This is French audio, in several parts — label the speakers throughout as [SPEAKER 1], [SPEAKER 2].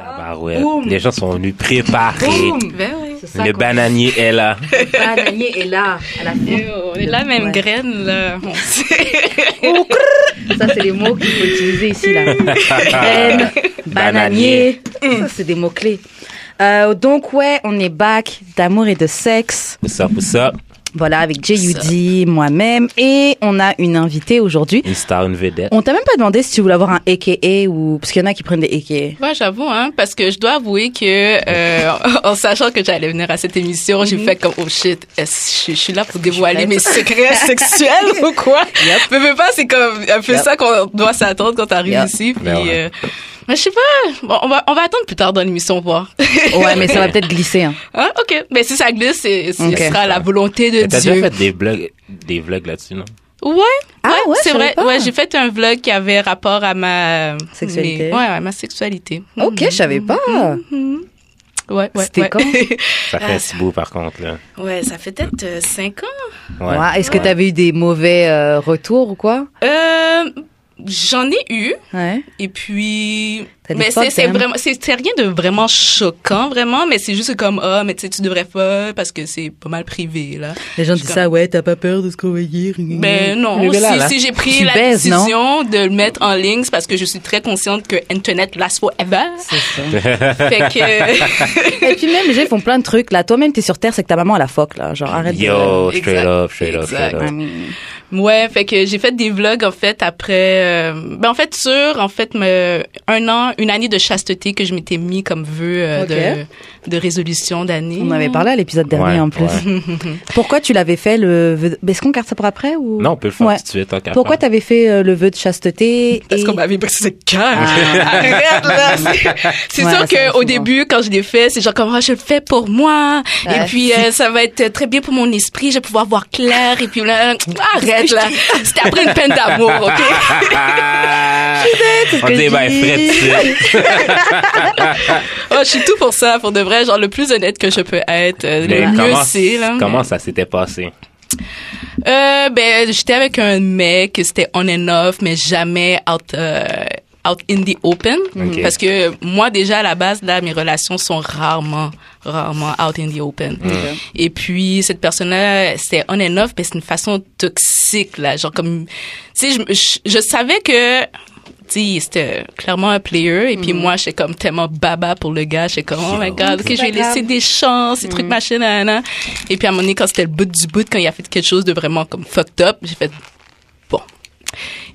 [SPEAKER 1] Tabarouette. Les gens sont venus préparer.
[SPEAKER 2] Ben oui.
[SPEAKER 3] C'est ça
[SPEAKER 1] Le
[SPEAKER 3] qu'on-
[SPEAKER 1] bananier est là.
[SPEAKER 3] bananier est là, à la fin.
[SPEAKER 2] On est la même
[SPEAKER 3] Ouais.
[SPEAKER 2] graine, là. On sait.
[SPEAKER 3] Ça, c'est des mots qu'il faut utiliser ici, là. Graine, bananier. Ça, c'est des mots-clés. Euh, donc, ouais, on est back d'amour et de sexe.
[SPEAKER 1] Pousse ça, pousse ça.
[SPEAKER 3] Voilà, avec J.U.D., moi-même. Et on a une invitée aujourd'hui.
[SPEAKER 1] Une star, une vedette.
[SPEAKER 3] On t'a même pas demandé si tu voulais avoir un AKA ou... Parce qu'il y en a qui prennent des AKA.
[SPEAKER 2] Moi, j'avoue, hein, parce que je dois avouer que, euh, en sachant que j'allais venir à cette émission, j'ai fait comme, oh shit, est-ce que je, je suis là pour dévoiler mes secrets sexuels ou quoi? Mais, mais pas, c'est comme un peu
[SPEAKER 3] Yep.
[SPEAKER 2] ça qu'on doit s'attendre quand t'arrives
[SPEAKER 3] Yep.
[SPEAKER 2] ici. Puis,
[SPEAKER 1] Ben ouais.
[SPEAKER 2] euh, mais je sais pas, Bon, on, va, on va attendre plus tard dans l'émission, voir.
[SPEAKER 3] Ouais, mais ça va peut-être glisser, hein.
[SPEAKER 2] hein? OK. Mais si ça glisse, c'est, ce
[SPEAKER 3] Ok.
[SPEAKER 2] sera la volonté de
[SPEAKER 1] Mais T'as
[SPEAKER 2] Dieu.
[SPEAKER 1] déjà fait des vlogs, des vlogs là-dessus, non?
[SPEAKER 2] Ouais,
[SPEAKER 3] Ah ouais, je
[SPEAKER 2] c'est
[SPEAKER 3] savais
[SPEAKER 2] vrai.
[SPEAKER 3] pas.
[SPEAKER 2] Ouais, j'ai fait un vlog qui avait rapport à ma
[SPEAKER 3] Sexualité.
[SPEAKER 2] mes- ouais, ouais, ma sexualité. Mhm.
[SPEAKER 3] Ok, je savais pas.
[SPEAKER 2] Ouais, ouais.
[SPEAKER 3] C'était
[SPEAKER 2] ouais.
[SPEAKER 3] quand?
[SPEAKER 1] Ça fait un petit bout, par contre, là.
[SPEAKER 2] Ouais, ça fait peut-être 5 ans.
[SPEAKER 1] Ouais.
[SPEAKER 3] Ouais, Est-ce que t'avais eu des mauvais euh, retours ou quoi?
[SPEAKER 2] Euh, J'en ai eu.
[SPEAKER 3] Ouais.
[SPEAKER 2] Et puis,
[SPEAKER 3] T'as des
[SPEAKER 2] mais
[SPEAKER 3] potes, hein?
[SPEAKER 2] c'est c'est
[SPEAKER 3] quand même.
[SPEAKER 2] vraiment, c'est c'est rien de vraiment choquant, vraiment, mais c'est juste comme, ah, mais tu sais, tu devrais pas, parce que c'est pas mal privé, là.
[SPEAKER 3] Les gens
[SPEAKER 2] Je
[SPEAKER 3] disent
[SPEAKER 2] suis
[SPEAKER 3] ça, ouais, t'as pas peur de ce qu'on va dire.
[SPEAKER 2] Ben non,
[SPEAKER 1] Mais
[SPEAKER 2] si,
[SPEAKER 1] là, là,
[SPEAKER 2] si j'ai pris
[SPEAKER 3] tu
[SPEAKER 2] la
[SPEAKER 3] baises, non?
[SPEAKER 2] décision de le mettre en ligne, c'est parce que je suis très consciente que Internet lasts forever.
[SPEAKER 3] C'est ça.
[SPEAKER 2] fait que...
[SPEAKER 3] Et puis même, les gens ils font plein de trucs. Là, toi-même, t'es sur Terre, c'est que ta maman à la phoque, là. Genre, arrête de...
[SPEAKER 1] Yo,
[SPEAKER 2] Exact,
[SPEAKER 1] straight up, straight up,
[SPEAKER 2] exact.
[SPEAKER 1] straight up.
[SPEAKER 2] Ouais, fait que j'ai fait des vlogs en fait après euh, ben en fait sur en fait me, un an une année de chasteté que je m'étais mis comme vœu euh,
[SPEAKER 3] Ok.
[SPEAKER 2] de de résolution d'année.
[SPEAKER 3] On avait parlé à l'épisode dernier,
[SPEAKER 1] Ouais,
[SPEAKER 3] en plus.
[SPEAKER 1] ouais.
[SPEAKER 3] Pourquoi tu l'avais fait, le vœu... de- Est-ce qu'on garde ça pour après ou...
[SPEAKER 1] Non, on peut le faire
[SPEAKER 3] Ouais.
[SPEAKER 1] tout de suite, tant qu'à
[SPEAKER 3] Pourquoi
[SPEAKER 1] faire.
[SPEAKER 3] t'avais fait euh, le vœu de chasteté
[SPEAKER 2] Parce
[SPEAKER 3] et-
[SPEAKER 2] qu'on m'avait brisé le cœur.
[SPEAKER 3] Ah.
[SPEAKER 2] Arrête, là. C'est- C'est
[SPEAKER 3] Ouais, ça
[SPEAKER 2] sûr
[SPEAKER 3] arrive
[SPEAKER 2] que
[SPEAKER 3] souvent.
[SPEAKER 2] au début, quand je l'ai fait, c'est genre comme Ah, je le fais pour moi.
[SPEAKER 3] Ouais.
[SPEAKER 2] Et puis euh, ça va être très bien pour mon esprit. Je vais pouvoir voir clair. Et puis là, arrête là. C'était après une peine d'amour, ok.
[SPEAKER 1] Ah!
[SPEAKER 3] c'est ce
[SPEAKER 1] On
[SPEAKER 3] que
[SPEAKER 1] dit,
[SPEAKER 3] je
[SPEAKER 1] ben,
[SPEAKER 3] dis.
[SPEAKER 1] Fred, tu sais.
[SPEAKER 2] Oh, je suis tout pour ça, pour de vrai. Genre le plus honnête que je peux être, euh,
[SPEAKER 1] Mais
[SPEAKER 2] le mieux
[SPEAKER 1] comment-
[SPEAKER 2] c'est là.
[SPEAKER 1] Comment ça s'était passé?
[SPEAKER 2] Euh, ben, j'étais avec un mec, c'était on and off, mais jamais out, euh, out in the open. Mm-hmm.
[SPEAKER 1] Ok.
[SPEAKER 2] Parce que moi, déjà, à la base, là, mes relations sont rarement, rarement out in the open. Et puis, cette personne-là, c'était on and off, mais c'est une façon toxique, là. Genre, comme, tu sais, je, je, je savais que, tu sais, c'était clairement un player. Et puis, moi, j'étais comme tellement baba pour le gars. J'étais comme, oh my god, ok, je vais
[SPEAKER 3] pas grave. Mm.
[SPEAKER 2] laisser des chances, ces trucs, machin, nanana. Et puis, à un moment donné, quand c'était le bout du bout, quand il a fait quelque chose de vraiment comme fucked up, j'ai fait, bon.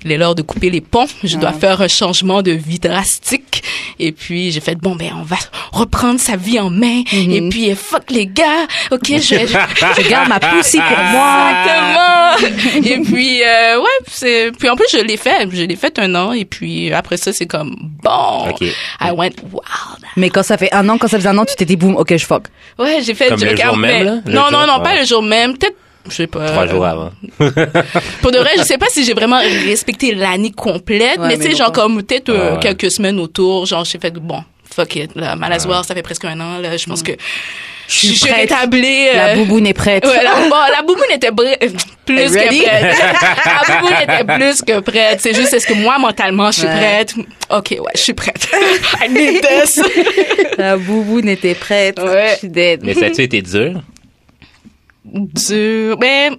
[SPEAKER 2] Il est l'heure de couper les ponts. Je dois faire un changement de vie drastique. Et puis, j'ai fait, bon, ben, on va reprendre sa vie en main.
[SPEAKER 3] Mm-hmm.
[SPEAKER 2] Et puis, eh, fuck les gars. OK, je vais...
[SPEAKER 3] Je garde ma poussée pour
[SPEAKER 1] Ah,
[SPEAKER 3] moi.
[SPEAKER 2] Exactement. et puis, euh, ouais, c'est... Puis, en plus, je l'ai fait. Je l'ai fait un an. Et puis, après ça, c'est comme, bon.
[SPEAKER 1] Ok.
[SPEAKER 2] I went wild.
[SPEAKER 3] Mais quand ça fait un an, quand ça faisait un an, tu t'es dit, boum, ok, je fuck.
[SPEAKER 2] Ouais, j'ai fait...
[SPEAKER 1] Comme
[SPEAKER 2] j'ai
[SPEAKER 1] le jour
[SPEAKER 2] regardé-
[SPEAKER 1] même, là? Le
[SPEAKER 2] Non,
[SPEAKER 1] jour?
[SPEAKER 2] non, non, pas
[SPEAKER 1] Ouais.
[SPEAKER 2] le jour même. Peut-être... Je sais pas.
[SPEAKER 1] Trois jours avant.
[SPEAKER 2] Pour de vrai, je sais pas si j'ai vraiment respecté l'année complète,
[SPEAKER 3] Ouais,
[SPEAKER 2] mais
[SPEAKER 3] mais
[SPEAKER 2] tu sais, genre
[SPEAKER 3] longtemps.
[SPEAKER 2] comme peut-être euh,
[SPEAKER 1] Ah ouais.
[SPEAKER 2] quelques semaines autour, genre j'ai fait bon. Fuck it, là, mal à se voir, ça fait presque un an, là, je pense que je
[SPEAKER 3] Mm. suis
[SPEAKER 2] suis
[SPEAKER 3] prête.
[SPEAKER 2] rétablie.
[SPEAKER 3] La
[SPEAKER 2] euh,
[SPEAKER 3] bouboune est prête.
[SPEAKER 2] Ouais, la, bon, la bouboune était br- euh, plus que
[SPEAKER 3] Ready?
[SPEAKER 2] prête. la bouboune était plus que prête. C'est juste, est-ce que moi, mentalement, je suis
[SPEAKER 3] Ouais.
[SPEAKER 2] prête? OK, ouais, je suis prête. I need this.
[SPEAKER 3] La bouboune était prête.
[SPEAKER 2] Ouais.
[SPEAKER 3] Je suis dead.
[SPEAKER 1] Mais ça a-tu été dur?
[SPEAKER 2] dur. Ben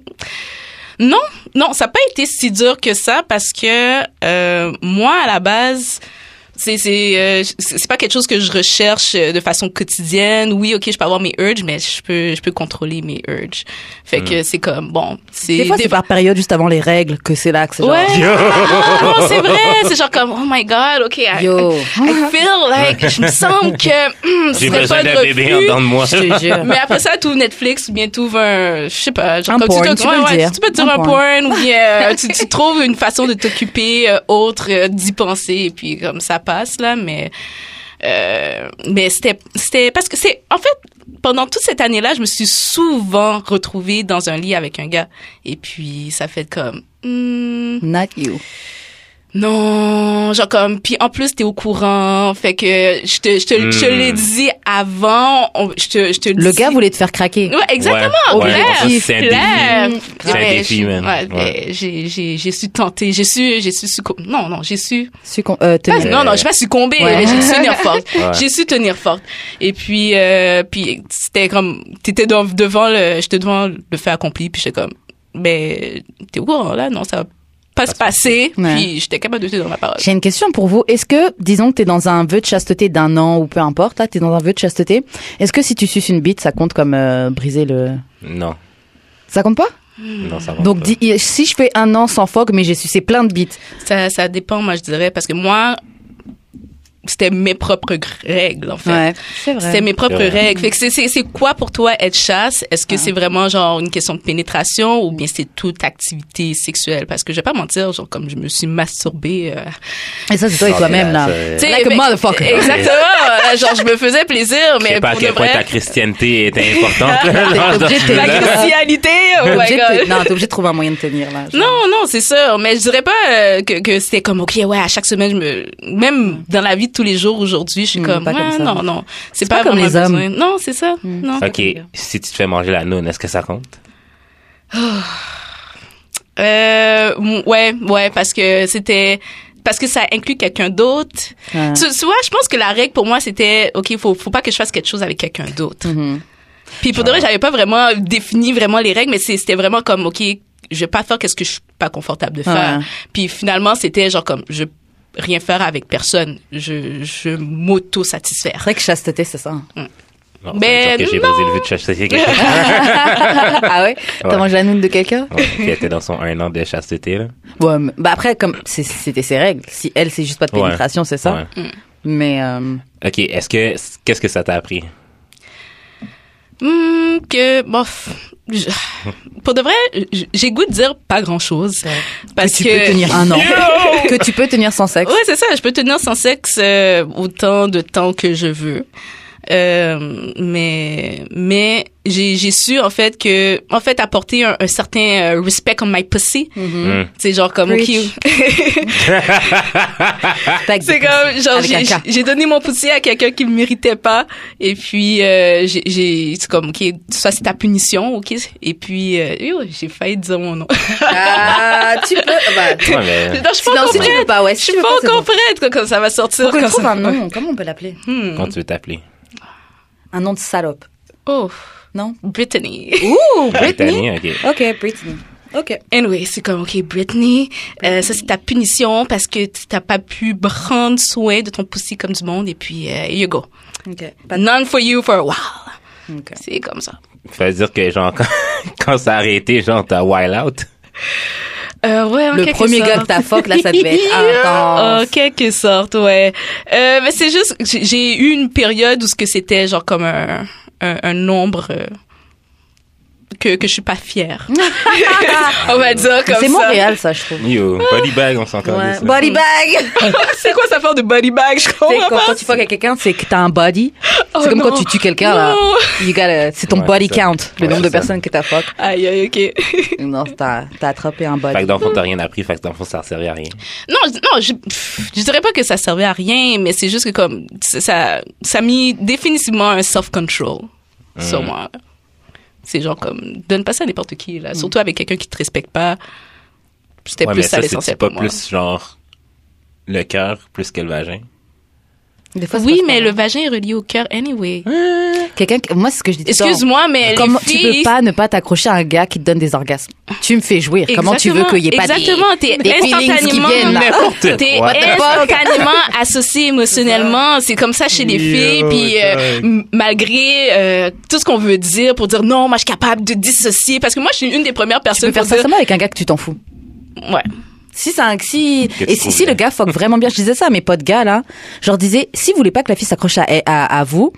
[SPEAKER 2] non, non, ça n'a pas été si dur que ça parce que euh, moi à la base c'est c'est euh, c'est c'est pas quelque chose que je recherche euh, de façon quotidienne. Oui, OK, je peux avoir mes urges mais je peux je peux contrôler mes urges. Fait que
[SPEAKER 1] Hmm.
[SPEAKER 2] c'est comme bon, c'est
[SPEAKER 3] Des fois, c'est par période juste avant les règles que c'est là que c'est genre.
[SPEAKER 2] Ouais. Ah, non, c'est vrai, c'est genre comme oh my god, OK. I,
[SPEAKER 3] Yo.
[SPEAKER 2] I feel like je me semble que hmm, ce
[SPEAKER 1] J'ai
[SPEAKER 2] serait
[SPEAKER 1] besoin
[SPEAKER 2] pas
[SPEAKER 1] d'un
[SPEAKER 2] de
[SPEAKER 1] bébé en
[SPEAKER 2] refus.
[SPEAKER 1] dedans de moi.
[SPEAKER 3] Je te jure.
[SPEAKER 2] Mais après ça, tout Netflix, ou bien tout un, je sais pas, genre
[SPEAKER 3] Un
[SPEAKER 2] comme
[SPEAKER 3] porn,
[SPEAKER 2] tu, te-
[SPEAKER 3] tu peux le dire.
[SPEAKER 2] tu peux te dire
[SPEAKER 3] Un
[SPEAKER 2] un porn, ou bien euh, tu, tu trouves une façon de t'occuper euh, autre, euh, d'y penser, et puis comme ça passe là, mais euh, mais c'était c'était parce que c'est en fait pendant toute cette année-là, je me suis souvent retrouvée dans un lit avec un gars, et puis ça fait comme. hmm,
[SPEAKER 3] Not you.
[SPEAKER 2] non, genre comme puis en plus t'es au courant, fait que je te je te, je te
[SPEAKER 1] Mm.
[SPEAKER 2] l'ai dit avant, on- je te je te
[SPEAKER 3] Le
[SPEAKER 2] dis-
[SPEAKER 3] gars voulait te faire craquer.
[SPEAKER 2] Ouais, exactement,
[SPEAKER 1] Ouais, ouais,
[SPEAKER 2] Ah, clair,
[SPEAKER 1] ça, c'est un défi.
[SPEAKER 2] clair.
[SPEAKER 1] C'est un
[SPEAKER 2] Ouais,
[SPEAKER 1] défi,
[SPEAKER 2] je-
[SPEAKER 1] man.
[SPEAKER 2] ouais,
[SPEAKER 1] Ouais.
[SPEAKER 2] mais j'ai j'ai j'ai su tenter, j'ai su j'ai su succom- non non, j'ai su
[SPEAKER 3] Succom- euh, te-
[SPEAKER 2] pas- non non, j'ai pas succombé,
[SPEAKER 3] Ouais.
[SPEAKER 2] j'ai su tenir forte.
[SPEAKER 1] Ouais.
[SPEAKER 2] J'ai su tenir forte. Et puis euh, puis c'était comme t'étais dans- devant le j'étais devant le fait accompli puis j'étais comme mais t'es au courant là non ça va pas se passer
[SPEAKER 3] Ouais.
[SPEAKER 2] puis j'étais capable de tenir ma parole.
[SPEAKER 3] J'ai une question pour vous. Est-ce que, disons que t'es dans un vœu de chasteté d'un an ou peu importe, là, t'es dans un vœu de chasteté, est-ce que si tu suces une bite, ça compte comme euh, briser le...
[SPEAKER 1] Non.
[SPEAKER 3] Ça compte pas
[SPEAKER 1] Non, ça va.
[SPEAKER 3] Donc
[SPEAKER 1] pas.
[SPEAKER 3] dis- si je fais un an sans phoque, mais j'ai sucé plein de bites,
[SPEAKER 2] Ça, ça dépend, moi, je dirais, parce que moi, c'était mes propres règles, en fait.
[SPEAKER 3] c'est
[SPEAKER 2] C'était mes propres
[SPEAKER 1] C'est vrai.
[SPEAKER 2] règles. Fait que c'est, c'est, c'est quoi pour toi être chasse? Est-ce
[SPEAKER 3] Ah.
[SPEAKER 2] que c'est vraiment genre une question de pénétration ou bien c'est toute activité sexuelle? Parce que je vais pas mentir, genre comme je me suis masturbée. euh,
[SPEAKER 3] Et ça, c'est toi et
[SPEAKER 1] Non,
[SPEAKER 3] toi-même,
[SPEAKER 1] c'est-
[SPEAKER 3] là.
[SPEAKER 1] c'est-
[SPEAKER 2] tu sais,
[SPEAKER 3] Like a
[SPEAKER 2] mais-
[SPEAKER 3] motherfucker.
[SPEAKER 2] Exactement. Euh, genre je me faisais plaisir,
[SPEAKER 1] Je
[SPEAKER 2] mais
[SPEAKER 1] sais pas à
[SPEAKER 2] pour de
[SPEAKER 1] quel point ta
[SPEAKER 2] vrai,
[SPEAKER 1] christianité était importante. là, dans-
[SPEAKER 3] T'es obligé de
[SPEAKER 2] la
[SPEAKER 3] tenir, là.
[SPEAKER 2] christianité, oh
[SPEAKER 3] T'es
[SPEAKER 2] my
[SPEAKER 3] obligé de-
[SPEAKER 2] God.
[SPEAKER 3] Non, t'es obligé de trouver un moyen de tenir, là. genre.
[SPEAKER 2] Non, non, c'est sûr. Mais je dirais pas euh, que, que c'était comme, OK, ouais, à chaque semaine, je me, même dans la vie de tous les jours aujourd'hui, je suis
[SPEAKER 3] Mm,
[SPEAKER 2] comme,
[SPEAKER 3] pas comme
[SPEAKER 2] ouais,
[SPEAKER 3] ça.
[SPEAKER 2] non, non. C'est pas,
[SPEAKER 3] pas comme
[SPEAKER 2] vraiment
[SPEAKER 3] les hommes. Hmm.
[SPEAKER 2] besoin. Non, c'est ça. Non.
[SPEAKER 1] Ok, si tu te fais manger la noune, est-ce que ça compte?
[SPEAKER 2] Euh, m- ouais, ouais, parce que c'était, parce que ça inclut quelqu'un d'autre.
[SPEAKER 3] Ouais.
[SPEAKER 2] Tu, tu vois, je pense que la règle pour moi, c'était, OK, faut, faut pas que je fasse quelque chose avec quelqu'un d'autre.
[SPEAKER 3] Mhm.
[SPEAKER 2] Puis pour de vrai, j'avais pas vraiment défini vraiment les règles, mais c'est- c'était vraiment comme, OK, je vais pas faire qu'est-ce que je suis pas confortable de faire.
[SPEAKER 3] Ouais.
[SPEAKER 2] Puis finalement, c'était genre comme, je vais rien faire avec personne. Je, je
[SPEAKER 3] C'est
[SPEAKER 2] m'auto-satisfaire.
[SPEAKER 3] vrai que chasteté, c'est ça. hein.
[SPEAKER 1] Non, ça
[SPEAKER 2] Ben,
[SPEAKER 1] veut dire que j'ai
[SPEAKER 2] non.
[SPEAKER 1] brisé le vue de chasteté quelque chose
[SPEAKER 3] ah ouais T'as
[SPEAKER 1] Ouais.
[SPEAKER 3] mangé la noune de quelqu'un
[SPEAKER 1] Ouais, qui était dans son un an de chasteté. Là.
[SPEAKER 3] Ouais, mais- bah après, comme c'est- c'était ses règles. Si elle, c'est juste pas de
[SPEAKER 1] Ouais.
[SPEAKER 3] pénétration, c'est ça.
[SPEAKER 1] Ouais.
[SPEAKER 3] Mais euh,
[SPEAKER 1] Ok, est-ce que qu'est-ce que ça t'a appris?
[SPEAKER 2] Hum, que, bof. je- pour de vrai, j- j'ai goût de dire pas grand chose. Parce
[SPEAKER 3] tu
[SPEAKER 2] que.
[SPEAKER 3] peux tenir un an. que tu peux tenir sans sexe.
[SPEAKER 2] Ouais, c'est ça. Je peux tenir sans sexe euh, autant de temps que je veux. Euh, mais mais j'ai j'ai su en fait que en fait apporter un, un certain euh, respect comme my pussy
[SPEAKER 1] Hmm.
[SPEAKER 2] c'est genre comme ok
[SPEAKER 3] Preach. Tac,
[SPEAKER 2] Ah, c'est
[SPEAKER 3] des-
[SPEAKER 2] comme genre
[SPEAKER 3] Avec un
[SPEAKER 2] j'ai-
[SPEAKER 3] K.
[SPEAKER 2] j'ai donné mon pussy à quelqu'un qui le méritait pas et puis euh, j'ai- j'ai c'est comme ok ça c'est ta punition ok et puis euh, yo, j'ai failli dire mon nom
[SPEAKER 3] Ah, tu peux. Bah,
[SPEAKER 1] Ouais, mais
[SPEAKER 2] non je suis pas
[SPEAKER 3] non,
[SPEAKER 2] encore
[SPEAKER 3] si tu
[SPEAKER 2] prête
[SPEAKER 3] veux pas, ouais.
[SPEAKER 2] je
[SPEAKER 3] Si tu
[SPEAKER 2] suis
[SPEAKER 3] veux
[SPEAKER 2] pas
[SPEAKER 3] pas, c'est
[SPEAKER 2] encore
[SPEAKER 3] bon.
[SPEAKER 2] prête quand, quand ça va sortir
[SPEAKER 3] Faut qu'on
[SPEAKER 2] quand
[SPEAKER 3] trouve
[SPEAKER 2] ça-
[SPEAKER 3] un nom. Comment on peut l'appeler
[SPEAKER 2] Hmm.
[SPEAKER 1] comment tu veux t'appeler?
[SPEAKER 3] Un nom de salope.
[SPEAKER 2] oh
[SPEAKER 3] Non
[SPEAKER 2] Brittany
[SPEAKER 3] Ouh,
[SPEAKER 1] Ah,
[SPEAKER 3] Britney.
[SPEAKER 1] Britannique, ok.
[SPEAKER 3] Ok, Britney. Ok.
[SPEAKER 2] Anyway, c'est comme, OK, Britney, euh, ça c'est ta punition parce que tu t'as pas pu prendre soin de ton pussy comme du monde et puis, euh, here you go.
[SPEAKER 3] Ok. Pas de-
[SPEAKER 2] None for you for a while.
[SPEAKER 3] ok.
[SPEAKER 2] C'est comme ça.
[SPEAKER 1] Fait dire que genre quand, quand ça a arrêté, genre t'as wild out.
[SPEAKER 2] Euh, ouais, en
[SPEAKER 3] Le
[SPEAKER 2] quelque
[SPEAKER 3] premier
[SPEAKER 2] sorte.
[SPEAKER 3] gars que t'as fuck, là, ça devait être intense.
[SPEAKER 2] En quelque sorte, ouais. Euh, mais c'est juste, j'ai- j'ai eu une période où ce que c'était genre comme un, un, un nombre euh, que, que je suis pas fière. On va dire comme ça.
[SPEAKER 3] C'est Montréal, ça, je trouve.
[SPEAKER 1] Yo, body bag, on s'entend.
[SPEAKER 3] Ouais. Body bag!
[SPEAKER 2] c'est quoi ça faire de body bag? Je
[SPEAKER 3] Tu sais,
[SPEAKER 2] comprends
[SPEAKER 3] quand,
[SPEAKER 2] pas.
[SPEAKER 3] quand tu fuck avec quelqu'un, c'est que t'as un body.
[SPEAKER 2] Oh
[SPEAKER 3] c'est comme quand
[SPEAKER 2] non.
[SPEAKER 3] tu tues quelqu'un, là.
[SPEAKER 2] Non.
[SPEAKER 3] You gotta- c'est ton
[SPEAKER 1] Ouais,
[SPEAKER 3] body
[SPEAKER 1] c'est ça.
[SPEAKER 3] count, le
[SPEAKER 1] Ouais,
[SPEAKER 3] nombre de
[SPEAKER 1] c'est ça.
[SPEAKER 3] personnes que t'as fuck.
[SPEAKER 2] Aïe, aïe, ok.
[SPEAKER 3] Non, t'as, t'as attrapé un
[SPEAKER 1] Fait que
[SPEAKER 3] body.
[SPEAKER 1] dans le fond t'as rien appris, fait que dans le fond ça servait à rien.
[SPEAKER 2] Non, je- non, je, pff, je dirais pas que ça servait à rien, mais c'est juste que comme ça, ça- ça a mis définitivement un self-control
[SPEAKER 1] Euh.
[SPEAKER 2] sur moi. C'est genre comme donne pas ça à n'importe qui là, surtout avec quelqu'un qui te respecte pas. C'était
[SPEAKER 1] Mm. Ouais,
[SPEAKER 2] plus
[SPEAKER 1] mais
[SPEAKER 2] ça,
[SPEAKER 1] ça,
[SPEAKER 2] l'essentiel
[SPEAKER 1] c'est
[SPEAKER 2] pour
[SPEAKER 1] pas
[SPEAKER 2] moi.
[SPEAKER 1] plus genre le cœur plus que le vagin.
[SPEAKER 3] Des fois, c'est
[SPEAKER 2] Oui,
[SPEAKER 3] pas
[SPEAKER 2] mais
[SPEAKER 3] ça.
[SPEAKER 2] le vagin est relié au cœur anyway.
[SPEAKER 3] Quelqu'un, qui- moi, c'est ce que je dis tout le temps.
[SPEAKER 2] Excuse-moi, mais
[SPEAKER 3] Comment
[SPEAKER 2] les
[SPEAKER 3] tu peux
[SPEAKER 2] filles-
[SPEAKER 3] pas ne pas t'accrocher à un gars qui te donne des orgasmes Tu me fais jouir. Comment tu veux
[SPEAKER 2] Exactement,
[SPEAKER 3] qu'il y ait pas des-
[SPEAKER 2] Exactement, t'es
[SPEAKER 3] des feelings qui
[SPEAKER 2] instantanément,
[SPEAKER 3] viennent là
[SPEAKER 1] N'importe
[SPEAKER 2] t'es
[SPEAKER 1] quoi.
[SPEAKER 2] instantanément associé émotionnellement. C'est comme ça chez les filles. Puis euh, m- malgré euh, tout ce qu'on veut dire pour dire non, moi je suis capable de dissocier parce que moi je suis une des premières
[SPEAKER 3] Tu peux
[SPEAKER 2] personnes
[SPEAKER 3] faire
[SPEAKER 2] pour
[SPEAKER 3] ça
[SPEAKER 2] dire
[SPEAKER 3] seulement avec un gars que tu t'en fous.
[SPEAKER 2] ouais.
[SPEAKER 3] Si c'est un si
[SPEAKER 1] Que tu
[SPEAKER 3] et si,
[SPEAKER 1] trouves
[SPEAKER 3] si le
[SPEAKER 1] bien.
[SPEAKER 3] gars fuck vraiment bien, je disais ça à mes potes gars là, je leur disais si vous voulez pas que la fille s'accroche à, à à vous,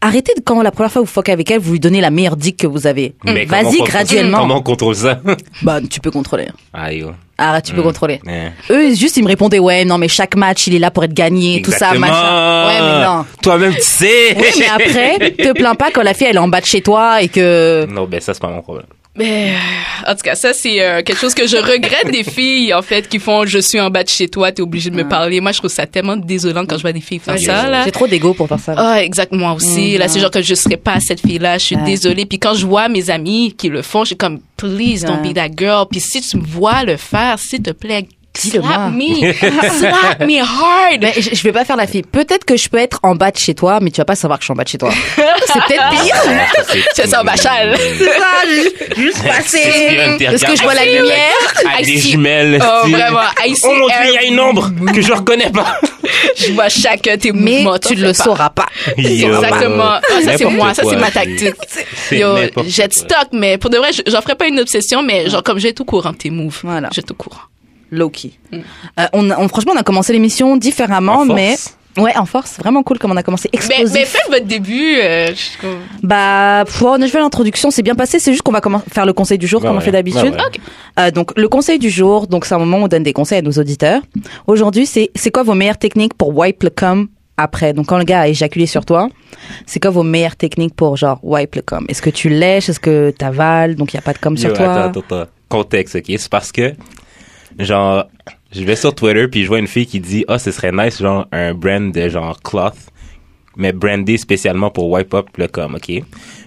[SPEAKER 3] arrêtez de quand la première fois vous fuckez avec elle, vous lui donnez la meilleure dick que vous avez.
[SPEAKER 2] Mm.
[SPEAKER 1] Mais comment on
[SPEAKER 3] Vas-y
[SPEAKER 1] contrôle- Comment
[SPEAKER 3] graduellement.
[SPEAKER 1] on contrôle ça?
[SPEAKER 3] Bah tu peux contrôler.
[SPEAKER 1] Ah yo.
[SPEAKER 3] Ah tu peux contrôler.
[SPEAKER 1] Eh.
[SPEAKER 3] Eux juste ils me répondaient ouais non mais chaque match il est là pour être gagné tout ça
[SPEAKER 1] Eh. Exactement.
[SPEAKER 3] machin. Ouais mais non.
[SPEAKER 1] Toi-même tu sais.
[SPEAKER 3] Oui, mais après, te plains pas quand la fille elle est en bas de chez toi et que
[SPEAKER 1] Non, ben ça c'est pas mon problème.
[SPEAKER 2] Ben, en tout cas, ça, c'est euh, quelque chose que je regrette des filles, en fait, qui font je suis en bas de chez toi, t'es obligé de me parler. Moi, je trouve ça tellement désolant quand je vois des filles faire
[SPEAKER 1] Ouais,
[SPEAKER 2] ça,
[SPEAKER 1] j'ai-
[SPEAKER 2] là.
[SPEAKER 3] J'ai trop d'ego pour faire Ah. ça.
[SPEAKER 2] Ah, exactement aussi.
[SPEAKER 3] Mm,
[SPEAKER 2] là,
[SPEAKER 3] non.
[SPEAKER 2] c'est genre que je serais pas cette fille-là. Je suis
[SPEAKER 3] Ouais.
[SPEAKER 2] désolée. Puis quand je vois mes amis qui le font, je suis comme, please don't
[SPEAKER 3] Ouais.
[SPEAKER 2] be that girl. Puis si tu me vois le faire, s'il te plaît,
[SPEAKER 3] Dis-le moi.
[SPEAKER 2] slap me. slap me hard.
[SPEAKER 3] Mais je, je vais pas faire la fille. Peut-être que je peux être en bas de chez toi, mais tu vas pas savoir que je suis en bas de chez toi. C'est peut-être pire.
[SPEAKER 2] C'est ça, Bachal.
[SPEAKER 3] C'est ça, juste
[SPEAKER 1] Espionne, t'es
[SPEAKER 3] Est-ce que je vois la
[SPEAKER 1] regardée.
[SPEAKER 3] lumière
[SPEAKER 1] À
[SPEAKER 2] I
[SPEAKER 1] des
[SPEAKER 2] see-
[SPEAKER 1] jumelles.
[SPEAKER 2] Oh,
[SPEAKER 1] style.
[SPEAKER 2] vraiment. I see
[SPEAKER 1] Oh mon dieu, il y a
[SPEAKER 2] every-
[SPEAKER 1] une ombre que je reconnais pas.
[SPEAKER 2] Je vois chaque de tes
[SPEAKER 3] Mais
[SPEAKER 2] mouvements.
[SPEAKER 3] tu
[SPEAKER 2] t'en
[SPEAKER 3] le
[SPEAKER 2] fais pas.
[SPEAKER 3] sauras pas.
[SPEAKER 1] Yo.
[SPEAKER 2] Exactement. Ah, ça, c'est
[SPEAKER 1] N'importe
[SPEAKER 2] moi. Ça,
[SPEAKER 1] quoi,
[SPEAKER 2] c'est ma
[SPEAKER 1] fille.
[SPEAKER 2] tactique.
[SPEAKER 1] C'est
[SPEAKER 2] Yo,
[SPEAKER 1] n'importe
[SPEAKER 2] jet
[SPEAKER 1] quoi.
[SPEAKER 2] stock, mais pour de vrai, je- j'en ferai pas une obsession, mais genre, comme j'ai tout courant tes moves.
[SPEAKER 3] Voilà.
[SPEAKER 2] J'ai tout courant.
[SPEAKER 3] Loki. Euh, on, a- on- franchement, on a commencé l'émission différemment,
[SPEAKER 1] En force.
[SPEAKER 3] mais ouais, en force, vraiment cool comme on a commencé
[SPEAKER 2] Mais,
[SPEAKER 3] explosif.
[SPEAKER 2] mais faites votre début. euh, je suis comme-
[SPEAKER 3] Bah, pff, on a fait l'introduction, c'est bien passé. C'est juste qu'on va commen- faire le conseil du jour
[SPEAKER 1] Bah
[SPEAKER 3] comme on
[SPEAKER 1] ouais,
[SPEAKER 3] fait d'habitude.
[SPEAKER 1] bah ouais.
[SPEAKER 3] Euh, donc le conseil du jour, donc c'est un moment où on donne des conseils à nos auditeurs. Aujourd'hui, c'est c'est quoi vos meilleures techniques pour wipe le cum après Donc quand le gars a éjaculé sur toi, c'est quoi vos meilleures techniques pour genre wipe le cum Est-ce que tu lèches Est-ce que t'avales Donc il y a pas de cum sur
[SPEAKER 1] Yo,
[SPEAKER 3] toi.
[SPEAKER 1] Attends, attends, attends. Contexte, ok? C'est parce que, genre, je vais sur Twitter puis je vois une fille qui dit, ah, ce serait nice, genre, un brand de genre cloth, mais brandé spécialement pour wipe up le com, ok?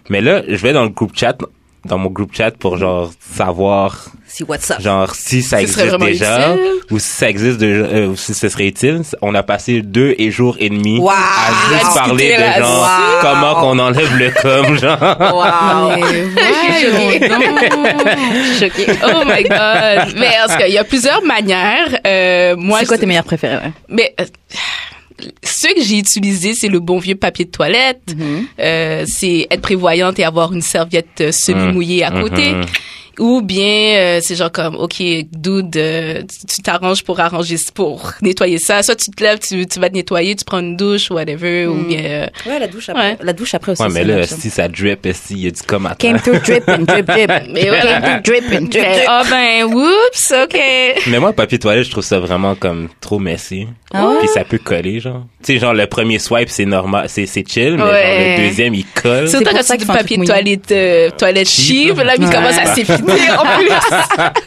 [SPEAKER 1] Mais là, je vais dans le groupe chat, dans mon groupe chat pour genre savoir,
[SPEAKER 3] Si WhatsApp.
[SPEAKER 1] genre, si ça
[SPEAKER 2] Ce serait
[SPEAKER 1] existe
[SPEAKER 2] vraiment
[SPEAKER 1] déjà,
[SPEAKER 2] utile.
[SPEAKER 1] ou si ça existe déjà, euh, ou si ce serait utile. On a passé deux et jours et demi
[SPEAKER 3] Wow!
[SPEAKER 1] à
[SPEAKER 2] À
[SPEAKER 1] juste parler
[SPEAKER 2] discuter
[SPEAKER 1] de genre,
[SPEAKER 3] là-dessus.
[SPEAKER 1] comment qu'on enlève le com, genre.
[SPEAKER 3] Wow.
[SPEAKER 2] Mais voyons donc. Oh my god. Mais en tout cas, il y a plusieurs manières. Euh, moi,
[SPEAKER 3] c'est quoi
[SPEAKER 2] je-
[SPEAKER 3] tes meilleures préférées ouais
[SPEAKER 2] Mais euh, ceux que j'ai utilisés, c'est le bon vieux papier de toilette.
[SPEAKER 3] Mm-hmm.
[SPEAKER 2] Euh, c'est être prévoyante et avoir une serviette euh, semi-mouillée à
[SPEAKER 1] Mhm.
[SPEAKER 2] côté. Ou bien euh, c'est genre comme ok dude euh, tu- tu t'arranges pour arranger pour nettoyer ça soit tu te lèves tu, tu vas te nettoyer tu prends une douche whatever
[SPEAKER 3] Mm.
[SPEAKER 2] ou bien euh,
[SPEAKER 3] Ouais, la douche
[SPEAKER 2] après. Ouais.
[SPEAKER 3] La douche après aussi.
[SPEAKER 1] Ouais, mais là, si ça drip, si il y a du com à
[SPEAKER 3] Came to drip and drip drip.
[SPEAKER 2] Mais voilà.
[SPEAKER 3] Came to drip and drip
[SPEAKER 2] mais,
[SPEAKER 3] drip.
[SPEAKER 2] ah ben whoops ok
[SPEAKER 1] Mais moi, papier toilette, je trouve ça vraiment comme trop messy.
[SPEAKER 3] Ah ouais?
[SPEAKER 1] Puis ça peut coller, genre. Tu sais, genre, le premier swipe, c'est normal, c'est, c'est chill, mais
[SPEAKER 2] Ouais.
[SPEAKER 1] genre, le deuxième, il colle.
[SPEAKER 2] surtout
[SPEAKER 3] pour
[SPEAKER 2] quand
[SPEAKER 3] ça
[SPEAKER 2] c'est
[SPEAKER 3] que
[SPEAKER 2] du
[SPEAKER 3] c'est un
[SPEAKER 2] papier
[SPEAKER 3] truc
[SPEAKER 2] de toilette euh, toilette
[SPEAKER 1] Cheap.
[SPEAKER 2] chiffre là il
[SPEAKER 3] Ouais.
[SPEAKER 2] commence à s'effiner en plus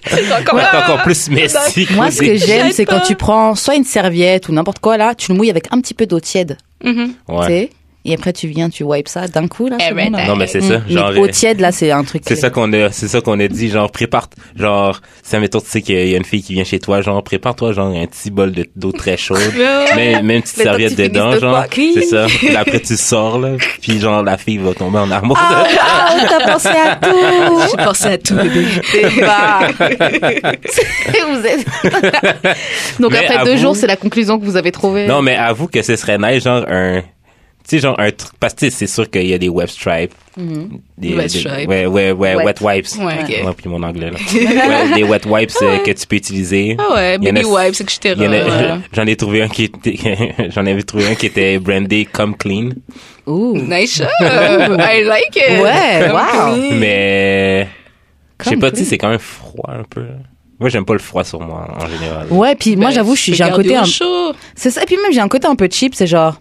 [SPEAKER 2] C'est encore-
[SPEAKER 1] Ouais, c'est encore plus messy.
[SPEAKER 3] Moi, ce que j'aime, c'est quand
[SPEAKER 2] pas.
[SPEAKER 3] tu prends soit une serviette ou n'importe quoi là, tu le mouilles avec un petit peu d'eau tiède,
[SPEAKER 2] Mhm.
[SPEAKER 1] Ouais.
[SPEAKER 3] tu sais, et après tu viens, tu wipes ça d'un coup là.
[SPEAKER 2] Eh
[SPEAKER 3] c'est
[SPEAKER 2] ben,
[SPEAKER 3] bon, là.
[SPEAKER 1] Non, mais c'est ça.
[SPEAKER 3] Mm.
[SPEAKER 1] Genre,
[SPEAKER 3] Mais eau
[SPEAKER 1] euh,
[SPEAKER 3] tiède là, c'est un truc.
[SPEAKER 1] c'est ça qu'on a, c'est ça qu'on a dit, genre, prépare, genre, ça mettons, tu sais qu'il y a une fille qui vient chez toi, genre, prépare-toi, genre, un petit bol de, d'eau très chaude. Même, même une petite
[SPEAKER 3] Mais tant que
[SPEAKER 1] serviette
[SPEAKER 3] tu finisses
[SPEAKER 1] dedans,
[SPEAKER 3] de
[SPEAKER 1] genre.
[SPEAKER 3] pas cuire.
[SPEAKER 1] C'est ça. Puis après, tu sors, là. Puis, genre, la fille va tomber en amour.
[SPEAKER 3] Ah, ah, t'as pensé à tout.
[SPEAKER 2] j'ai pensé à tout bébé
[SPEAKER 3] Bah. Vous êtes- Donc
[SPEAKER 1] Mais
[SPEAKER 3] après
[SPEAKER 1] à
[SPEAKER 3] deux
[SPEAKER 1] vous-
[SPEAKER 3] jours, c'est la conclusion que vous avez
[SPEAKER 2] Euh,
[SPEAKER 3] trouvée.
[SPEAKER 1] Non, mais avoue que ce serait nice, genre un. Tu sais, genre un truc. Parce que tu sais, c'est sûr qu'il y a des web stripes. Des,
[SPEAKER 2] Mm-hmm. Wet
[SPEAKER 1] des-
[SPEAKER 2] stripes.
[SPEAKER 1] Ouais, ouais, ouais, wet
[SPEAKER 3] Wet.
[SPEAKER 1] wipes.
[SPEAKER 2] Ouais, ok.
[SPEAKER 1] Ouais, puis mon anglais, là. Ouais, des wet wipes euh, que tu peux utiliser.
[SPEAKER 2] ah ouais
[SPEAKER 1] Il y en
[SPEAKER 2] baby
[SPEAKER 1] a-
[SPEAKER 2] wipes euh, etc
[SPEAKER 1] il y en a-
[SPEAKER 2] Voilà.
[SPEAKER 1] J'en ai trouvé un qui était. J'en avais trouvé un qui était brandé comme clean.
[SPEAKER 3] Ouh.
[SPEAKER 2] Nice. job. I like it.
[SPEAKER 3] Ouais, wow.
[SPEAKER 2] Mm.
[SPEAKER 1] Mais. Je sais
[SPEAKER 3] Comme
[SPEAKER 1] pas, tu sais,
[SPEAKER 3] clean.
[SPEAKER 1] c'est quand même froid un peu. Moi, j'aime pas le froid sur moi, en général.
[SPEAKER 2] Oh,
[SPEAKER 3] Ouais, puis
[SPEAKER 2] Bah,
[SPEAKER 3] moi j'avoue, je suis- j'ai un côté un,
[SPEAKER 2] chaud.
[SPEAKER 3] c'est ça. Et puis même j'ai un côté un peu cheap, c'est genre,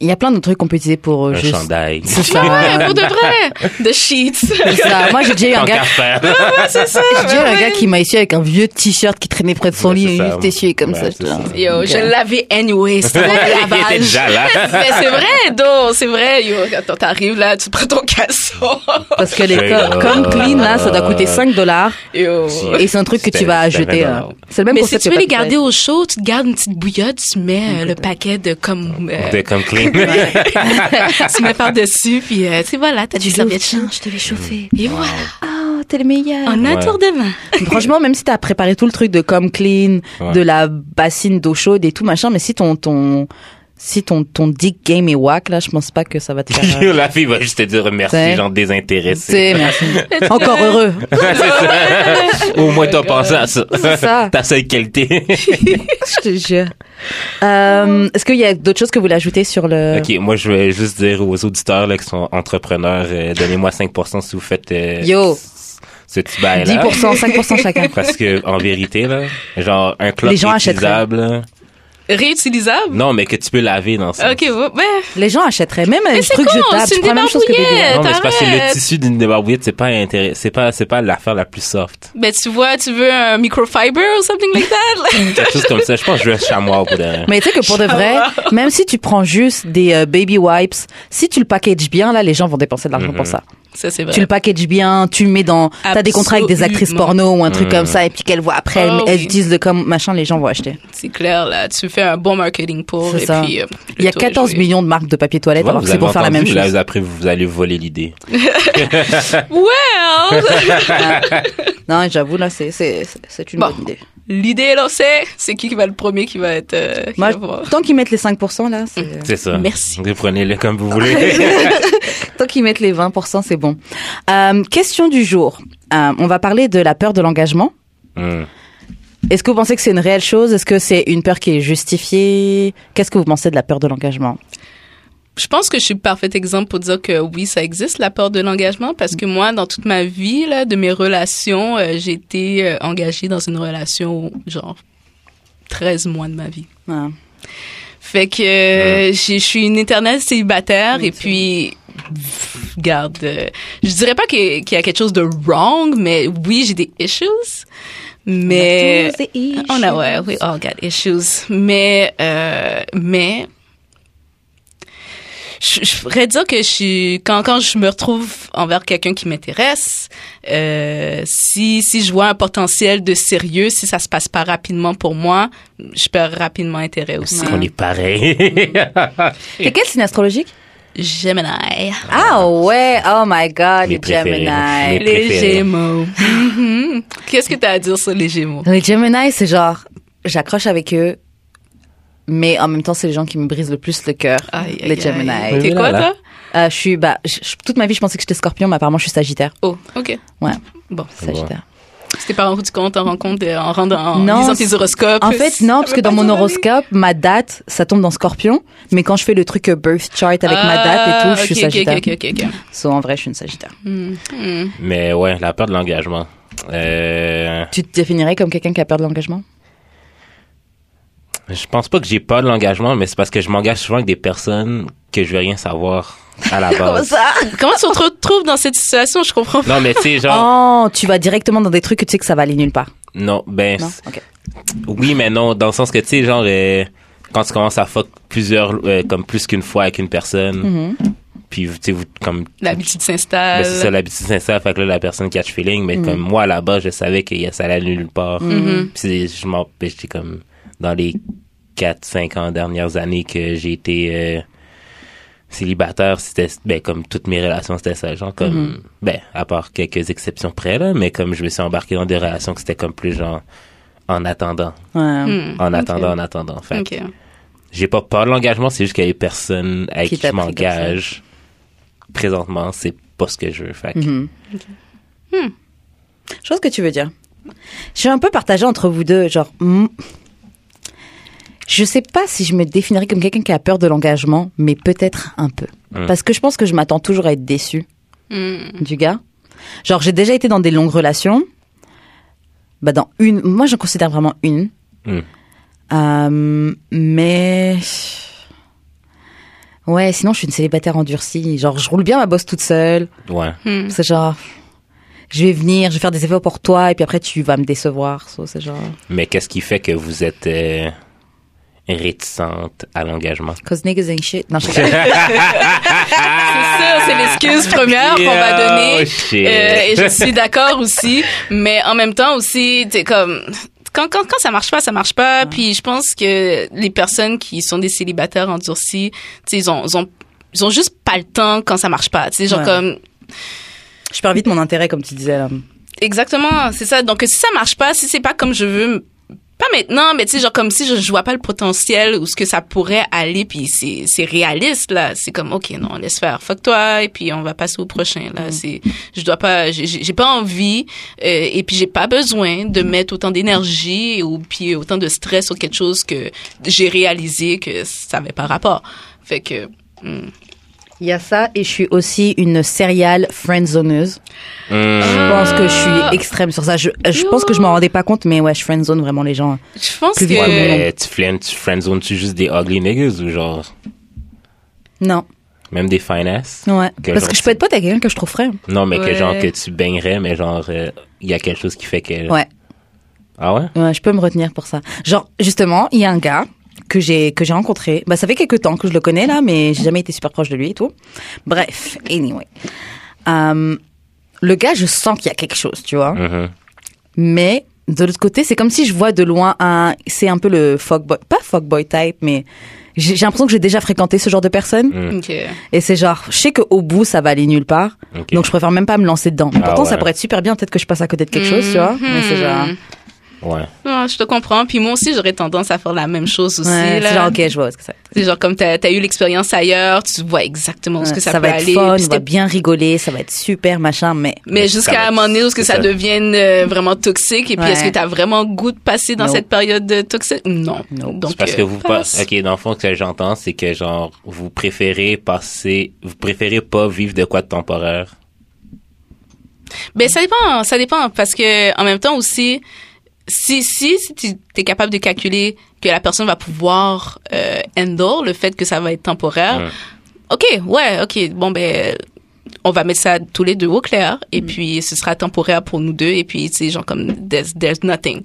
[SPEAKER 3] il y a plein de trucs qu'on peut utiliser pour euh,
[SPEAKER 1] Un
[SPEAKER 3] juste.
[SPEAKER 1] chandail.
[SPEAKER 3] pour faire-
[SPEAKER 2] Ouais, pour de vrai. The sheets.
[SPEAKER 3] Ça, Moi j'ai déjà eu un
[SPEAKER 1] Tant
[SPEAKER 3] gars
[SPEAKER 1] qu'à faire.
[SPEAKER 2] c'est ça.
[SPEAKER 3] J'ai déjà eu un gars qui m'a essuyé avec un vieux t-shirt qui traînait près de son
[SPEAKER 1] Ouais,
[SPEAKER 3] lit
[SPEAKER 1] c'est
[SPEAKER 3] et
[SPEAKER 1] ça.
[SPEAKER 3] juste essuyé comme
[SPEAKER 1] Ouais,
[SPEAKER 3] ça.
[SPEAKER 1] c'est
[SPEAKER 3] putain.
[SPEAKER 1] ça.
[SPEAKER 2] Yo,
[SPEAKER 3] Ok.
[SPEAKER 2] je l'avais anyway. C'était mon
[SPEAKER 1] Il était
[SPEAKER 2] lavage.
[SPEAKER 1] déjà là.
[SPEAKER 2] Mais c'est vrai, donc, c'est vrai. Yo, attends, t'arrives là, tu prends ton casson.
[SPEAKER 3] Parce que les
[SPEAKER 1] J'ai-
[SPEAKER 3] co- comme clean, là, ça doit coûter 5 dollars
[SPEAKER 2] Yo.
[SPEAKER 3] et c'est un truc que tu vas
[SPEAKER 1] C'était- c'était
[SPEAKER 3] jeter.
[SPEAKER 1] vraiment-
[SPEAKER 3] euh, C'est le même
[SPEAKER 2] Mais si
[SPEAKER 3] concept
[SPEAKER 2] tu
[SPEAKER 3] que
[SPEAKER 2] veux les
[SPEAKER 3] Patrick.
[SPEAKER 2] garder au chaud, tu te gardes une petite bouillotte, tu mets euh, le paquet de comme euh,
[SPEAKER 1] C'était comme clean.
[SPEAKER 2] tu mets par dessus, puis euh, tu sais voilà, t'as
[SPEAKER 3] Tu
[SPEAKER 2] du
[SPEAKER 3] dis,
[SPEAKER 2] serviette
[SPEAKER 3] tiens,
[SPEAKER 2] change.
[SPEAKER 3] je te l'ai chauffé.
[SPEAKER 2] Et voilà,
[SPEAKER 3] Oh, t'es le meilleur.
[SPEAKER 2] en un
[SPEAKER 1] Ouais.
[SPEAKER 2] tour de main.
[SPEAKER 3] Franchement, même si t'as préparé tout le truc de comme clean,
[SPEAKER 1] Ouais.
[SPEAKER 3] de la bassine d'eau chaude et tout machin, mais si ton ton si ton ton dick game est whack là, je pense pas que ça va te faire. euh,
[SPEAKER 1] la fille va juste te dire merci,
[SPEAKER 3] T'sais.
[SPEAKER 1] genre désintéressé.
[SPEAKER 3] c'est- merci. Encore heureux.
[SPEAKER 1] Au moins, t'as pensé à ça.
[SPEAKER 3] C'est ça.
[SPEAKER 1] Ta seule qualité.
[SPEAKER 3] Je te jure. Euh, Est-ce qu'il y a d'autres choses que vous voulez ajouter sur le
[SPEAKER 1] OK, moi, je vais juste dire aux auditeurs là, qui sont entrepreneurs, euh, donnez-moi 5% si vous faites euh,
[SPEAKER 3] Yo.
[SPEAKER 1] ce petit bail-là.
[SPEAKER 3] 10%, 5% chacun
[SPEAKER 1] Parce que, en vérité, là, genre, un club
[SPEAKER 3] Les gens
[SPEAKER 1] utilisable, là,
[SPEAKER 2] réutilisable.
[SPEAKER 1] Non, mais que tu peux laver dans ça.
[SPEAKER 2] Ok, ouais, ben,
[SPEAKER 3] Les gens achèteraient même un
[SPEAKER 2] Mais c'est
[SPEAKER 3] truc
[SPEAKER 2] con,
[SPEAKER 3] jetable.
[SPEAKER 2] c'est
[SPEAKER 3] Je
[SPEAKER 2] une
[SPEAKER 3] prends la même chose que
[SPEAKER 2] débarbouillette.
[SPEAKER 3] bébé.
[SPEAKER 1] Non, mais c'est parce que le
[SPEAKER 2] t'arrêtes.
[SPEAKER 1] tissu d'une débarbouillette, c'est pas intéressant, c'est pas, c'est pas l'affaire la plus soft.
[SPEAKER 2] ben, tu vois, tu veux un microfiber ou something like that? là?
[SPEAKER 1] Quelque chose comme ça. Je pense que je veux un chamois pour derrière.
[SPEAKER 3] Mais tu sais que pour de
[SPEAKER 2] Ah,
[SPEAKER 3] vrai, même si tu prends juste des euh, baby wipes, si tu le packages bien, là, les gens vont dépenser de l'argent
[SPEAKER 1] Mhm.
[SPEAKER 3] pour ça.
[SPEAKER 2] ça, c'est vrai.
[SPEAKER 3] Tu le packages bien, tu le mets dans, t'as des contrats avec des actrices
[SPEAKER 2] Absolument.
[SPEAKER 3] porno ou un truc
[SPEAKER 1] Mhm.
[SPEAKER 3] comme ça, et puis qu'elles voient après,
[SPEAKER 2] Ah
[SPEAKER 3] elles
[SPEAKER 2] oui.
[SPEAKER 3] utilisent le comme machin, les gens vont acheter.
[SPEAKER 2] C'est clair, là. Tu fais un bon marketing pour,
[SPEAKER 3] C'est
[SPEAKER 2] et
[SPEAKER 3] ça.
[SPEAKER 2] puis, euh,
[SPEAKER 3] Il y a
[SPEAKER 2] le tour est
[SPEAKER 3] 14
[SPEAKER 2] joué.
[SPEAKER 3] millions de marques de papier toilette,
[SPEAKER 1] Voilà,
[SPEAKER 3] alors
[SPEAKER 1] vous
[SPEAKER 3] que c'est
[SPEAKER 1] avez
[SPEAKER 3] pour faire la même
[SPEAKER 1] entendu, là,
[SPEAKER 3] chose.
[SPEAKER 1] après, vous allez voler l'idée.
[SPEAKER 2] Well!
[SPEAKER 3] Non, j'avoue, là, c'est, c'est, c'est- c'est une
[SPEAKER 2] Bon.
[SPEAKER 3] bonne idée.
[SPEAKER 2] L'idée, là, c'est, c'est qui qui va le premier qui va être, euh, qui
[SPEAKER 3] Moi,
[SPEAKER 2] va voir.
[SPEAKER 3] tant qu'ils mettent les 5%, là, c'est...
[SPEAKER 2] Mm.
[SPEAKER 1] C'est ça.
[SPEAKER 2] Merci.
[SPEAKER 1] Vous Prenez-le comme vous voulez.
[SPEAKER 3] Tant qu'ils mettent les 20%, c'est bon. Euh, question du jour. Euh, on va parler de la peur de l'engagement.
[SPEAKER 1] Hmm.
[SPEAKER 3] Est-ce que vous pensez que c'est une réelle chose Est-ce que c'est une peur qui est justifiée Qu'est-ce que vous pensez de la peur de l'engagement
[SPEAKER 2] Je pense que je suis le parfait exemple pour dire que oui, ça existe, la peur de l'engagement, parce que moi, dans toute ma vie, là, de mes relations, euh, j'ai été euh, engagée dans une relation, genre, 13 mois de ma vie.
[SPEAKER 3] Ah.
[SPEAKER 2] Fait que euh, j'ai- je suis une éternelle célibataire et puis pff, garde euh, je dirais pas que- qu'il y a quelque chose de wrong mais oui j'ai des issues mais
[SPEAKER 3] On a tous des
[SPEAKER 2] on a
[SPEAKER 3] issues.
[SPEAKER 2] ouais we all got issues mais euh, mais je, je pourrais dire que je suis quand quand je me retrouve envers quelqu'un qui m'intéresse euh, si si je vois un potentiel de sérieux si ça se passe pas rapidement pour moi je perds rapidement intérêt aussi
[SPEAKER 1] On est pareil.
[SPEAKER 3] T'es quel signe astrologique
[SPEAKER 2] Gemini.
[SPEAKER 3] Ah ouais, oh my god,
[SPEAKER 1] Mes
[SPEAKER 3] les
[SPEAKER 1] préférés. Mes-
[SPEAKER 3] Gemini.
[SPEAKER 2] Les
[SPEAKER 1] préféré.
[SPEAKER 2] Gémeaux. Mhm. Qu'est-ce que tu as à dire sur les Gémeaux?
[SPEAKER 3] Les Gemini, c'est genre, j'accroche avec eux, mais en même temps, c'est les gens qui me brisent le plus le cœur,
[SPEAKER 2] Aïe, aïe,
[SPEAKER 3] les Gemini.
[SPEAKER 2] aïe.
[SPEAKER 1] Oui,
[SPEAKER 2] T'es quoi,
[SPEAKER 1] là, là.
[SPEAKER 2] toi?
[SPEAKER 3] Euh, je suis, bah, je- je- toute ma vie, je pensais que j'étais scorpion, mais apparemment, je suis sagittaire.
[SPEAKER 2] Oh, OK.
[SPEAKER 3] Ouais,
[SPEAKER 2] Bon,
[SPEAKER 3] sagittaire.
[SPEAKER 2] c'était pas en route du compte, en rencontre, euh, en, rendant, en
[SPEAKER 3] Non,
[SPEAKER 2] lisant tes horoscopes.
[SPEAKER 3] En fait, non, parce que dans mon horoscope, ma date, ça tombe dans scorpion, mais quand je fais le truc euh, birth chart avec ma date et tout, je suis sagittaire.
[SPEAKER 2] Ah, OK, OK, OK. Hmm.
[SPEAKER 3] So, en vrai, je suis une sagittaire.
[SPEAKER 1] Mais ouais, la peur de l'engagement. Euh,
[SPEAKER 3] Tu te définirais comme quelqu'un qui a peur de l'engagement
[SPEAKER 1] je pense pas que j'ai peur de l'engagement, mais c'est parce que je m'engage souvent avec des personnes que je vais rien savoir à la base.
[SPEAKER 3] ça
[SPEAKER 2] Comment tu te retrouves dans cette situation? Je comprends pas.
[SPEAKER 1] non, mais tu sais, genre,
[SPEAKER 3] Oh, tu vas directement dans des trucs que tu sais que ça va aller nulle part.
[SPEAKER 1] non, ben,
[SPEAKER 3] Non Ok.
[SPEAKER 1] Oui, mais non, dans le sens que, tu sais, genre, euh, quand tu commences à fuck plusieurs, euh, comme plus qu'une fois avec une personne, puis, tu sais, vous, comme,
[SPEAKER 2] L'habitude
[SPEAKER 1] ben,
[SPEAKER 2] s'installe.
[SPEAKER 3] Euh,
[SPEAKER 1] c'est ça, l'habitude sincère, fait que là, la personne catch feeling,
[SPEAKER 3] Mm-hmm.
[SPEAKER 1] mais comme moi, là-bas, je savais que ça allait nulle part. Puis c'est- je m'en, ben, j'étais comme, dans les 4, 5 ans dernières années que j'ai été, euh, célibataire, c'était, ben, comme toutes mes relations, c'était ça, genre, comme,
[SPEAKER 3] Mm-hmm.
[SPEAKER 1] ben, à part quelques exceptions près, là, mais comme je me suis embarqué dans des relations que c'était comme plus, genre, en attendant
[SPEAKER 3] Ouais.
[SPEAKER 2] Mhm.
[SPEAKER 1] en attendant, en attendant. Fait que
[SPEAKER 2] OK.
[SPEAKER 1] j'ai pas peur de l'engagement, c'est juste qu'il y a des personnes avec
[SPEAKER 3] Qui
[SPEAKER 1] qui,
[SPEAKER 3] t'a
[SPEAKER 1] je
[SPEAKER 3] pris comme ça.
[SPEAKER 1] m'engage présentement, c'est pas ce que je veux. Fait que
[SPEAKER 3] Mm-hmm. Je vois ce Mhm. que tu veux dire. Je suis un peu partagée entre vous deux. Genre, hmm. je sais pas si je me définirais comme quelqu'un qui a peur de l'engagement, mais peut-être un peu.
[SPEAKER 1] Mm.
[SPEAKER 3] Parce que je pense que je m'attends toujours à être déçue
[SPEAKER 2] Mhm.
[SPEAKER 3] du gars. Genre, j'ai déjà été dans des longues relations. Bah, dans une. Moi, j'en considère vraiment une.
[SPEAKER 1] Mm.
[SPEAKER 3] Euh, mais. Ouais, sinon, je suis une célibataire endurcie. Genre, je roule bien ma bosse toute seule.
[SPEAKER 1] ouais.
[SPEAKER 2] Mhm.
[SPEAKER 3] C'est genre, je vais venir, je vais faire des efforts pour toi, et puis après tu vas me décevoir. So, c'est genre,
[SPEAKER 1] Mais qu'est-ce qui fait que vous êtes euh, réticente à l'engagement?
[SPEAKER 3] cause niggas ain't shit. Non, je sais
[SPEAKER 2] C'est ça, c'est l'excuse première qu'on va
[SPEAKER 1] Yo,
[SPEAKER 2] donner.
[SPEAKER 1] oh, shit.
[SPEAKER 2] Euh, et je suis d'accord aussi, mais en même temps aussi, t'es comme quand, quand, quand ça marche pas, ça marche pas. Puis je pense que les personnes qui sont des célibataires endurcis, tu sais, ils ont, ils ont, ils ont juste pas le temps quand ça marche pas. Tu sais, genre
[SPEAKER 3] Ouais.
[SPEAKER 2] comme
[SPEAKER 3] je perds vite mon intérêt, comme tu disais là.
[SPEAKER 2] exactement, c'est ça. Donc si ça marche pas, si c'est pas comme je veux. Pas maintenant, mais tu sais, genre comme si je, je vois pas le potentiel ou ce que ça pourrait aller, puis c'est c'est réaliste là. C'est comme ok, non, laisse faire, fuck toi, et puis on va passer au prochain là.
[SPEAKER 3] Mm.
[SPEAKER 2] C'est je dois pas, j'ai- j'ai j'ai pas envie, euh, et puis j'ai pas besoin de mettre autant d'énergie ou puis autant de stress sur quelque chose que j'ai réalisé que ça avait pas rapport. Fait que hmm.
[SPEAKER 3] Il y a ça et je suis aussi une serial friendzoneuse.
[SPEAKER 1] Hmm.
[SPEAKER 3] Je
[SPEAKER 2] Ah,
[SPEAKER 3] pense que je suis extrême sur ça. Je, je pense que je m'en rendais pas compte, mais ouais, je friendzone vraiment les gens.
[SPEAKER 2] Je pense
[SPEAKER 3] Plus
[SPEAKER 2] que.
[SPEAKER 1] Ouais, mais tu flirtes, tu friendzone, tu juste des ugly niggas ou genre
[SPEAKER 3] Non,
[SPEAKER 1] même des fine ass?
[SPEAKER 3] ouais.
[SPEAKER 1] Quel
[SPEAKER 3] Parce
[SPEAKER 1] genre
[SPEAKER 3] que je peux être pote avec quelqu'un que je trouve frère.
[SPEAKER 1] Non, mais que
[SPEAKER 2] Ouais.
[SPEAKER 1] genre que tu baignerais, mais genre il y a quelque chose qui fait que.
[SPEAKER 3] Ouais.
[SPEAKER 1] Ah ouais?
[SPEAKER 3] Ouais, je peux me retenir pour ça. Genre, justement, il y a un gars que j'ai que j'ai rencontré. Bah, ça fait quelques temps que je le connais là, mais j'ai jamais été super proche de lui et tout. Bref, anyway. Euh, le gars, je sens qu'il y a quelque chose, tu vois.
[SPEAKER 1] Mhm.
[SPEAKER 3] Mais de l'autre côté, c'est comme si je vois de loin un. C'est un peu le fuckboy, pas fuckboy type, mais j'ai j'ai l'impression que j'ai déjà fréquenté ce genre de personne.
[SPEAKER 2] Ok.
[SPEAKER 3] Et c'est genre, je sais qu'au bout, ça va aller nulle part.
[SPEAKER 1] Ok.
[SPEAKER 3] Donc je préfère même pas me lancer dedans. Mais
[SPEAKER 1] Ah
[SPEAKER 3] pourtant, ça
[SPEAKER 1] ouais.
[SPEAKER 3] pourrait être super bien. Peut-être que je passe à côté de quelque chose, tu vois.
[SPEAKER 2] Mhm.
[SPEAKER 3] Mais c'est genre.
[SPEAKER 1] Ouais.
[SPEAKER 2] Non, je te comprends. Puis moi aussi, j'aurais tendance à faire la même chose aussi.
[SPEAKER 3] Ouais,
[SPEAKER 2] là.
[SPEAKER 3] c'est genre, ok, je vois où est-ce que ça va être.
[SPEAKER 2] C'est genre comme t'as as eu l'expérience ailleurs, tu vois exactement où ce que ça, peut
[SPEAKER 3] va être
[SPEAKER 2] aller.
[SPEAKER 3] fun,
[SPEAKER 2] Puis
[SPEAKER 3] on va
[SPEAKER 2] c'était-
[SPEAKER 3] bien rigoler, ça va être super, machin, mais.
[SPEAKER 1] Mais
[SPEAKER 2] mais
[SPEAKER 1] ça va
[SPEAKER 2] jusqu'à un
[SPEAKER 1] être-
[SPEAKER 2] moment donné où ce que
[SPEAKER 1] c'est ça.
[SPEAKER 2] ça, devienne euh, vraiment toxique et puis
[SPEAKER 3] Ouais.
[SPEAKER 2] est-ce que t'as vraiment goût de passer dans
[SPEAKER 3] Non.
[SPEAKER 2] cette période de toxique Non.
[SPEAKER 3] Non.
[SPEAKER 2] Donc
[SPEAKER 1] C'est parce
[SPEAKER 2] euh,
[SPEAKER 1] que vous pas.
[SPEAKER 2] passe.
[SPEAKER 1] Ok, dans le fond, ce que j'entends, c'est que genre vous préférez passer, vous préférez pas vivre de quoi de temporaire.
[SPEAKER 2] Ben ça dépend, ça dépend parce que en même temps aussi si si, si tu es capable de calculer que la personne va pouvoir euh, handle le fait que ça va être temporaire.
[SPEAKER 1] Ouais.
[SPEAKER 2] OK, ouais, OK. Bon ben on va mettre ça tous les deux au clair et
[SPEAKER 3] Mm.
[SPEAKER 2] puis ce sera temporaire pour nous deux et puis c'est genre comme there's, there's nothing.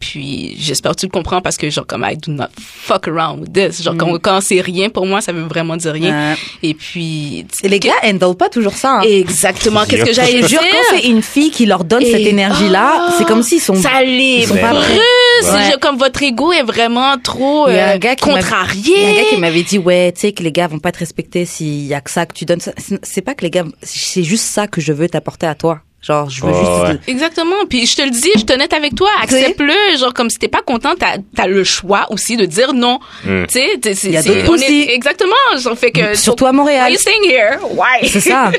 [SPEAKER 2] Puis j'espère que tu le comprends parce que genre comme I do not fuck around with this. Genre quand, quand c'est rien pour moi, ça veut vraiment dire rien.
[SPEAKER 3] Mm. Ouais.
[SPEAKER 2] Et puis
[SPEAKER 3] Et euh, les gars, handle pas toujours ça. hein.
[SPEAKER 2] exactement qu'est-ce que j'allais
[SPEAKER 3] je jure,
[SPEAKER 2] dire
[SPEAKER 3] quand c'est une fille qui leur donne
[SPEAKER 2] Et-
[SPEAKER 3] cette énergie-là,
[SPEAKER 2] Oh,
[SPEAKER 3] c'est comme s'ils sont.
[SPEAKER 2] ça les
[SPEAKER 1] Ils sont pas
[SPEAKER 2] brûle.
[SPEAKER 1] prêts.
[SPEAKER 2] C'est
[SPEAKER 3] Ouais.
[SPEAKER 2] genre comme votre ego est vraiment trop
[SPEAKER 3] Il y a
[SPEAKER 2] euh,
[SPEAKER 3] un gars qui m'a-
[SPEAKER 2] contrarié.
[SPEAKER 3] Il y a un gars qui m'avait dit, ouais, tu sais, que les gars vont pas te respecter s'il y a que ça que tu donnes. Ça- c'est- C'est pas que les gars, c'est juste ça que je veux t'apporter à toi. Genre, je veux
[SPEAKER 1] Oh,
[SPEAKER 3] juste.
[SPEAKER 1] ouais.
[SPEAKER 2] Exactement. Puis je te le dis, je te nette avec toi,
[SPEAKER 3] Tu sais.
[SPEAKER 2] accepte-le. Genre comme si t'es pas content, t'as as le choix aussi de dire non.
[SPEAKER 1] Mm.
[SPEAKER 2] Tu sais, t'es- c'est
[SPEAKER 3] Il y a
[SPEAKER 2] c'est-
[SPEAKER 3] d'autres Mm.
[SPEAKER 2] on
[SPEAKER 3] aussi.
[SPEAKER 2] est- Exactement. J'en fais que
[SPEAKER 3] Surtout à Montréal.
[SPEAKER 2] Why are you staying here? Why?
[SPEAKER 3] C'est ça.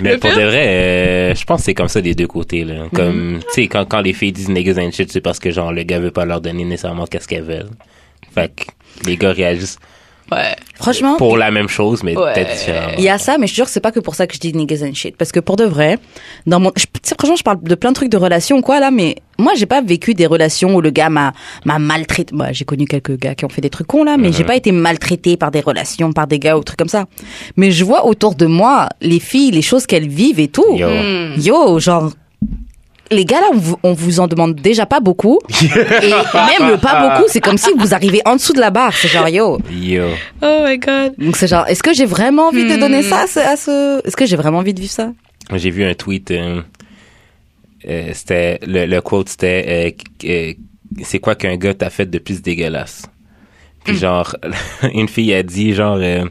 [SPEAKER 1] Mais
[SPEAKER 2] Le Mm-hmm.
[SPEAKER 1] pour
[SPEAKER 2] pire-
[SPEAKER 1] de vrai, euh, je pense que c'est comme ça des deux côtés. Là. Comme, tu sais, quand, quand les filles disent niggas and shit, c'est parce que genre le gars veut pas leur donner nécessairement qu'est-ce qu'elles veulent. Fait que les gars réagissent
[SPEAKER 2] Ouais.
[SPEAKER 3] Franchement.
[SPEAKER 1] pour la même chose, mais
[SPEAKER 2] Ah. Ouais.
[SPEAKER 1] peut-être différemment.
[SPEAKER 3] Il y a ça, mais je te jure que c'est pas que pour ça que je dis niggas and shit. Parce que pour de vrai, dans mon, je, tu sais, franchement, je parle de plein de trucs de relations, quoi, là, mais moi, j'ai pas vécu des relations où le gars m'a, m'a maltraité. Moi, j'ai connu quelques gars qui ont fait des trucs cons, là, mais j'ai pas été maltraité par des relations, par des gars ou trucs comme ça. Mais je vois autour de moi les filles, les choses qu'elles vivent et tout.
[SPEAKER 1] Yo.
[SPEAKER 2] Mm.
[SPEAKER 3] Yo, genre. Les gars là, on vous, on vous en demande déjà pas beaucoup. Et même le pas beaucoup, c'est comme si vous arrivez en dessous de la barre. C'est genre yo.
[SPEAKER 1] Yo.
[SPEAKER 2] Oh my God.
[SPEAKER 3] Donc c'est genre, est-ce que j'ai vraiment envie de donner
[SPEAKER 2] Hmm.
[SPEAKER 3] ça à ce, à ce- Est-ce que j'ai vraiment envie de vivre ça
[SPEAKER 1] J'ai vu un tweet. euh, euh, c'était le, le quote c'était euh, euh, c'est quoi qu'un gars t'a fait de plus dégueulasse.
[SPEAKER 2] Mm.
[SPEAKER 1] Puis genre une fille a dit genre euh,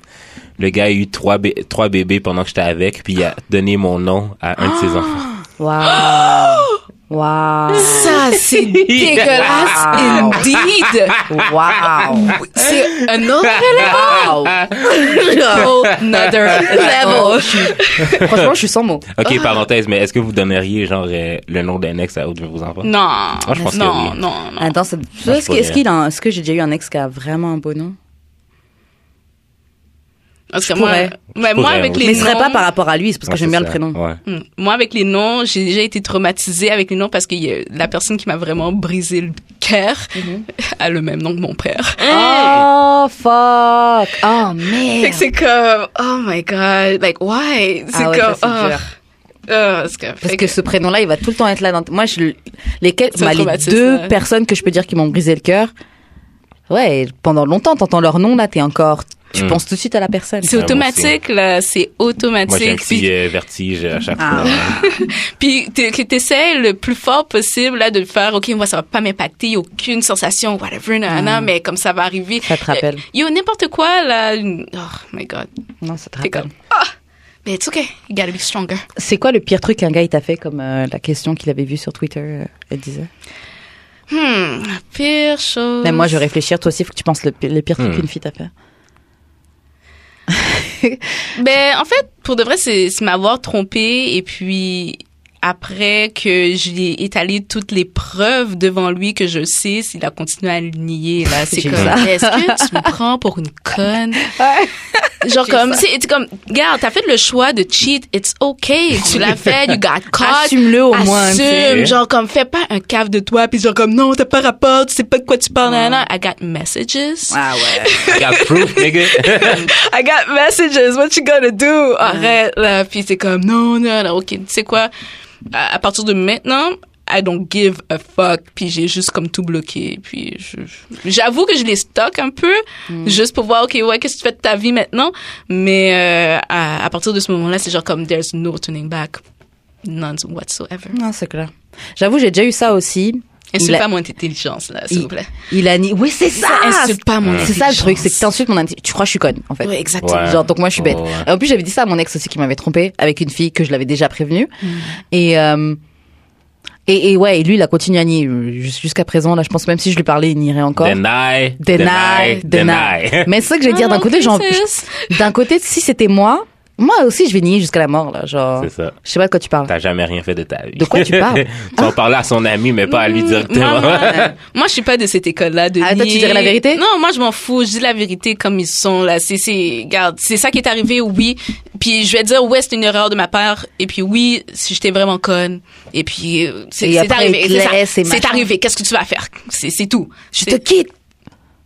[SPEAKER 1] le gars a eu trois bé- trois bébés pendant que j'étais avec puis il a donné mon nom à un de
[SPEAKER 2] Ah!
[SPEAKER 1] ses enfants.
[SPEAKER 3] Waouh Waouh
[SPEAKER 2] Ça, c'est dégueulasse
[SPEAKER 3] Wow.
[SPEAKER 2] indeed.
[SPEAKER 3] Waouh
[SPEAKER 2] C'est un autre level.
[SPEAKER 3] Waouh
[SPEAKER 2] Another level.
[SPEAKER 3] Franchement, je suis sans mots.
[SPEAKER 1] Ok parenthèse mais est-ce que vous donneriez genre euh, le nom d'un ex à un de vos enfants?
[SPEAKER 2] Non.
[SPEAKER 1] je pense que
[SPEAKER 2] non,
[SPEAKER 1] oui.
[SPEAKER 2] non, non.
[SPEAKER 3] Attends, c'est-
[SPEAKER 1] je
[SPEAKER 3] est-ce que, est-ce
[SPEAKER 1] pourrais.
[SPEAKER 3] qu'il a un- est-ce que j'ai déjà eu un ex qui a vraiment un beau nom
[SPEAKER 2] Parce
[SPEAKER 3] Je
[SPEAKER 2] que moi,
[SPEAKER 3] pourrais.
[SPEAKER 2] mais
[SPEAKER 1] Je
[SPEAKER 2] moi
[SPEAKER 1] pourrais,
[SPEAKER 2] avec
[SPEAKER 1] oui.
[SPEAKER 2] les
[SPEAKER 3] Mais ce serait
[SPEAKER 2] noms-
[SPEAKER 3] pas par rapport à lui, c'est parce que
[SPEAKER 1] Ouais,
[SPEAKER 3] j'aime
[SPEAKER 1] Ah, c'est ça.
[SPEAKER 3] bien le prénom.
[SPEAKER 1] Ouais.
[SPEAKER 2] Hmm. Moi, avec les noms, j'ai déjà été traumatisée avec les noms parce que y a- la personne qui m'a vraiment brisé le cœur
[SPEAKER 3] Mm-hmm.
[SPEAKER 2] a le même nom que mon père. Ah!
[SPEAKER 3] Oh fuck Oh
[SPEAKER 2] Fait que
[SPEAKER 3] merde
[SPEAKER 2] c'est comme, oh my god, like why? C'est
[SPEAKER 3] Ah ouais,
[SPEAKER 2] comme,
[SPEAKER 3] ça, c'est
[SPEAKER 2] oh.
[SPEAKER 3] dur.
[SPEAKER 2] Ah, c'est comme-
[SPEAKER 3] Parce
[SPEAKER 2] fait
[SPEAKER 3] que ce prénom-là, il va tout le temps être là dans. Moi, je le- lesquels,
[SPEAKER 2] Ça
[SPEAKER 3] bah, les
[SPEAKER 2] traumatise,
[SPEAKER 3] deux
[SPEAKER 2] ouais.
[SPEAKER 3] personnes que je peux dire qui m'ont brisé le cœur. Ouais, pendant longtemps, t'entends leur nom là, t'es encore, tu
[SPEAKER 1] Mm.
[SPEAKER 3] penses tout de suite à la personne.
[SPEAKER 2] c'est
[SPEAKER 1] Ah, moi
[SPEAKER 2] automatique, là, c'est
[SPEAKER 1] Moi j'ai un
[SPEAKER 2] automatique.
[SPEAKER 1] petit
[SPEAKER 2] Puis,
[SPEAKER 1] euh, vertige à chaque
[SPEAKER 3] Ah.
[SPEAKER 1] fois.
[SPEAKER 2] puis t'es- que t'essaies le plus fort possible, là, de le faire, OK, moi, ça va pas m'impacter, aucune sensation, whatever,
[SPEAKER 3] Mm.
[SPEAKER 2] nanana, mais comme ça va arriver.
[SPEAKER 3] Ça te rappelle.
[SPEAKER 2] Euh, Yo, n'importe quoi, là, une- oh my god.
[SPEAKER 3] Non, ça te
[SPEAKER 2] T'es comme,
[SPEAKER 3] rappelle.
[SPEAKER 2] ah! Mais it's okay, you gotta be stronger.
[SPEAKER 3] C'est quoi le pire truc qu'un gars il t'a fait comme euh, la question qu'il avait vue sur Twitter euh, Elle disait.
[SPEAKER 2] Hmm, pire chose.
[SPEAKER 3] Mais moi, je vais réfléchir. Toi aussi, faut que tu penses le, pi- le pire truc
[SPEAKER 1] Mm.
[SPEAKER 3] qu'une fille t'a fait.
[SPEAKER 2] Ben, en fait, pour de vrai, c'est c'est m'avoir trompé et puis après que j'ai étalé toutes les preuves devant lui que je le sais, il a continué à le nier. Là, c'est
[SPEAKER 3] J'ai
[SPEAKER 2] comme,
[SPEAKER 3] eu ça.
[SPEAKER 2] est-ce que tu me prends pour une conne? Genre comme, c'est c'est comme, regarde, t'as fait le choix de cheat, it's okay, tu l'as fait, you got caught.
[SPEAKER 3] Assume-le au moins, tu
[SPEAKER 2] Assume,
[SPEAKER 1] sais.
[SPEAKER 2] genre comme, fais pas un cave de toi, puis genre comme, non, t'as pas rapport, tu sais pas de quoi tu parles, nanana. I got messages.
[SPEAKER 3] Ah ouais.
[SPEAKER 1] I got proof, nigga.
[SPEAKER 2] I got messages, what you gonna do?
[SPEAKER 3] Mm-hmm.
[SPEAKER 2] Arrête, là. Puis c'est comme, non, non, non, ok, tu sais quoi? À, à partir de maintenant, I don't give a fuck. Puis j'ai juste comme tout bloqué. Puis je- je- j'avoue que je les stocke un peu,
[SPEAKER 3] Mm.
[SPEAKER 2] juste pour voir, ok, ouais, qu'est-ce que tu fais de ta vie maintenant? Mais euh, à, à partir de ce moment-là, c'est genre comme, there's no turning back. None whatsoever.
[SPEAKER 3] Non, c'est clair. J'avoue, j'ai déjà eu ça aussi.
[SPEAKER 2] Insulte
[SPEAKER 3] Il a-
[SPEAKER 2] pas mon intelligence, là, s'il vous plaît.
[SPEAKER 3] Il a ni. Oui, c'est ça.
[SPEAKER 2] insulte pas mon
[SPEAKER 3] Ah, C'est ça le truc, c'est que
[SPEAKER 2] intelligence.
[SPEAKER 3] t'insultes mon intelligence. Tu crois que je suis conne, en fait.
[SPEAKER 2] Ouais, exactement.
[SPEAKER 1] Ouais.
[SPEAKER 3] Genre, donc moi, je suis bête.
[SPEAKER 1] Ouais.
[SPEAKER 3] Et en plus, j'avais dit ça à mon ex aussi qui m'avait trompé avec une fille que je l'avais déjà prévenue.
[SPEAKER 2] Mm.
[SPEAKER 3] Et, euh, et, et ouais, et lui, il a continué à nier. Jus- Jusqu'à présent, là, je pense même si je lui parlais, il nierait encore.
[SPEAKER 1] Deny.
[SPEAKER 3] Deny, deny. Mais c'est ça que j'ai dire. D'un
[SPEAKER 2] Oh,
[SPEAKER 3] côté, j'en-
[SPEAKER 2] princess.
[SPEAKER 3] d'un côté, si c'était moi, moi aussi, je vais nier jusqu'à la mort, là. Genre,
[SPEAKER 1] C'est ça.
[SPEAKER 3] je sais pas de quoi tu parles.
[SPEAKER 1] T'as jamais rien fait de ta vie.
[SPEAKER 3] De quoi tu parles? Mm,
[SPEAKER 1] tu en parlais à son ami, mais pas à lui
[SPEAKER 2] Moi,
[SPEAKER 1] directement.
[SPEAKER 2] moi, moi, je suis pas de cette école-là. De
[SPEAKER 3] Ah, toi, tu
[SPEAKER 2] nier.
[SPEAKER 3] dirais la vérité
[SPEAKER 2] Non, moi, je m'en fous. Je dis la vérité comme ils sont, là. C'est, c'est, regarde, c'est ça qui est arrivé, oui. Puis je vais dire, ouais, c'est une erreur de ma part. Et puis oui, si j'étais vraiment conne. Et puis, euh, c'est,
[SPEAKER 3] Et
[SPEAKER 2] c'est
[SPEAKER 3] après,
[SPEAKER 2] arrivé.
[SPEAKER 3] il te
[SPEAKER 2] C'est, ça.
[SPEAKER 3] laisse et
[SPEAKER 2] C'est
[SPEAKER 3] machin.
[SPEAKER 2] arrivé. Qu'est-ce que tu vas faire? C'est, c'est tout.
[SPEAKER 3] Je te quitte.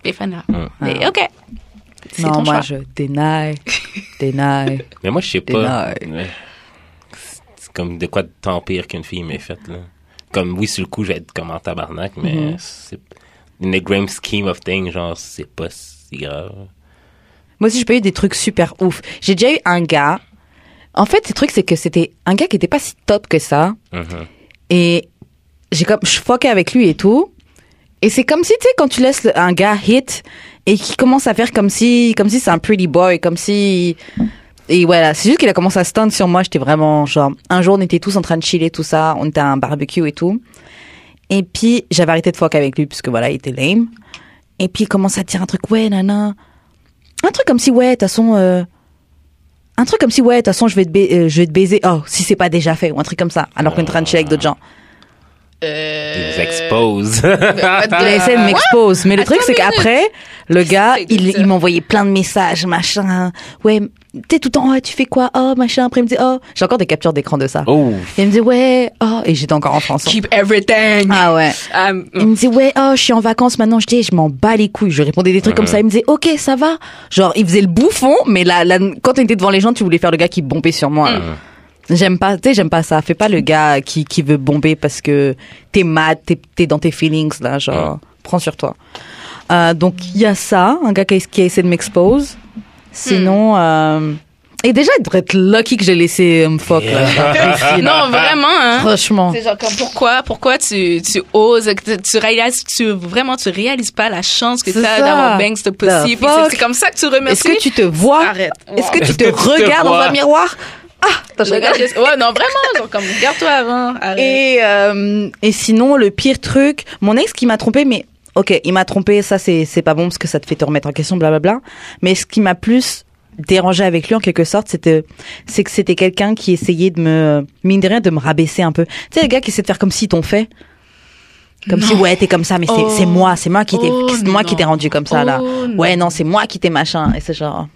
[SPEAKER 2] fais fan là. Mais OK. C'est
[SPEAKER 3] Non,
[SPEAKER 2] ton
[SPEAKER 3] moi,
[SPEAKER 2] choix.
[SPEAKER 3] je deny, deny.
[SPEAKER 1] Mais moi, je sais pas.
[SPEAKER 3] Deny.
[SPEAKER 1] Ouais. C'est comme de quoi de tant pire qu'une fille m'ait faite, là. Comme, oui, sur le coup, je vais être comme en tabarnak, mais
[SPEAKER 3] Mm-hmm.
[SPEAKER 1] c'est... In the grand scheme of things, genre, c'est pas si grave.
[SPEAKER 3] Moi aussi, j'ai pas eu des trucs super ouf. J'ai déjà eu un gars. En fait, le truc, c'est que c'était un gars qui était pas si top que ça.
[SPEAKER 1] Mhm.
[SPEAKER 3] Et j'ai comme, je foquais avec lui et tout. Et c'est comme si, tu sais, quand tu laisses le- un gars hit et qui commence à faire comme si, comme si c'est un pretty boy, comme si. Et voilà, c'est juste qu'il a commencé à stun sur moi. J'étais vraiment genre, un jour, on était tous en train de chiller, tout ça. On était à un barbecue et tout. Et puis, j'avais arrêté de fuck avec lui, parce que voilà, il était lame. Et puis, il commence à dire un truc, ouais, nana. Un truc comme si, ouais, de toute façon, euh, un truc comme si, ouais, de toute façon, je vais te, ba- euh, je vais te baiser. Oh, si c'est pas déjà fait, ou un truc comme ça. Alors qu'on est en train de chiller avec d'autres gens.
[SPEAKER 1] Il
[SPEAKER 3] Euh,
[SPEAKER 1] nous expose.
[SPEAKER 3] ben, Il a essayé de m'expose. Mais le
[SPEAKER 2] Attends
[SPEAKER 3] truc, c'est
[SPEAKER 2] une
[SPEAKER 3] qu'après, le gars,
[SPEAKER 2] que
[SPEAKER 3] il,
[SPEAKER 2] c'est
[SPEAKER 3] il m'envoyait plein de messages, machin. Ouais, t'es tout le temps, oh, tu fais quoi? Oh, machin. Après, il me dit, oh, j'ai encore des captures d'écran de ça.
[SPEAKER 1] oh,
[SPEAKER 3] Il me dit, ouais, oh, et j'étais encore en France.
[SPEAKER 2] Keep everything.
[SPEAKER 3] Ah ouais.
[SPEAKER 2] Um,
[SPEAKER 3] Il me dit ouais oh je suis en vacances maintenant je dis je m'en bats les couilles je répondais des trucs comme ça il me disait ok ça va genre il faisait le bouffon mais là, là quand on était devant les gens tu voulais faire le gars qui bombait sur moi là. j'aime pas tu sais j'aime pas ça fais pas le gars qui qui veut bomber parce que t'es mad t'es t'es dans tes feelings là genre prends sur toi Euh, donc il y a ça un gars qui a, qui a essayé de m'expose sinon euh, et déjà il devrait être lucky que j'ai laissé euh, me fuck là. Ici, là.
[SPEAKER 2] non, vraiment, hein.
[SPEAKER 3] franchement
[SPEAKER 2] C'est genre comme pourquoi pourquoi tu tu oses tu, tu réalises tu vraiment tu réalises pas la chance que
[SPEAKER 3] C'est
[SPEAKER 2] t'as
[SPEAKER 3] ça.
[SPEAKER 2] d'avoir banged the pussy Puis
[SPEAKER 3] The fuck.
[SPEAKER 2] c'est c'est comme ça que tu
[SPEAKER 3] Est-ce
[SPEAKER 2] remercies
[SPEAKER 3] que tu te vois
[SPEAKER 2] Arrête.
[SPEAKER 3] Est-ce que
[SPEAKER 2] Wow.
[SPEAKER 3] tu te
[SPEAKER 1] Est-ce que tu te
[SPEAKER 3] regardes dans
[SPEAKER 1] vois
[SPEAKER 3] un miroir Ah, attends, je regarde.
[SPEAKER 2] Regarde, je- ouais non vraiment genre comme regarde-toi avant arrête.
[SPEAKER 3] Et euh, et sinon le pire truc, mon ex qui m'a trompé mais OK, il m'a trompé, ça c'est c'est pas bon parce que ça te fait te remettre en question blablabla, mais ce qui m'a plus dérangé avec lui en quelque sorte, c'était c'est que c'était quelqu'un qui essayait de me mine de rien de me rabaisser un peu. Tu sais les gars qui essaient de faire comme si t'ont fait comme si ouais t'es comme ça mais c'est
[SPEAKER 2] Oh.
[SPEAKER 3] c'est moi c'est moi qui t'ai
[SPEAKER 2] Oh,
[SPEAKER 3] c'est moi
[SPEAKER 2] non.
[SPEAKER 3] qui t'ai rendu comme ça là
[SPEAKER 2] Oh, non.
[SPEAKER 3] ouais non c'est moi qui t'ai machin et c'est genre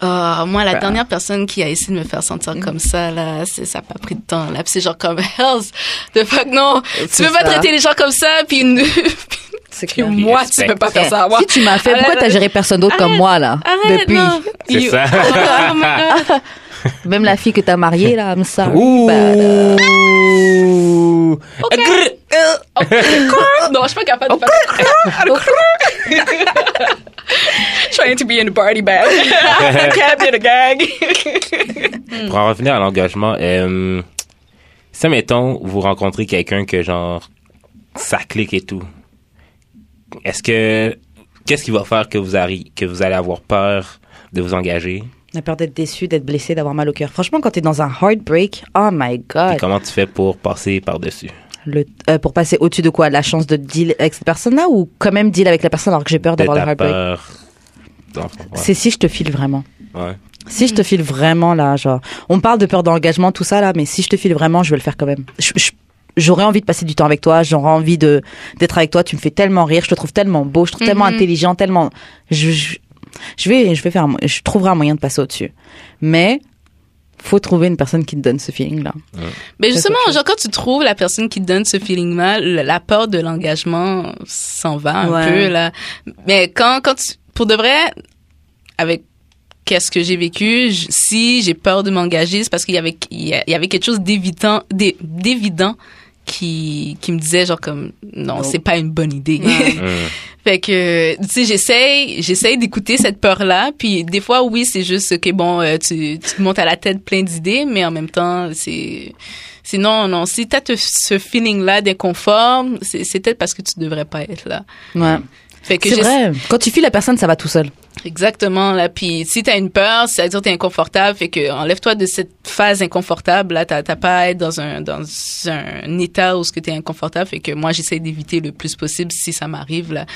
[SPEAKER 2] Ah, moi
[SPEAKER 3] Bah.
[SPEAKER 2] la dernière personne qui a essayé de me faire sentir
[SPEAKER 3] Mm.
[SPEAKER 2] comme ça là c'est ça a pas pris de temps là Puis c'est genre comme hells the fuck non tu
[SPEAKER 3] C'est
[SPEAKER 2] peux pas
[SPEAKER 3] ça.
[SPEAKER 2] traiter les gens comme ça puis une-
[SPEAKER 3] c'est
[SPEAKER 2] puis moi tu peux pas faire ça à moi
[SPEAKER 3] Si tu m'as fait, pourquoi
[SPEAKER 2] Arrête.
[SPEAKER 3] t'as géré personne d'autre comme
[SPEAKER 2] Arrête.
[SPEAKER 3] moi, là?
[SPEAKER 2] arrête
[SPEAKER 3] depuis.
[SPEAKER 2] non.
[SPEAKER 1] c'est
[SPEAKER 2] You-
[SPEAKER 1] ça.
[SPEAKER 2] Oh my God.
[SPEAKER 3] Même la fille que t'as mariée, là, I'm sorry.
[SPEAKER 1] Ouh.
[SPEAKER 3] Bah,
[SPEAKER 1] Grrr.
[SPEAKER 2] Euh, Non, je suis pas capable de faire Trying to be in a party bag. I can't be in a gag.
[SPEAKER 1] Pour en revenir à l'engagement, euh, si, mettons, vous rencontrez quelqu'un que, genre, ça clique et tout, est-ce que... Qu'est-ce qui va faire que vous, arri- que vous allez avoir peur de vous engager?
[SPEAKER 3] La peur d'être déçu, d'être blessé, d'avoir mal au cœur. Franchement, quand t'es dans un heartbreak, oh my
[SPEAKER 1] Et
[SPEAKER 3] god.
[SPEAKER 1] comment tu fais pour passer par-dessus?
[SPEAKER 3] Le- euh, pour passer au-dessus de quoi? La chance de deal avec cette personne-là ou quand même deal avec la personne alors que j'ai peur
[SPEAKER 1] De
[SPEAKER 3] d'avoir le
[SPEAKER 1] ta
[SPEAKER 3] heartbreak?
[SPEAKER 1] peur. d'enfant, ouais.
[SPEAKER 3] C'est si je te file vraiment.
[SPEAKER 1] Ouais.
[SPEAKER 3] Si je te file vraiment là, genre, on parle de peur d'engagement, tout ça là, mais si je te file vraiment, je vais le faire quand même. Je- je- J'aurais envie de passer du temps avec toi, j'aurais envie de d'être avec toi. Tu me fais tellement rire, je te trouve tellement beau, je te trouve tellement intelligent, tellement. Je, je- Je vais, je vais faire, un mo- je trouverai un moyen de passer au-dessus. Mais faut trouver une personne qui te donne ce feeling-là.
[SPEAKER 2] Mais
[SPEAKER 3] Ça,
[SPEAKER 2] justement,
[SPEAKER 3] c'est autre
[SPEAKER 2] genre, quand tu trouves la personne qui te donne ce feeling-là, le- la peur de l'engagement s'en va un
[SPEAKER 4] Ouais.
[SPEAKER 2] peu, là. Mais quand, quand tu, pour de vrai, avec qu'est-ce que j'ai vécu, j- si j'ai peur de m'engager, c'est parce qu'il y avait, il y a- il y avait quelque chose d'évident, d'é- d'évident qui, qui me disait genre comme, non,
[SPEAKER 4] Non.
[SPEAKER 2] c'est pas une bonne idée.
[SPEAKER 4] Ouais.
[SPEAKER 1] Mm.
[SPEAKER 2] Fait que, tu sais, j'essaye, j'essaye d'écouter cette peur-là. Puis des fois, oui, c'est juste que, bon, euh, tu, tu te montes à la tête plein d'idées, mais en même temps, c'est... c'est non, non, si t'as te- ce feeling-là d'inconfort, c'est c'est peut-être parce que tu devrais pas être là.
[SPEAKER 3] Ouais.
[SPEAKER 2] Fait que
[SPEAKER 3] C'est
[SPEAKER 2] j'essa-
[SPEAKER 3] vrai. Quand tu files la personne, ça va tout seul.
[SPEAKER 2] Exactement, là. Puis si t'as une peur, c'est-à-dire t'es inconfortable, fait que enlève-toi de cette phase inconfortable, là. T'as t'as pas à être dans un, dans un état où ce que t'es inconfortable, fait que moi, j'essaie d'éviter le plus possible si ça m'arrive, là.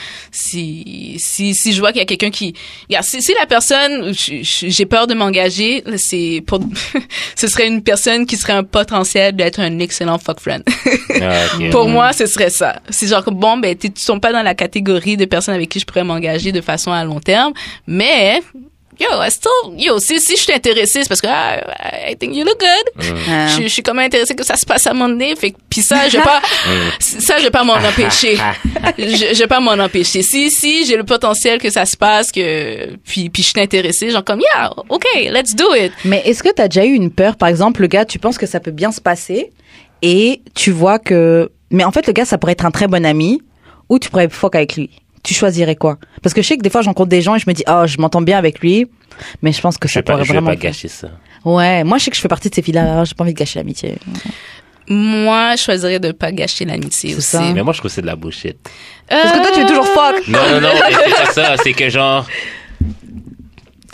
[SPEAKER 2] Si, si, si je vois qu'il y a quelqu'un qui, regarde, si, si la personne, je- je- j'ai peur de m'engager, là, c'est pour, ce serait une personne qui serait un potentiel d'être un excellent fuck friend.
[SPEAKER 1] Ah, ok.
[SPEAKER 2] Pour
[SPEAKER 1] Mm.
[SPEAKER 2] moi, ce serait ça. C'est genre que, bon, ben, t'es- tu ne pas dans la catégorie de personnes avec qui je pourrais m'engager de façon à long terme, mais yo, I still, yo, si, si je suis intéressée, c'est parce que ah, I think you look good.
[SPEAKER 1] Mm.
[SPEAKER 2] Je, je suis quand même intéressée que ça se passe à mon nez. Fait que- puis ça, je vais pas,
[SPEAKER 1] Mm.
[SPEAKER 2] ça, je vais pas m'en empêcher. je, je vais pas m'en empêcher. Si, si, j'ai le potentiel que ça se passe, que puis, puis je suis intéressée, genre comme yeah, ok, let's do it.
[SPEAKER 3] Mais est-ce que t'as déjà eu une peur Par exemple, le gars, tu penses que ça peut bien se passer et tu vois que. Mais en fait, le gars, ça pourrait être un très bon ami ou tu pourrais fuck avec lui. Tu choisirais quoi Parce que je sais que des fois, j'encontre des gens et je me dis, oh, je m'entends bien avec lui, mais je pense que
[SPEAKER 1] Je
[SPEAKER 3] ça
[SPEAKER 1] vais pas,
[SPEAKER 3] pourrait
[SPEAKER 1] je vais
[SPEAKER 3] vraiment.
[SPEAKER 1] pas gâcher ça.
[SPEAKER 3] Ouais, moi, je sais que je fais partie de ces filles-là, ah, j'ai pas envie de gâcher l'amitié.
[SPEAKER 2] Moi, je choisirais de pas gâcher l'amitié
[SPEAKER 3] C'est
[SPEAKER 2] aussi. Euh,
[SPEAKER 3] ça.
[SPEAKER 1] Mais moi, je trouve que c'est de la bullshit.
[SPEAKER 3] Parce que toi, tu es toujours fuck.
[SPEAKER 1] Non, non, non, mais c'est pas ça. C'est que genre,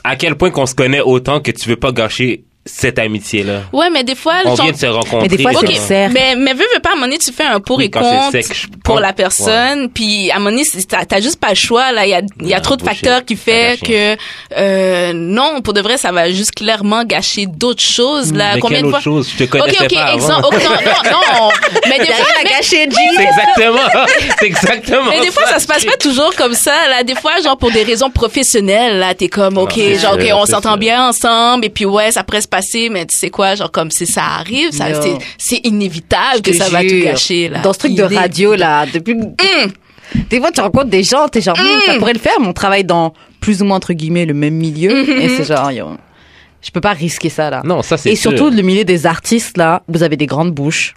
[SPEAKER 1] à quel point qu'on se connaît autant que tu veux pas gâcher cette amitié-là.
[SPEAKER 2] Ouais, mais des fois,
[SPEAKER 1] On
[SPEAKER 2] genre-
[SPEAKER 1] vient de se rencontrer.
[SPEAKER 3] Mais des fois,
[SPEAKER 1] puis
[SPEAKER 3] c'est
[SPEAKER 1] genre-
[SPEAKER 3] le cercle.
[SPEAKER 2] Mais, mais veux, veux pas, à un moment donné, tu fais un pour
[SPEAKER 1] Oui,
[SPEAKER 2] et
[SPEAKER 1] quand c'est
[SPEAKER 2] contre
[SPEAKER 1] sec, je
[SPEAKER 2] pour
[SPEAKER 1] compte.
[SPEAKER 2] la personne, puis à un moment donné, c'est- t'as t'as juste pas le choix, là. Il y a, il y a
[SPEAKER 1] Ouais,
[SPEAKER 2] trop de
[SPEAKER 1] bullshit.
[SPEAKER 2] facteurs qui
[SPEAKER 1] Ça gâche
[SPEAKER 2] fait que, euh, non, pour de vrai, ça va juste clairement gâcher d'autres choses, là.
[SPEAKER 1] Mais
[SPEAKER 2] Euh, Combien
[SPEAKER 1] quelle
[SPEAKER 2] de
[SPEAKER 1] autre
[SPEAKER 2] fois?
[SPEAKER 1] chose? Je te
[SPEAKER 2] Ok,
[SPEAKER 1] connaissais
[SPEAKER 2] ok,
[SPEAKER 1] pas avant.
[SPEAKER 2] exemple. ok, non, non, non. Mais des fois, mais-
[SPEAKER 4] Gâcher G.
[SPEAKER 1] C'est exactement, c'est exactement
[SPEAKER 2] mais des fois, ça se passe pas toujours comme ça. Là, des fois, genre pour des raisons professionnelles, là, t'es comme, ok,
[SPEAKER 1] c'est
[SPEAKER 2] genre, ok,
[SPEAKER 1] sûr,
[SPEAKER 2] on
[SPEAKER 1] c'est
[SPEAKER 2] s'entend
[SPEAKER 1] sûr.
[SPEAKER 2] bien ensemble, et puis ouais, ça pourrait se passer, mais tu sais quoi, genre comme si ça arrive, ça,
[SPEAKER 4] Non.
[SPEAKER 2] c'est, c'est inévitable que
[SPEAKER 4] te
[SPEAKER 2] ça va tout
[SPEAKER 4] jure.
[SPEAKER 2] gâcher là.
[SPEAKER 4] Dans ce truc de
[SPEAKER 2] Il est- Hum!
[SPEAKER 4] radio, là, depuis.
[SPEAKER 3] Des fois, tu rencontres des gens, t'es genre, Hmm, ça pourrait le faire, mais on travaille dans plus ou moins, entre guillemets, le même milieu. Et
[SPEAKER 2] Mm-hmm.
[SPEAKER 3] c'est genre, yo, je peux pas risquer ça, là.
[SPEAKER 1] Non, ça, c'est
[SPEAKER 3] Et
[SPEAKER 1] sûr.
[SPEAKER 3] surtout, le milieu des artistes, là, vous avez des grandes bouches.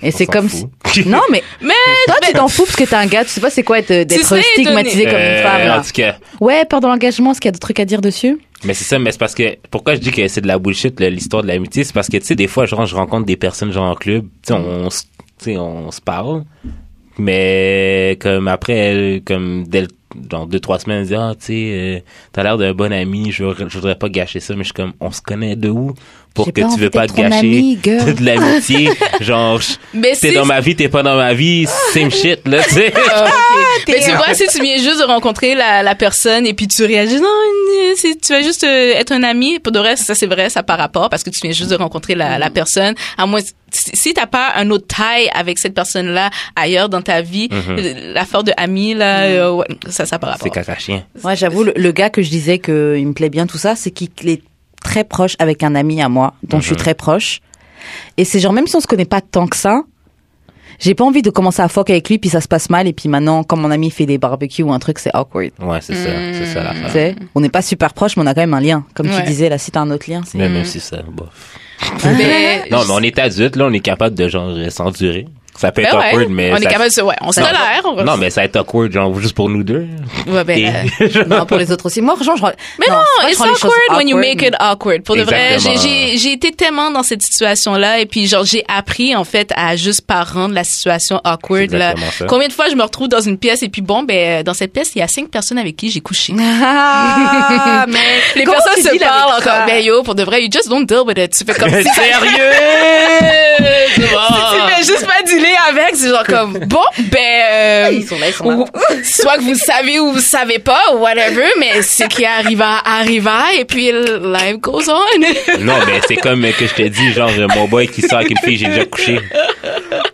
[SPEAKER 3] Et
[SPEAKER 1] On
[SPEAKER 3] c'est
[SPEAKER 1] s'en
[SPEAKER 3] comme
[SPEAKER 1] fout.
[SPEAKER 3] si- Non, mais.
[SPEAKER 2] Mais-
[SPEAKER 3] Toi, tu t'en fous parce que t'es un gars, tu sais pas c'est quoi être- euh, d'être
[SPEAKER 2] serais
[SPEAKER 3] stigmatisé
[SPEAKER 2] étonné.
[SPEAKER 3] comme une
[SPEAKER 1] Euh,
[SPEAKER 3] femme, là.
[SPEAKER 1] En tout cas,
[SPEAKER 3] Ouais, peur de l'engagement, est-ce qu'il y a des trucs à dire dessus
[SPEAKER 1] mais c'est ça, mais c'est parce que, pourquoi je dis que c'est de la bullshit, le- l'histoire de l'amitié, c'est parce que, tu sais, des fois, genre, je rencontre des personnes, genre, en club, tu sais, on, se- tu sais, on se parle, mais, comme, après, elle, comme, dès le- genre, deux, trois semaines, elle dit, ah, tu sais, euh, t'as l'air d'un bon ami, je, voudrais- je voudrais pas gâcher ça, mais je suis comme, on se connaît de où pour
[SPEAKER 3] J'ai
[SPEAKER 1] que
[SPEAKER 3] pas
[SPEAKER 1] tu
[SPEAKER 3] envie
[SPEAKER 1] veux pas
[SPEAKER 3] d'être ton
[SPEAKER 1] gâcher
[SPEAKER 3] amie, girl.
[SPEAKER 1] de l'amitié, genre, je-
[SPEAKER 2] Mais si,
[SPEAKER 1] t'es dans ma vie, t'es pas dans ma vie, same shit, là, tu sais.
[SPEAKER 2] mais tu vois, si tu viens juste de rencontrer la, la personne et puis tu réagis, non, euh, si tu vas juste euh, être un ami, pour de reste, ça c'est vrai, ça par rapport, parce que tu viens juste de rencontrer la, la personne. À moins, si, si t'as pas un autre taille avec cette personne-là ailleurs dans ta vie, euh, l'affaire de ami, là, euh, ouais, ça, ça par rapport.
[SPEAKER 1] Mhm. Ah, C'est caca chien.
[SPEAKER 3] Ouais, j'avoue, le, le gars que je disais qu'il me plaît bien, tout ça, c'est qu'il est très proche avec un ami à moi, dont je suis très proche. Et c'est genre, même si on se connaît pas tant que ça, j'ai pas envie de commencer à fuck avec lui, puis ça se passe mal, et puis maintenant, quand mon ami fait des barbecues ou un truc, c'est awkward.
[SPEAKER 1] Ouais, c'est ça, c'est ça,
[SPEAKER 3] Tu
[SPEAKER 1] l'affaire.
[SPEAKER 3] sais, on n'est pas super proche, mais on a quand même un lien. Comme
[SPEAKER 2] Ouais.
[SPEAKER 3] tu disais, là, si t'as un autre lien, c'est.
[SPEAKER 1] Mais même si ça, bof.
[SPEAKER 2] Mais-
[SPEAKER 1] Non, mais on est adulte, là, on est capable de genre euh, s'endurer. Ça peut
[SPEAKER 2] Ben
[SPEAKER 1] être
[SPEAKER 2] ouais,
[SPEAKER 1] awkward, mais.
[SPEAKER 2] on
[SPEAKER 1] ça-
[SPEAKER 2] est capable de se, ouais, on se
[SPEAKER 1] Non,
[SPEAKER 2] tolère. on va-
[SPEAKER 1] Non, mais ça va être awkward, genre, juste pour nous deux.
[SPEAKER 2] Ouais, ben,
[SPEAKER 1] Et-
[SPEAKER 2] euh,
[SPEAKER 3] Non, pour les autres aussi. Moi, franchement, je.
[SPEAKER 2] Mais non,
[SPEAKER 3] c'est vrai, je
[SPEAKER 2] it's
[SPEAKER 3] rends les
[SPEAKER 2] awkward,
[SPEAKER 3] choses
[SPEAKER 2] when you
[SPEAKER 3] awkward,
[SPEAKER 2] make
[SPEAKER 3] mais-
[SPEAKER 2] it awkward. Pour de vrai, j'ai-
[SPEAKER 1] Exactement.
[SPEAKER 2] j'ai j'ai été tellement dans cette situation-là et puis genre j'ai appris en fait à juste pas rendre la situation awkward
[SPEAKER 1] C'est
[SPEAKER 2] là.
[SPEAKER 1] exactement ça.
[SPEAKER 2] Combien de fois je me retrouve dans une pièce et puis bon ben dans cette pièce il y a cinq personnes avec qui j'ai couché.
[SPEAKER 3] Ah, mais
[SPEAKER 2] Les
[SPEAKER 3] comment tu
[SPEAKER 2] personnes se
[SPEAKER 3] deals avec
[SPEAKER 2] parlent
[SPEAKER 3] ça
[SPEAKER 2] encore. Ben yo, pour de vrai, you just don't deal with it. Tu fais comme si ça-
[SPEAKER 1] Sérieux! C'est
[SPEAKER 2] tu
[SPEAKER 1] bon.
[SPEAKER 2] fais juste pas dealer avec. C'est genre comme bon ben. euh,
[SPEAKER 3] Ils sont là, ils sont là.
[SPEAKER 2] ou- soit que vous savez ou vous savez pas, ou whatever, mais ce qui arrive arriva, et puis life goes on.
[SPEAKER 1] Non, mais c'est comme euh, que je te dis, genre, euh, mon boy qui sort avec une fille, j'ai déjà couché.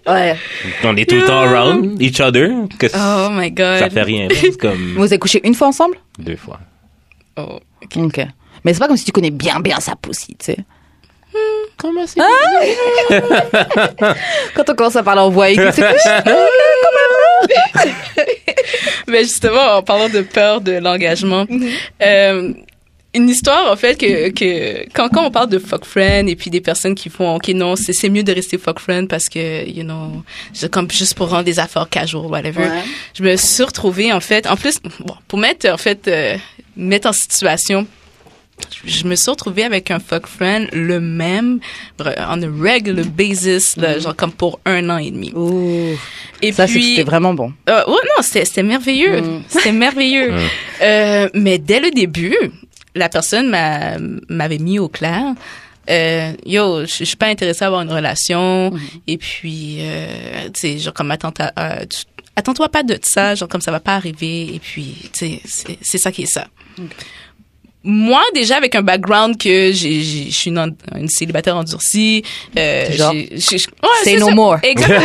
[SPEAKER 3] Ouais.
[SPEAKER 1] On est tout le temps around each other, que c-
[SPEAKER 2] Mm. Oh my god.
[SPEAKER 1] ça fait rien. là. C'est comme
[SPEAKER 3] Vous avez couché une fois ensemble
[SPEAKER 1] deux fois.
[SPEAKER 2] Oh.
[SPEAKER 3] Ok. Mais c'est pas comme si tu connais bien, bien sa pussy, tu sais.
[SPEAKER 1] Comment c'est?
[SPEAKER 3] Quand on commence à parler en voix aiguë, c'est
[SPEAKER 2] Mais justement, en parlant de peur de l'engagement, euh, une histoire, en fait, que, que quand, quand on parle de fuck friend et puis des personnes qui font, OK, non, c'est, c'est mieux de rester fuck friend parce que, you know, je- comme juste pour rendre des affaires casual, whatever.
[SPEAKER 3] Ouais.
[SPEAKER 2] Je me suis retrouvée, en fait, en plus, bon, pour mettre, en fait, euh, mettre en situation, je je me suis retrouvée avec un fuck friend le même, re- on a regular basis, là, genre comme pour un an et demi.
[SPEAKER 3] Ouh.
[SPEAKER 2] Et
[SPEAKER 3] Ça, c'est que
[SPEAKER 2] puis,
[SPEAKER 3] c'était vraiment bon.
[SPEAKER 2] euh, ouais, non, c'était c'était merveilleux.
[SPEAKER 3] Mm.
[SPEAKER 2] C'était merveilleux. Euh, mais dès le début, la personne m'a- m'avait mis au clair. Euh, yo, je je suis pas intéressée à avoir une relation.
[SPEAKER 3] Mm-hmm.
[SPEAKER 2] Et puis, euh, tu sais, genre comme attends, à- à- tu- attends-toi pas de ça, genre comme ça va pas arriver. Et puis, tu sais, c'est- c'est ça qui est ça. Moi, déjà, avec un background que j'ai- j'ai- je suis une, en- une célibataire endurcie, euh,
[SPEAKER 3] Genre,
[SPEAKER 2] j'ai- j'ai- j'ai- ouais,
[SPEAKER 3] say
[SPEAKER 2] c'est
[SPEAKER 3] no
[SPEAKER 2] ça.
[SPEAKER 3] more.
[SPEAKER 2] Exactement.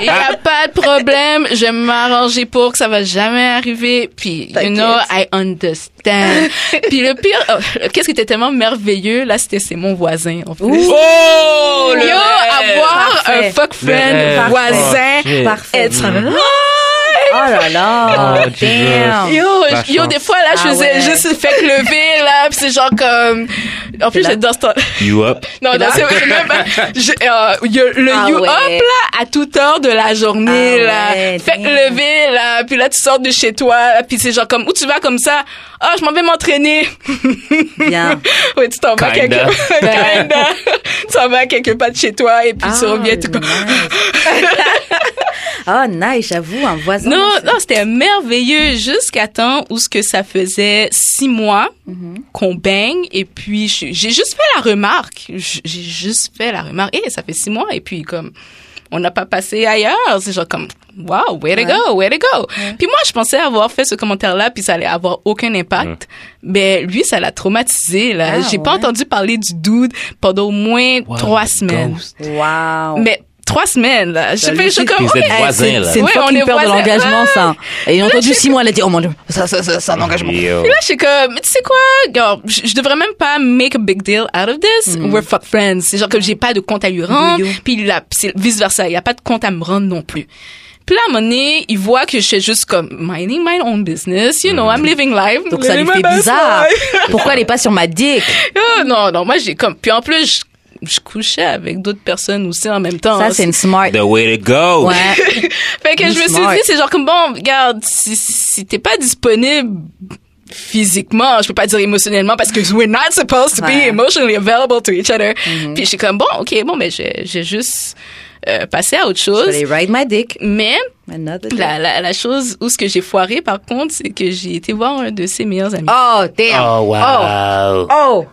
[SPEAKER 2] Il n'y a pas de problème. Je vais m'arranger pour que ça va jamais arriver. Puis, you
[SPEAKER 3] T'inquiète.
[SPEAKER 2] know, I understand. Puis le pire, oh, qu'est-ce qui était tellement merveilleux, là, c'était c'est mon voisin, en plus.
[SPEAKER 1] Oh!
[SPEAKER 2] Yo, avoir
[SPEAKER 3] Parfait.
[SPEAKER 2] un fuck
[SPEAKER 1] Le rêve.
[SPEAKER 2] friend voisin.
[SPEAKER 1] Oh, shit.
[SPEAKER 3] Parfait.
[SPEAKER 2] Être un-
[SPEAKER 3] Oh là là.
[SPEAKER 1] Oh, Jesus.
[SPEAKER 3] Damn.
[SPEAKER 2] Yo,
[SPEAKER 1] La
[SPEAKER 2] yo, des
[SPEAKER 1] chance.
[SPEAKER 2] fois, là, je
[SPEAKER 3] Ah
[SPEAKER 2] faisais
[SPEAKER 3] ouais.
[SPEAKER 2] juste fait que lever, là, pis c'est genre comme, en plus,
[SPEAKER 3] là.
[SPEAKER 2] j'étais dans ce temps-
[SPEAKER 1] You up?
[SPEAKER 2] Non, non, c'est c'est même pas. je- euh, y- le
[SPEAKER 3] Ah
[SPEAKER 2] you
[SPEAKER 3] ouais.
[SPEAKER 2] up, là, à toute heure de la journée,
[SPEAKER 3] Ah ouais,
[SPEAKER 2] là. Fait
[SPEAKER 3] damn.
[SPEAKER 2] lever, là. Puis là, tu sors de chez toi. là, Puis c'est genre comme, où tu vas comme ça? Ah, je m'en vais m'entraîner.
[SPEAKER 3] Bien.
[SPEAKER 2] ouais, tu t'en vas quelque
[SPEAKER 1] Kinda.
[SPEAKER 2] Kinda. tu t'en vas à quelques pas de chez toi et puis
[SPEAKER 3] Ah,
[SPEAKER 2] tu reviens tout comme.
[SPEAKER 3] oh, nice, j'avoue, un voisin.
[SPEAKER 2] Non, non, c'était merveilleux jusqu'à temps où ce que ça faisait six mois
[SPEAKER 3] Mm-hmm.
[SPEAKER 2] qu'on baigne et puis je- j'ai juste fait la remarque, J- j'ai juste fait la remarque, et ça fait six mois et puis comme on n'a pas passé ailleurs, c'est genre comme wow, where to go, where to go. Puis moi je pensais avoir fait ce commentaire là puis ça allait avoir aucun impact, mais lui ça l'a traumatisé là.
[SPEAKER 3] Ah,
[SPEAKER 2] j'ai pas
[SPEAKER 3] ouais.
[SPEAKER 2] entendu parler du dude pendant au moins trois semaines.
[SPEAKER 3] Wow.
[SPEAKER 2] Mais trois semaines là, j'ai fait je suis comme
[SPEAKER 1] Puis vous êtes
[SPEAKER 2] ok,
[SPEAKER 1] voisins,
[SPEAKER 3] c'est
[SPEAKER 1] là.
[SPEAKER 3] c'est une
[SPEAKER 2] Ouais, on
[SPEAKER 3] fucking
[SPEAKER 2] est
[SPEAKER 3] peur de
[SPEAKER 2] voisins.
[SPEAKER 3] l'engagement, ça. Et ils ont entendu six mois, elle a dit, oh mon dieu, ça, ça, ça, c'est un engagement.
[SPEAKER 1] Yo.
[SPEAKER 2] Puis là, je suis comme, tu sais quoi, genre, je je devrais même pas make a big deal out of this.
[SPEAKER 3] Mm.
[SPEAKER 2] We're fuck friends. C'est genre que j'ai pas de compte à lui rendre.
[SPEAKER 3] Do you?
[SPEAKER 2] Puis là, c'est vice versa. Il a pas de compte à me rendre non plus. Puis là, à un moment donné, il voit que je suis juste comme minding my own business. You know, I'm living life.
[SPEAKER 3] Mm. Donc ça lui
[SPEAKER 2] Living
[SPEAKER 3] fait
[SPEAKER 2] my best
[SPEAKER 3] bizarre.
[SPEAKER 2] life.
[SPEAKER 3] Pourquoi elle est pas sur ma dick?
[SPEAKER 2] Ah, non, non, moi, j'ai comme, puis en plus, je, je couchais avec d'autres personnes aussi en même temps.
[SPEAKER 3] Ça, c'est une smart.
[SPEAKER 1] The way to go!
[SPEAKER 3] Ouais.
[SPEAKER 2] Fait que
[SPEAKER 3] Be
[SPEAKER 2] je me
[SPEAKER 3] smart.
[SPEAKER 2] suis dit, c'est genre comme bon, regarde, si, si t'es pas disponible physiquement, je peux pas dire émotionnellement parce que we're not supposed to
[SPEAKER 3] Ouais. Mm-hmm.
[SPEAKER 2] be emotionally available to each other. Puis je suis comme bon, ok, bon, mais j'ai j'ai juste euh, passé à autre
[SPEAKER 3] Je
[SPEAKER 2] chose.
[SPEAKER 3] vais aller ride my dick.
[SPEAKER 2] Mais
[SPEAKER 3] Another dick.
[SPEAKER 2] la, la, la chose où ce que j'ai foiré par contre, c'est que j'ai été voir un de ses meilleurs amis.
[SPEAKER 3] Oh, damn.
[SPEAKER 1] Oh, wow.
[SPEAKER 3] Oh.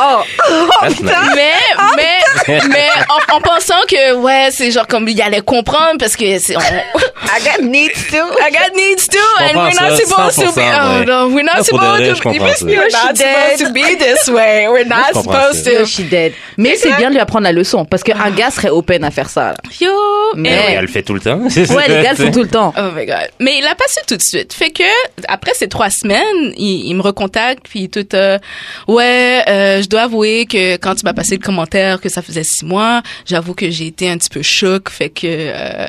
[SPEAKER 3] Oh.
[SPEAKER 1] That's nice.
[SPEAKER 2] Mais,
[SPEAKER 3] Ah!
[SPEAKER 2] mais, mais en, en pensant que, ouais, c'est genre comme, il allait comprendre parce que c'est, on-
[SPEAKER 3] I got needs to.
[SPEAKER 2] I got needs too, and we're
[SPEAKER 1] comprends ça,
[SPEAKER 2] not supposed to be.
[SPEAKER 1] 100%,
[SPEAKER 2] Oh
[SPEAKER 1] ouais.
[SPEAKER 2] no, we're
[SPEAKER 1] Ah,
[SPEAKER 2] not
[SPEAKER 1] pour de vrai, je
[SPEAKER 2] supposed to. be-
[SPEAKER 1] comprends ça.
[SPEAKER 2] We're not
[SPEAKER 3] She dead.
[SPEAKER 2] supposed to be this way. We're
[SPEAKER 1] je
[SPEAKER 2] not
[SPEAKER 1] comprends
[SPEAKER 2] supposed
[SPEAKER 1] ça.
[SPEAKER 3] Yo,
[SPEAKER 2] to.
[SPEAKER 3] she dead. Mais c'est bien de lui apprendre la leçon parce qu'un gars serait open à faire ça. là.
[SPEAKER 2] Yo,
[SPEAKER 3] Mais-
[SPEAKER 2] eh,
[SPEAKER 1] Ouais, Ben Elle le fait tout le temps.
[SPEAKER 3] Ouais, les gars le font tout le temps.
[SPEAKER 2] Oh my god. Mais il a passé tout de suite. Fait que après ces trois semaines, il, il me recontacte puis tout. euh, ouais, euh, je dois avouer que quand tu m'as passé le commentaire que ça faisait six mois, j'avoue que j'ai été un petit peu choc. Fait que euh,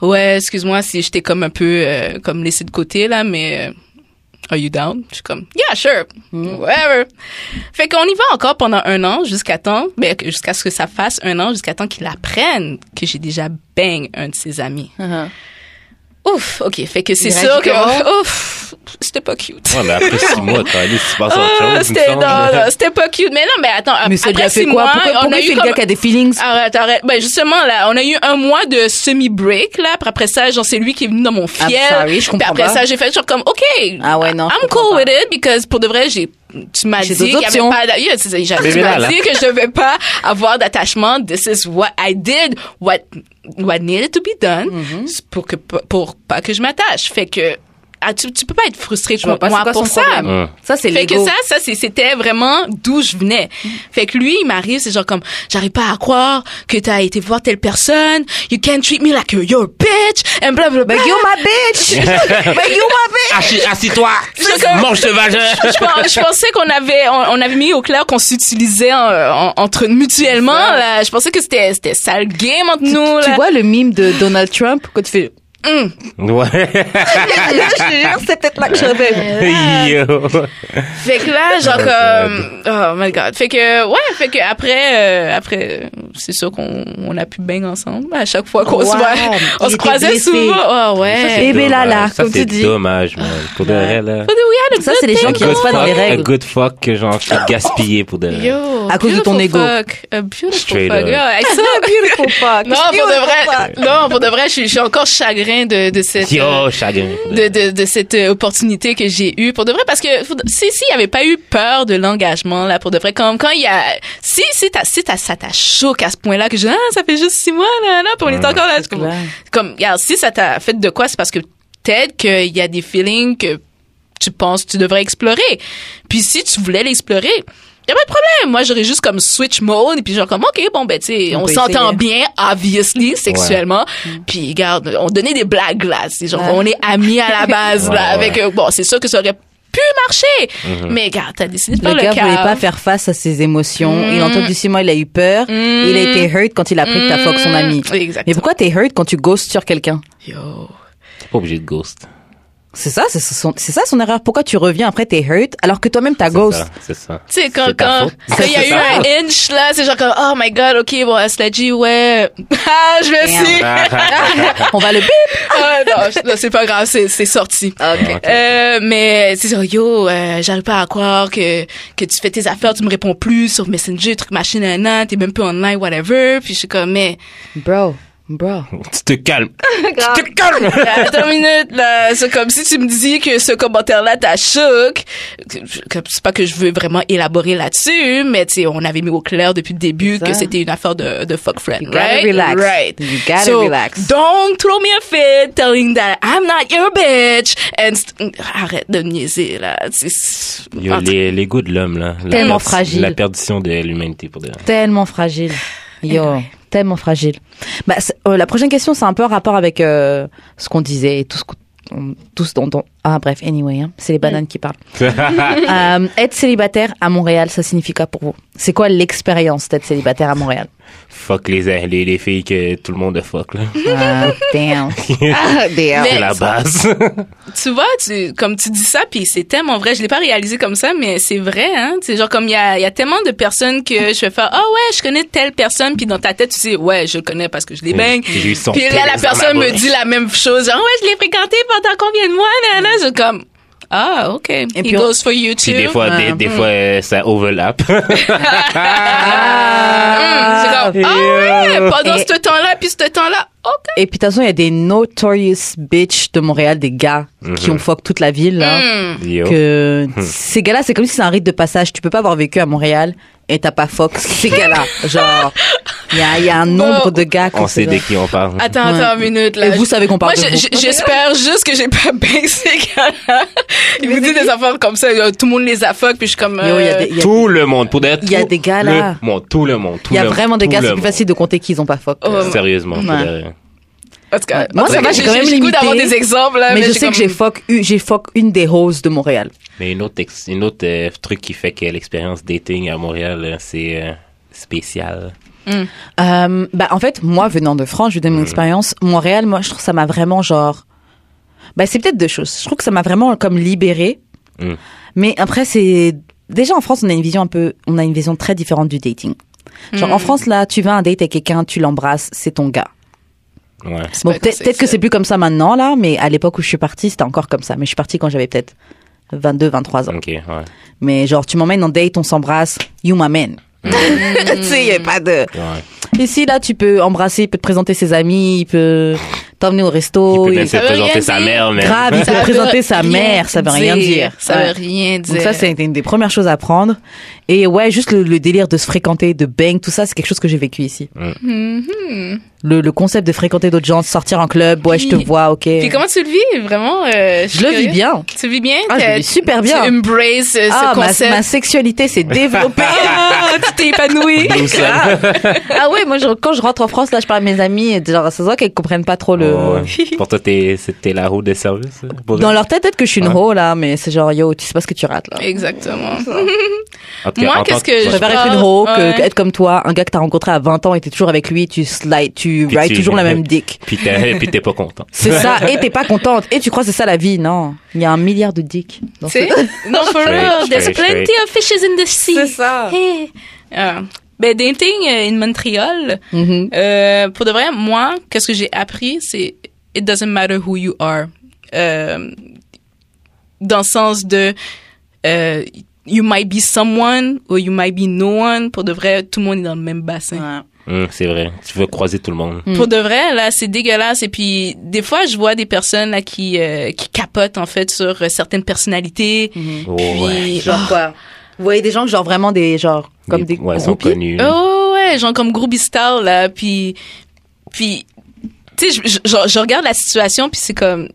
[SPEAKER 2] ouais, excuse-moi si j'étais comme un peu euh, comme laissé de côté là, mais euh, are you down? Je suis comme yeah sure, whatever. Fait qu'on y va encore pendant un an jusqu'à temps, ben, que- jusqu'à ce que ça fasse un an, jusqu'à temps qu'il apprenne que j'ai déjà bang un de ses amis.
[SPEAKER 3] Uh-huh.
[SPEAKER 2] Ouf, ok, fait que c'est
[SPEAKER 3] Il
[SPEAKER 2] sûr
[SPEAKER 3] réagit comment
[SPEAKER 2] que ouf, c'était pas cute.
[SPEAKER 1] Ouais, mais après six mois, quand même, tu passes à autre
[SPEAKER 2] Ah,
[SPEAKER 1] chose. il me
[SPEAKER 2] c'était non,
[SPEAKER 1] semble.
[SPEAKER 2] non, c'était pas cute. Mais non, mais attends,
[SPEAKER 3] Mais ça lui
[SPEAKER 2] après
[SPEAKER 3] a fait
[SPEAKER 2] six
[SPEAKER 3] quoi
[SPEAKER 2] mois,
[SPEAKER 3] Pourquoi,
[SPEAKER 2] on
[SPEAKER 3] pourquoi
[SPEAKER 2] a
[SPEAKER 3] c'est
[SPEAKER 2] eu
[SPEAKER 3] le
[SPEAKER 2] comme...
[SPEAKER 3] gars qui a des feelings
[SPEAKER 2] Arrête, arrête. Ben justement là, on a eu un mois de semi break là. Puis après ça, genre c'est lui qui est venu dans mon fiel.
[SPEAKER 3] sorry, je
[SPEAKER 2] Puis
[SPEAKER 3] comprends
[SPEAKER 2] après
[SPEAKER 3] pas.
[SPEAKER 2] ça, j'ai fait genre comme ok,
[SPEAKER 3] Ah ouais, non, je
[SPEAKER 2] I'm
[SPEAKER 3] comprends
[SPEAKER 2] cool
[SPEAKER 3] pas.
[SPEAKER 2] with it because pour de vrai, j'ai tu m'as
[SPEAKER 3] J'ai
[SPEAKER 2] dit
[SPEAKER 3] d'autres
[SPEAKER 2] qu'il y avait
[SPEAKER 3] options.
[SPEAKER 2] pas d'a- Yeah, c'est ça, j'ai- tu
[SPEAKER 1] Bébé
[SPEAKER 2] m'as
[SPEAKER 1] là, là.
[SPEAKER 2] dit que je devais pas avoir d'attachement. This is what I did,
[SPEAKER 3] Mm-hmm.
[SPEAKER 2] what what needed to be done pour que pour pas que je m'attache. Fait que ah, tu, tu peux pas être frustré
[SPEAKER 3] Je vois
[SPEAKER 2] contre
[SPEAKER 3] pas c'est
[SPEAKER 2] moi
[SPEAKER 3] quoi
[SPEAKER 2] pour
[SPEAKER 3] son
[SPEAKER 2] ça.
[SPEAKER 3] problème.
[SPEAKER 1] Ouais.
[SPEAKER 3] Ça, c'est
[SPEAKER 2] Fait que
[SPEAKER 3] l'ego.
[SPEAKER 2] ça, ça c'est- c'était vraiment d'où je venais. Fait que lui, il m'arrive, c'est genre comme, j'arrive pas à croire que t'as été voir telle personne, you can't treat me like you're a bitch, and blah blah blah.
[SPEAKER 3] But you my bitch! But you my bitch!
[SPEAKER 1] Assis- Assis-toi! Mange ce vagin!
[SPEAKER 2] je, pens- je pensais qu'on avait on, on avait mis au clair qu'on s'utilisait en- en- entre mutuellement
[SPEAKER 3] ça.
[SPEAKER 2] là. je pensais que c'était c'était ça le game entre nous
[SPEAKER 3] Tu
[SPEAKER 2] là.
[SPEAKER 3] vois le mime de Donald Trump quand tu fais.
[SPEAKER 1] Ouais.
[SPEAKER 3] je te jure, c'est peut-être là que je rêvais.
[SPEAKER 1] Yo.
[SPEAKER 2] fait que là genre
[SPEAKER 1] Oh
[SPEAKER 2] comme oh my god fait que ouais fait que après euh, après euh, c'est sûr qu'on on a pu bang ensemble à chaque fois qu'on se
[SPEAKER 3] Wow,
[SPEAKER 2] voit
[SPEAKER 3] il
[SPEAKER 2] on se
[SPEAKER 3] était
[SPEAKER 2] croisait
[SPEAKER 3] blessé.
[SPEAKER 2] souvent oh ouais
[SPEAKER 3] Et
[SPEAKER 1] Dommage.
[SPEAKER 3] Bellala,
[SPEAKER 1] Ça,
[SPEAKER 3] comme tu
[SPEAKER 1] c'est
[SPEAKER 3] dis.
[SPEAKER 1] dommage, man. Pour de vrai, là.
[SPEAKER 2] But we had a
[SPEAKER 3] Ça,
[SPEAKER 2] good
[SPEAKER 3] c'est les gens
[SPEAKER 1] Un
[SPEAKER 2] thing,
[SPEAKER 3] qui
[SPEAKER 1] good
[SPEAKER 3] restent pas dans
[SPEAKER 1] fuck-
[SPEAKER 3] les règles.
[SPEAKER 1] Un good fuck que genre, je suis gaspillé pour
[SPEAKER 2] euh,
[SPEAKER 1] de vrai.
[SPEAKER 2] Yo,
[SPEAKER 3] À cause de ton
[SPEAKER 2] beautiful
[SPEAKER 3] ego.
[SPEAKER 2] fuck, a beautiful
[SPEAKER 1] Straight
[SPEAKER 2] fuck.
[SPEAKER 1] up.
[SPEAKER 2] Yeah, I saw a
[SPEAKER 3] Beautiful fuck.
[SPEAKER 2] Non, pour
[SPEAKER 3] Beautiful
[SPEAKER 2] de vrai,
[SPEAKER 3] fuck.
[SPEAKER 2] non, pour de vrai, je suis, je suis encore chagrin de, de cette, euh,
[SPEAKER 1] Yo, chagrin. pour
[SPEAKER 2] de,
[SPEAKER 1] vrai.
[SPEAKER 2] de, de cette euh, opportunité que j'ai eue. Pour de vrai, parce que faut- si, si, il n'y avait pas eu peur de l'engagement, là, pour de vrai, comme quand il y a, si, si, t'as, si t'as, ça t'a choqué à ce point-là que je, ah, ça fait juste six mois, là, là, puis on est encore là, je comme,
[SPEAKER 3] clair.
[SPEAKER 2] comme, regarde, si ça t'a fait de quoi, c'est parce que peut-être qu'il y a des feelings que tu penses que tu devrais explorer. Puis si tu voulais l'explorer, y a pas de problème. Moi, j'aurais juste comme switch mode et puis genre comme OK, bon ben tu sais,
[SPEAKER 3] On
[SPEAKER 2] on,
[SPEAKER 3] peut
[SPEAKER 2] s'entend
[SPEAKER 3] essayer.
[SPEAKER 2] bien obviously sexuellement. Puis regarde, on donnait des blagues là, c'est genre
[SPEAKER 3] Ouais.
[SPEAKER 2] on est amis à la base
[SPEAKER 1] Ouais,
[SPEAKER 2] là
[SPEAKER 1] ouais.
[SPEAKER 2] avec euh, bon, c'est sûr que ça aurait pu marcher. Mais regarde, t'as décidé de faire
[SPEAKER 3] Le Mm.
[SPEAKER 2] le,
[SPEAKER 3] gars voulait
[SPEAKER 2] cave.
[SPEAKER 3] pas faire face à ses émotions. Il a entendu Simon, il a eu peur. Il a été hurt quand il a appris que t'as fuck son ami.
[SPEAKER 2] Mm, exactement.
[SPEAKER 3] Mais pourquoi t'es hurt quand tu ghostes sur quelqu'un
[SPEAKER 2] Yo.
[SPEAKER 1] T'es pas obligé de ghost.
[SPEAKER 3] C'est ça, c'est son, c'est ça son erreur. Pourquoi tu reviens après t'es hurt alors que toi-même t'as
[SPEAKER 1] C'est
[SPEAKER 3] ghost
[SPEAKER 1] ça, C'est ça.
[SPEAKER 2] Tu sais, quand,
[SPEAKER 1] C'est ta
[SPEAKER 2] quand,
[SPEAKER 1] faute.
[SPEAKER 2] quand il y a
[SPEAKER 1] C'est
[SPEAKER 2] eu
[SPEAKER 1] ta faute.
[SPEAKER 2] un inch, là, c'est genre comme, oh my god, ok, bon, elle se l'a dit, ouais, ah, je le
[SPEAKER 3] Merde.
[SPEAKER 2] sais.
[SPEAKER 1] ah,
[SPEAKER 3] On va le bip.
[SPEAKER 2] Ah, non, je- non, c'est pas grave, c'est, c'est sorti.
[SPEAKER 1] Ok.
[SPEAKER 2] Euh, mais c'est genre, yo, euh, j'arrive pas à croire que, que tu fais tes affaires, tu me réponds plus sur Messenger, truc machine, nanan, t'es même plus online, whatever. Puis je suis comme, mais
[SPEAKER 3] Bro, bro.
[SPEAKER 1] Tu te calmes. Tu te calmes!
[SPEAKER 2] Ah. Euh, attends une minute, là, c'est comme si tu me dis que ce commentaire-là t'a choqué. C'est pas que je veux vraiment élaborer là-dessus, mais tu sais, on avait mis au clair depuis le début
[SPEAKER 3] C'est ça.
[SPEAKER 2] que c'était une affaire de, de fuck friend,
[SPEAKER 3] You gotta
[SPEAKER 2] right?
[SPEAKER 3] relax.
[SPEAKER 2] Right.
[SPEAKER 3] You gotta
[SPEAKER 2] So,
[SPEAKER 3] relax.
[SPEAKER 2] Don't throw me a fit telling that I'm not your bitch. And st- arrête de me niaiser là. C'est- c'est-
[SPEAKER 1] Yo,
[SPEAKER 2] en tout-
[SPEAKER 1] les, les goûts de l'homme, là. La
[SPEAKER 3] Tellement
[SPEAKER 1] perdi-
[SPEAKER 3] fragile.
[SPEAKER 1] La perdition de l'humanité, pour de vrai.
[SPEAKER 3] Tellement fragile. Yo,
[SPEAKER 2] Ouais.
[SPEAKER 3] tellement fragile. Bah, c'est- euh, la prochaine question, c'est un peu en rapport avec euh, ce qu'on disait et tout ce qu'on... on- tout ce dont on- Ah bref, anyway, hein, c'est les bananes qui parlent. Euh, être célibataire à Montréal, ça signifie quoi pour vous C'est quoi l'expérience d'être célibataire à Montréal
[SPEAKER 1] Fuck les, les, les filles que tout le monde fuck, là.
[SPEAKER 3] Ah, damn. Ah, damn.
[SPEAKER 1] C'est la base.
[SPEAKER 2] Tu vois, tu, comme tu dis ça, puis c'est tellement vrai. Je l'ai pas réalisé comme ça, mais c'est vrai. Hein? C'est genre comme il y a, il y a tellement de personnes que je vais faire, ah ouais, je connais telle personne, puis dans ta tête tu sais, ouais, je le connais parce que je l'ai baigne.
[SPEAKER 1] J'ai eu son
[SPEAKER 2] Puis là, la
[SPEAKER 1] pénis dans
[SPEAKER 2] personne
[SPEAKER 1] ma
[SPEAKER 2] me
[SPEAKER 1] bouche.
[SPEAKER 2] dit la même chose, genre ouais, je l'ai fréquenté pendant combien de mois, là, là, je suis comme. Ah, OK. It
[SPEAKER 3] puis on-
[SPEAKER 2] goes for Ah. you too.
[SPEAKER 1] Puis des fois, des, des fois, euh, ça overlap.
[SPEAKER 2] Ah, hum, c'est comme, ah ouais,
[SPEAKER 1] Yo.
[SPEAKER 2] pendant
[SPEAKER 3] Et- euh,
[SPEAKER 2] ce temps-là, puis ce temps-là, OK.
[SPEAKER 3] Et puis de toute façon, il y a des notorious bitch de Montréal, des gars
[SPEAKER 1] Mm-hmm.
[SPEAKER 3] qui ont fuck toute la ville. là.
[SPEAKER 1] Yo.
[SPEAKER 3] que
[SPEAKER 1] Mm.
[SPEAKER 3] ces gars-là, c'est comme si c'est un rite de passage. Tu peux pas avoir vécu à Montréal et t'as pas fuck ces gars-là. Genre, il y a, il y a un nombre de gars
[SPEAKER 1] On
[SPEAKER 3] comme
[SPEAKER 1] sait
[SPEAKER 3] ça.
[SPEAKER 1] de qui on parle.
[SPEAKER 3] Ah,
[SPEAKER 2] Attends, attends une minute, là.
[SPEAKER 3] Et vous savez qu'on parle
[SPEAKER 2] Moi,
[SPEAKER 3] de
[SPEAKER 2] je-
[SPEAKER 3] vous.
[SPEAKER 2] je- j'espère juste que j'ai pas baissé, gars. Ils vous disent des affaires comme ça, là, tout le monde les a fuck, puis je suis comme...
[SPEAKER 3] Yo, il y a
[SPEAKER 2] euh,
[SPEAKER 3] des- il y a-
[SPEAKER 1] Tout le monde. Pour d'être.
[SPEAKER 3] Il y a des gars, là.
[SPEAKER 1] Le monde, tout le monde. tout
[SPEAKER 3] Il y a
[SPEAKER 1] le-
[SPEAKER 3] vraiment des
[SPEAKER 1] tout
[SPEAKER 3] gars,
[SPEAKER 1] le
[SPEAKER 3] c'est plus
[SPEAKER 1] monde.
[SPEAKER 3] facile de compter qu'ils ont pas fuck.
[SPEAKER 2] Oh,
[SPEAKER 1] Sérieusement, pour
[SPEAKER 3] Ouais.
[SPEAKER 1] de vrai.
[SPEAKER 2] en tout cas,
[SPEAKER 3] Moi,
[SPEAKER 2] en tout
[SPEAKER 3] ça
[SPEAKER 2] cas,
[SPEAKER 3] va, j'ai
[SPEAKER 2] j'ai-
[SPEAKER 3] quand même
[SPEAKER 2] j'ai le goût d'avoir
[SPEAKER 3] limité.
[SPEAKER 2] des exemples, là,
[SPEAKER 3] mais, je
[SPEAKER 2] j'ai
[SPEAKER 3] sais que j'ai
[SPEAKER 2] comme-
[SPEAKER 3] fuck, eu- j'ai fuck une des roses de Montréal.
[SPEAKER 1] Mais une autre, ex- une autre euh, truc qui fait que l'expérience dating à Montréal, euh, c'est euh, spécial.
[SPEAKER 3] Euh, bah, en fait, moi, venant de France, je vous donne mon expérience. Montréal, moi, je trouve que ça m'a vraiment genre. Bah, c'est peut-être deux choses. Je trouve que ça m'a vraiment comme libérée.
[SPEAKER 1] Mm.
[SPEAKER 3] Mais après, c'est. Déjà, en France, on a une vision un peu. On a une vision très différente du dating. Genre,
[SPEAKER 2] Mm.
[SPEAKER 3] en France, là, tu vas à un date avec quelqu'un, tu l'embrasses, c'est ton gars.
[SPEAKER 1] Ouais.
[SPEAKER 2] ben, C'est
[SPEAKER 3] Bon,
[SPEAKER 2] pas comme
[SPEAKER 3] peut-être
[SPEAKER 2] ça
[SPEAKER 3] peut-être que c'est plus comme ça maintenant, là, mais à l'époque où je suis partie, c'était encore comme ça. Mais je suis partie quand j'avais peut-être 22, 23 ans.
[SPEAKER 1] Ok, ouais.
[SPEAKER 3] Mais genre, tu m'emmènes en date, on s'embrasse, you m'amènes. tu sais, il n'y avait pas de.
[SPEAKER 1] ouais.
[SPEAKER 3] Ici, là, tu peux embrasser, il peut te présenter ses amis, il peut T'as emmené au
[SPEAKER 1] Il
[SPEAKER 3] resto.
[SPEAKER 1] peut
[SPEAKER 3] il-
[SPEAKER 1] même se
[SPEAKER 2] Ça veut
[SPEAKER 1] présenter
[SPEAKER 2] rien
[SPEAKER 1] sa
[SPEAKER 2] dire.
[SPEAKER 1] mère, mais.
[SPEAKER 3] Grave, il s'est
[SPEAKER 2] veut
[SPEAKER 3] présenté sa
[SPEAKER 2] rien
[SPEAKER 3] mère, ça veut rien dire.
[SPEAKER 2] Ça
[SPEAKER 3] Ouais.
[SPEAKER 2] veut rien dire.
[SPEAKER 3] Donc ça, c'était une des premières choses à prendre. Et ouais, juste le, le délire de se fréquenter, de bang, tout ça, c'est quelque chose que j'ai vécu ici.
[SPEAKER 2] Mhm.
[SPEAKER 3] Le, le concept de fréquenter d'autres gens, de sortir en club, ouais, je te
[SPEAKER 2] Puis-
[SPEAKER 3] vois, ok.
[SPEAKER 2] Puis comment tu le vis, vraiment? euh,
[SPEAKER 3] je
[SPEAKER 2] suis
[SPEAKER 3] le vis
[SPEAKER 2] curieuse.
[SPEAKER 3] bien.
[SPEAKER 2] Tu le vis bien?
[SPEAKER 3] Ah, je le
[SPEAKER 2] T'as-
[SPEAKER 3] vis super bien.
[SPEAKER 2] Tu embraces euh,
[SPEAKER 3] Ah,
[SPEAKER 2] ce
[SPEAKER 3] ma,
[SPEAKER 2] concept.
[SPEAKER 3] ma sexualité s'est développée.
[SPEAKER 2] Ah, tu t'es épanoui.
[SPEAKER 1] Nous sommes-
[SPEAKER 3] ah ouais, moi, je- quand je rentre en France, là, je parle à mes amis, et genre, ça se voit qu'elles comprennent pas trop le...
[SPEAKER 1] Oh, Ouais, ouais. Pour toi, t'es- c'était la roue des services. hein, pour
[SPEAKER 3] Dans
[SPEAKER 1] eux?
[SPEAKER 3] leur tête, peut-être que je suis une
[SPEAKER 1] Ouais.
[SPEAKER 3] ho, là, mais c'est genre, yo, tu sais pas ce que tu rates, là.
[SPEAKER 2] Exactement.
[SPEAKER 1] En tout cas,
[SPEAKER 2] Moi,
[SPEAKER 1] en tant
[SPEAKER 2] qu'est-ce que
[SPEAKER 1] Ouais.
[SPEAKER 3] Je préfère
[SPEAKER 2] Je
[SPEAKER 3] être une
[SPEAKER 2] parle-
[SPEAKER 3] ho que
[SPEAKER 2] ouais.
[SPEAKER 3] que être comme toi, un gars que t'as rencontré à 20 ans et t'es toujours avec lui, tu slide, tu
[SPEAKER 1] Puis
[SPEAKER 3] ride
[SPEAKER 1] tu-
[SPEAKER 3] toujours la même dick.
[SPEAKER 1] Puis t'es puis t'es pas content.
[SPEAKER 3] C'est ça, et t'es pas contente, et tu crois que c'est ça la vie, non. Il y a un milliard de dicks. dans
[SPEAKER 2] Tu sais?
[SPEAKER 3] ce-
[SPEAKER 2] Non, for
[SPEAKER 1] Straight,
[SPEAKER 2] real. There's
[SPEAKER 1] straight,
[SPEAKER 2] plenty of fishes in the sea.
[SPEAKER 3] C'est ça.
[SPEAKER 2] Hey. Euh, ben, dating euh, in Montreal,
[SPEAKER 3] Mhm.
[SPEAKER 2] euh, pour de vrai, moi, qu'est-ce que j'ai appris, c'est it doesn't matter who you are. Euh, dans le sens de euh, you might be someone or you might be no one. Pour de vrai, tout le monde est dans le même bassin. Mm.
[SPEAKER 1] Hum, c'est vrai. Tu veux croiser tout le monde.
[SPEAKER 2] Pour de vrai, là, c'est dégueulasse. Et puis, des fois, je vois des personnes là, qui, euh, qui capotent, en fait, sur euh, certaines personnalités.
[SPEAKER 1] Oh,
[SPEAKER 2] Puis,
[SPEAKER 1] ouais.
[SPEAKER 3] Genre quoi Vous voyez des gens, genre vraiment des, genre, comme des,
[SPEAKER 1] Des- ouais, sont
[SPEAKER 3] groupies
[SPEAKER 1] connus.
[SPEAKER 2] Oh ouais, genre comme groupie star là, puis puis tu sais, je, je, je regarde la situation puis c'est comme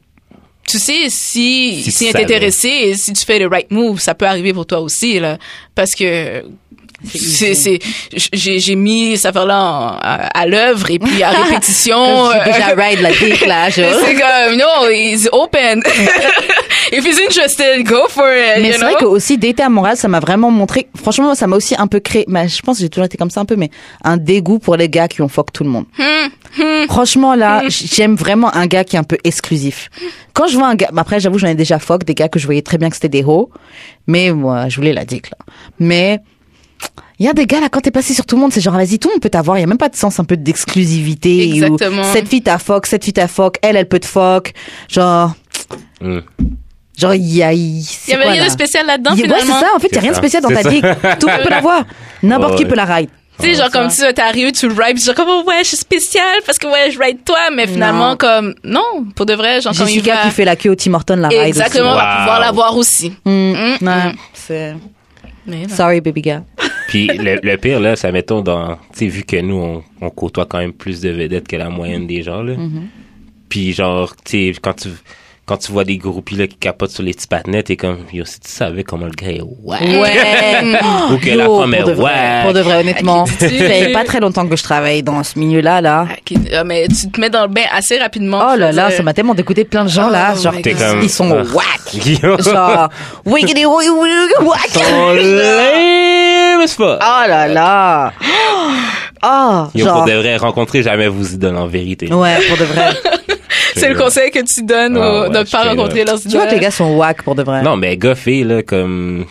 [SPEAKER 2] tu sais si
[SPEAKER 1] Si
[SPEAKER 2] si,
[SPEAKER 1] tu
[SPEAKER 2] t'es
[SPEAKER 1] savais.
[SPEAKER 2] intéressé et si tu fais le right move, ça peut arriver pour toi aussi là, parce que c'est c'est j'ai j'ai mis cette affaire là à, à l'œuvre et puis à répétition.
[SPEAKER 3] Comme je
[SPEAKER 2] euh,
[SPEAKER 3] dis déjà ride la dick, là, je-
[SPEAKER 2] c'est comme no, he's open. If he's interested, go for it.
[SPEAKER 3] Mais
[SPEAKER 2] you
[SPEAKER 3] c'est vrai que
[SPEAKER 2] know?
[SPEAKER 3] aussi dater à Montréal, ça m'a vraiment montré. Franchement, moi, ça m'a aussi un peu créé. Mais je pense que j'ai toujours été comme ça un peu, mais un dégoût pour les gars qui ont fuck tout le monde.
[SPEAKER 2] Hmm.
[SPEAKER 3] Franchement, là, j'aime vraiment un gars qui est un peu exclusif. Quand je vois un gars, bah, après, j'avoue, j'en ai déjà fuck des gars que je voyais très bien que c'était des hoes, mais moi, je voulais la dick là. Mais il y a des gars là quand t'es passé sur tout le monde, c'est genre vas-y tout le monde peut t'avoir, il y a même pas de sens un peu d'exclusivité. ou
[SPEAKER 2] Exactement.
[SPEAKER 3] Cette fille t'a fuck, cette fille t'a fuck, elle elle peut te fuck, genre
[SPEAKER 1] Hum.
[SPEAKER 3] genre il y a
[SPEAKER 2] Il y avait rien de spécial là-dedans
[SPEAKER 3] y a- ouais,
[SPEAKER 2] finalement.
[SPEAKER 3] c'est ça. En fait, il y
[SPEAKER 1] C'est
[SPEAKER 3] a rien de
[SPEAKER 1] ça.
[SPEAKER 3] spécial dans ta
[SPEAKER 1] C'est ça.
[SPEAKER 3] dick. Tout le monde peut l'avoir. N'importe
[SPEAKER 1] Ouais,
[SPEAKER 3] qui
[SPEAKER 1] ouais.
[SPEAKER 3] peut la ride.
[SPEAKER 2] Tu sais, genre
[SPEAKER 3] Ah,
[SPEAKER 2] comme ça, t'arrives, tu ride, genre comme oh, ouais, je suis spéciale parce que ouais, je ride toi, mais finalement
[SPEAKER 3] Non.
[SPEAKER 2] comme non, pour de vrai, genre comme il
[SPEAKER 3] Jessica
[SPEAKER 2] va-
[SPEAKER 3] qui fait la queue au Tim Horton la ride.
[SPEAKER 2] exactement,
[SPEAKER 1] aussi.
[SPEAKER 2] va
[SPEAKER 1] Wow.
[SPEAKER 2] pouvoir l'avoir aussi.
[SPEAKER 3] aussi. Mm,
[SPEAKER 2] Mm,
[SPEAKER 3] ouais,
[SPEAKER 2] mm.
[SPEAKER 3] c'est-
[SPEAKER 2] Mais voilà.
[SPEAKER 3] Sorry, baby girl.
[SPEAKER 1] Puis le, le pire, là, ça mettons dans. Tu sais, vu que nous, on, on côtoie quand même plus de vedettes que la moyenne des gens, là.
[SPEAKER 2] Mm-hmm.
[SPEAKER 1] Puis genre, tu sais, quand tu. Quand tu vois des groupies là, qui capotent sur les petits patinets, t'es comme, yo, si tu savais comment le gars est ouais.
[SPEAKER 3] Ouais.
[SPEAKER 1] Ou que la
[SPEAKER 3] Yo,
[SPEAKER 1] femme est
[SPEAKER 3] pour de vrai,
[SPEAKER 1] ouais.
[SPEAKER 3] Pour de vrai, honnêtement.
[SPEAKER 2] Ah, qui-
[SPEAKER 3] Ça fait pas très longtemps que je travaille dans ce milieu-là, là.
[SPEAKER 2] Ah, qui- ah, mais tu te mets dans le bain assez rapidement.
[SPEAKER 3] Oh
[SPEAKER 2] je
[SPEAKER 3] là
[SPEAKER 2] veux
[SPEAKER 3] là,
[SPEAKER 2] dire.
[SPEAKER 3] ça m'a tellement dégoûté plein de gens,
[SPEAKER 2] Oh
[SPEAKER 3] là.
[SPEAKER 2] my
[SPEAKER 3] Genre,
[SPEAKER 2] God.
[SPEAKER 1] T'es comme,
[SPEAKER 3] ils sont
[SPEAKER 1] ah.
[SPEAKER 3] whack.
[SPEAKER 1] Yo.
[SPEAKER 3] Genre, wiggity, wiggity, wiggity, whack.
[SPEAKER 1] Ils sont lame as fuck.
[SPEAKER 2] Ah,
[SPEAKER 3] Oh là là. Oh,
[SPEAKER 1] Yo, pour
[SPEAKER 3] genre.
[SPEAKER 1] de vrai, rencontrer jamais vous idole en vérité.
[SPEAKER 3] Ouais, pour de vrai.
[SPEAKER 1] Je
[SPEAKER 2] C'est le
[SPEAKER 1] jure.
[SPEAKER 2] conseil que tu donnes
[SPEAKER 1] Ah,
[SPEAKER 2] aux,
[SPEAKER 1] ouais,
[SPEAKER 2] de
[SPEAKER 1] je
[SPEAKER 2] pas
[SPEAKER 1] sais,
[SPEAKER 2] rencontrer
[SPEAKER 1] ouais.
[SPEAKER 2] leurs
[SPEAKER 3] Tu vois que les gars sont whack pour de vrai.
[SPEAKER 1] Non, mais gars, fille, là, comme,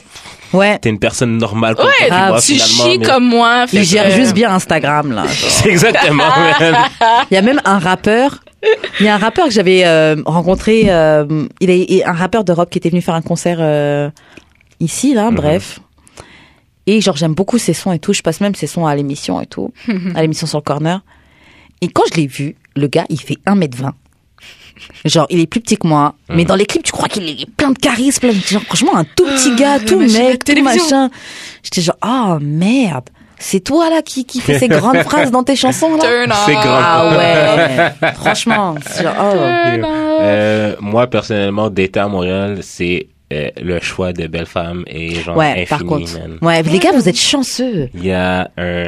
[SPEAKER 3] Ouais.
[SPEAKER 1] t'es une personne normale. comme
[SPEAKER 2] Ouais,
[SPEAKER 1] toi, vois,
[SPEAKER 2] tu
[SPEAKER 1] finalement,
[SPEAKER 2] chies
[SPEAKER 1] mais-
[SPEAKER 2] comme moi. fait
[SPEAKER 3] Ah, Ils
[SPEAKER 2] que-
[SPEAKER 1] Euh.
[SPEAKER 3] gèrent juste bien Instagram, là.
[SPEAKER 1] C'est exactement, man.
[SPEAKER 3] Il y a même un rappeur. Il y a un rappeur que j'avais euh, rencontré. euh, il est il est un rappeur d'Europe qui était venu faire un concert euh, ici,
[SPEAKER 2] Mhm.
[SPEAKER 3] là, bref. Et genre, j'aime beaucoup ses sons et tout. Je passe même ses sons à l'émission et tout. à l'émission sur le corner. Et quand je l'ai vu, le gars, il fait 1m20. Genre, il est plus petit que moi.
[SPEAKER 2] Mhm.
[SPEAKER 3] Mais dans les clips, tu crois qu'il est plein de charisme. plein de- Genre, franchement, un tout petit gars,
[SPEAKER 2] le
[SPEAKER 3] tout
[SPEAKER 2] machin de Ah, la
[SPEAKER 3] mec, tout
[SPEAKER 2] télévision.
[SPEAKER 3] machin. J'étais genre, oh merde. C'est toi là qui, qui fait ces grandes phrases dans tes chansons là
[SPEAKER 2] Turn
[SPEAKER 1] C'est
[SPEAKER 2] on.
[SPEAKER 1] grand.
[SPEAKER 3] ah ouais, franchement, c'est genre, oh.
[SPEAKER 1] Euh, moi, personnellement, d'état à Montréal, c'est euh, le choix de belles femmes et genre
[SPEAKER 3] ouais,
[SPEAKER 1] infini,
[SPEAKER 3] par contre.
[SPEAKER 1] man. Ah
[SPEAKER 3] Ouais, les gars, vous êtes chanceux.
[SPEAKER 1] Il y a un...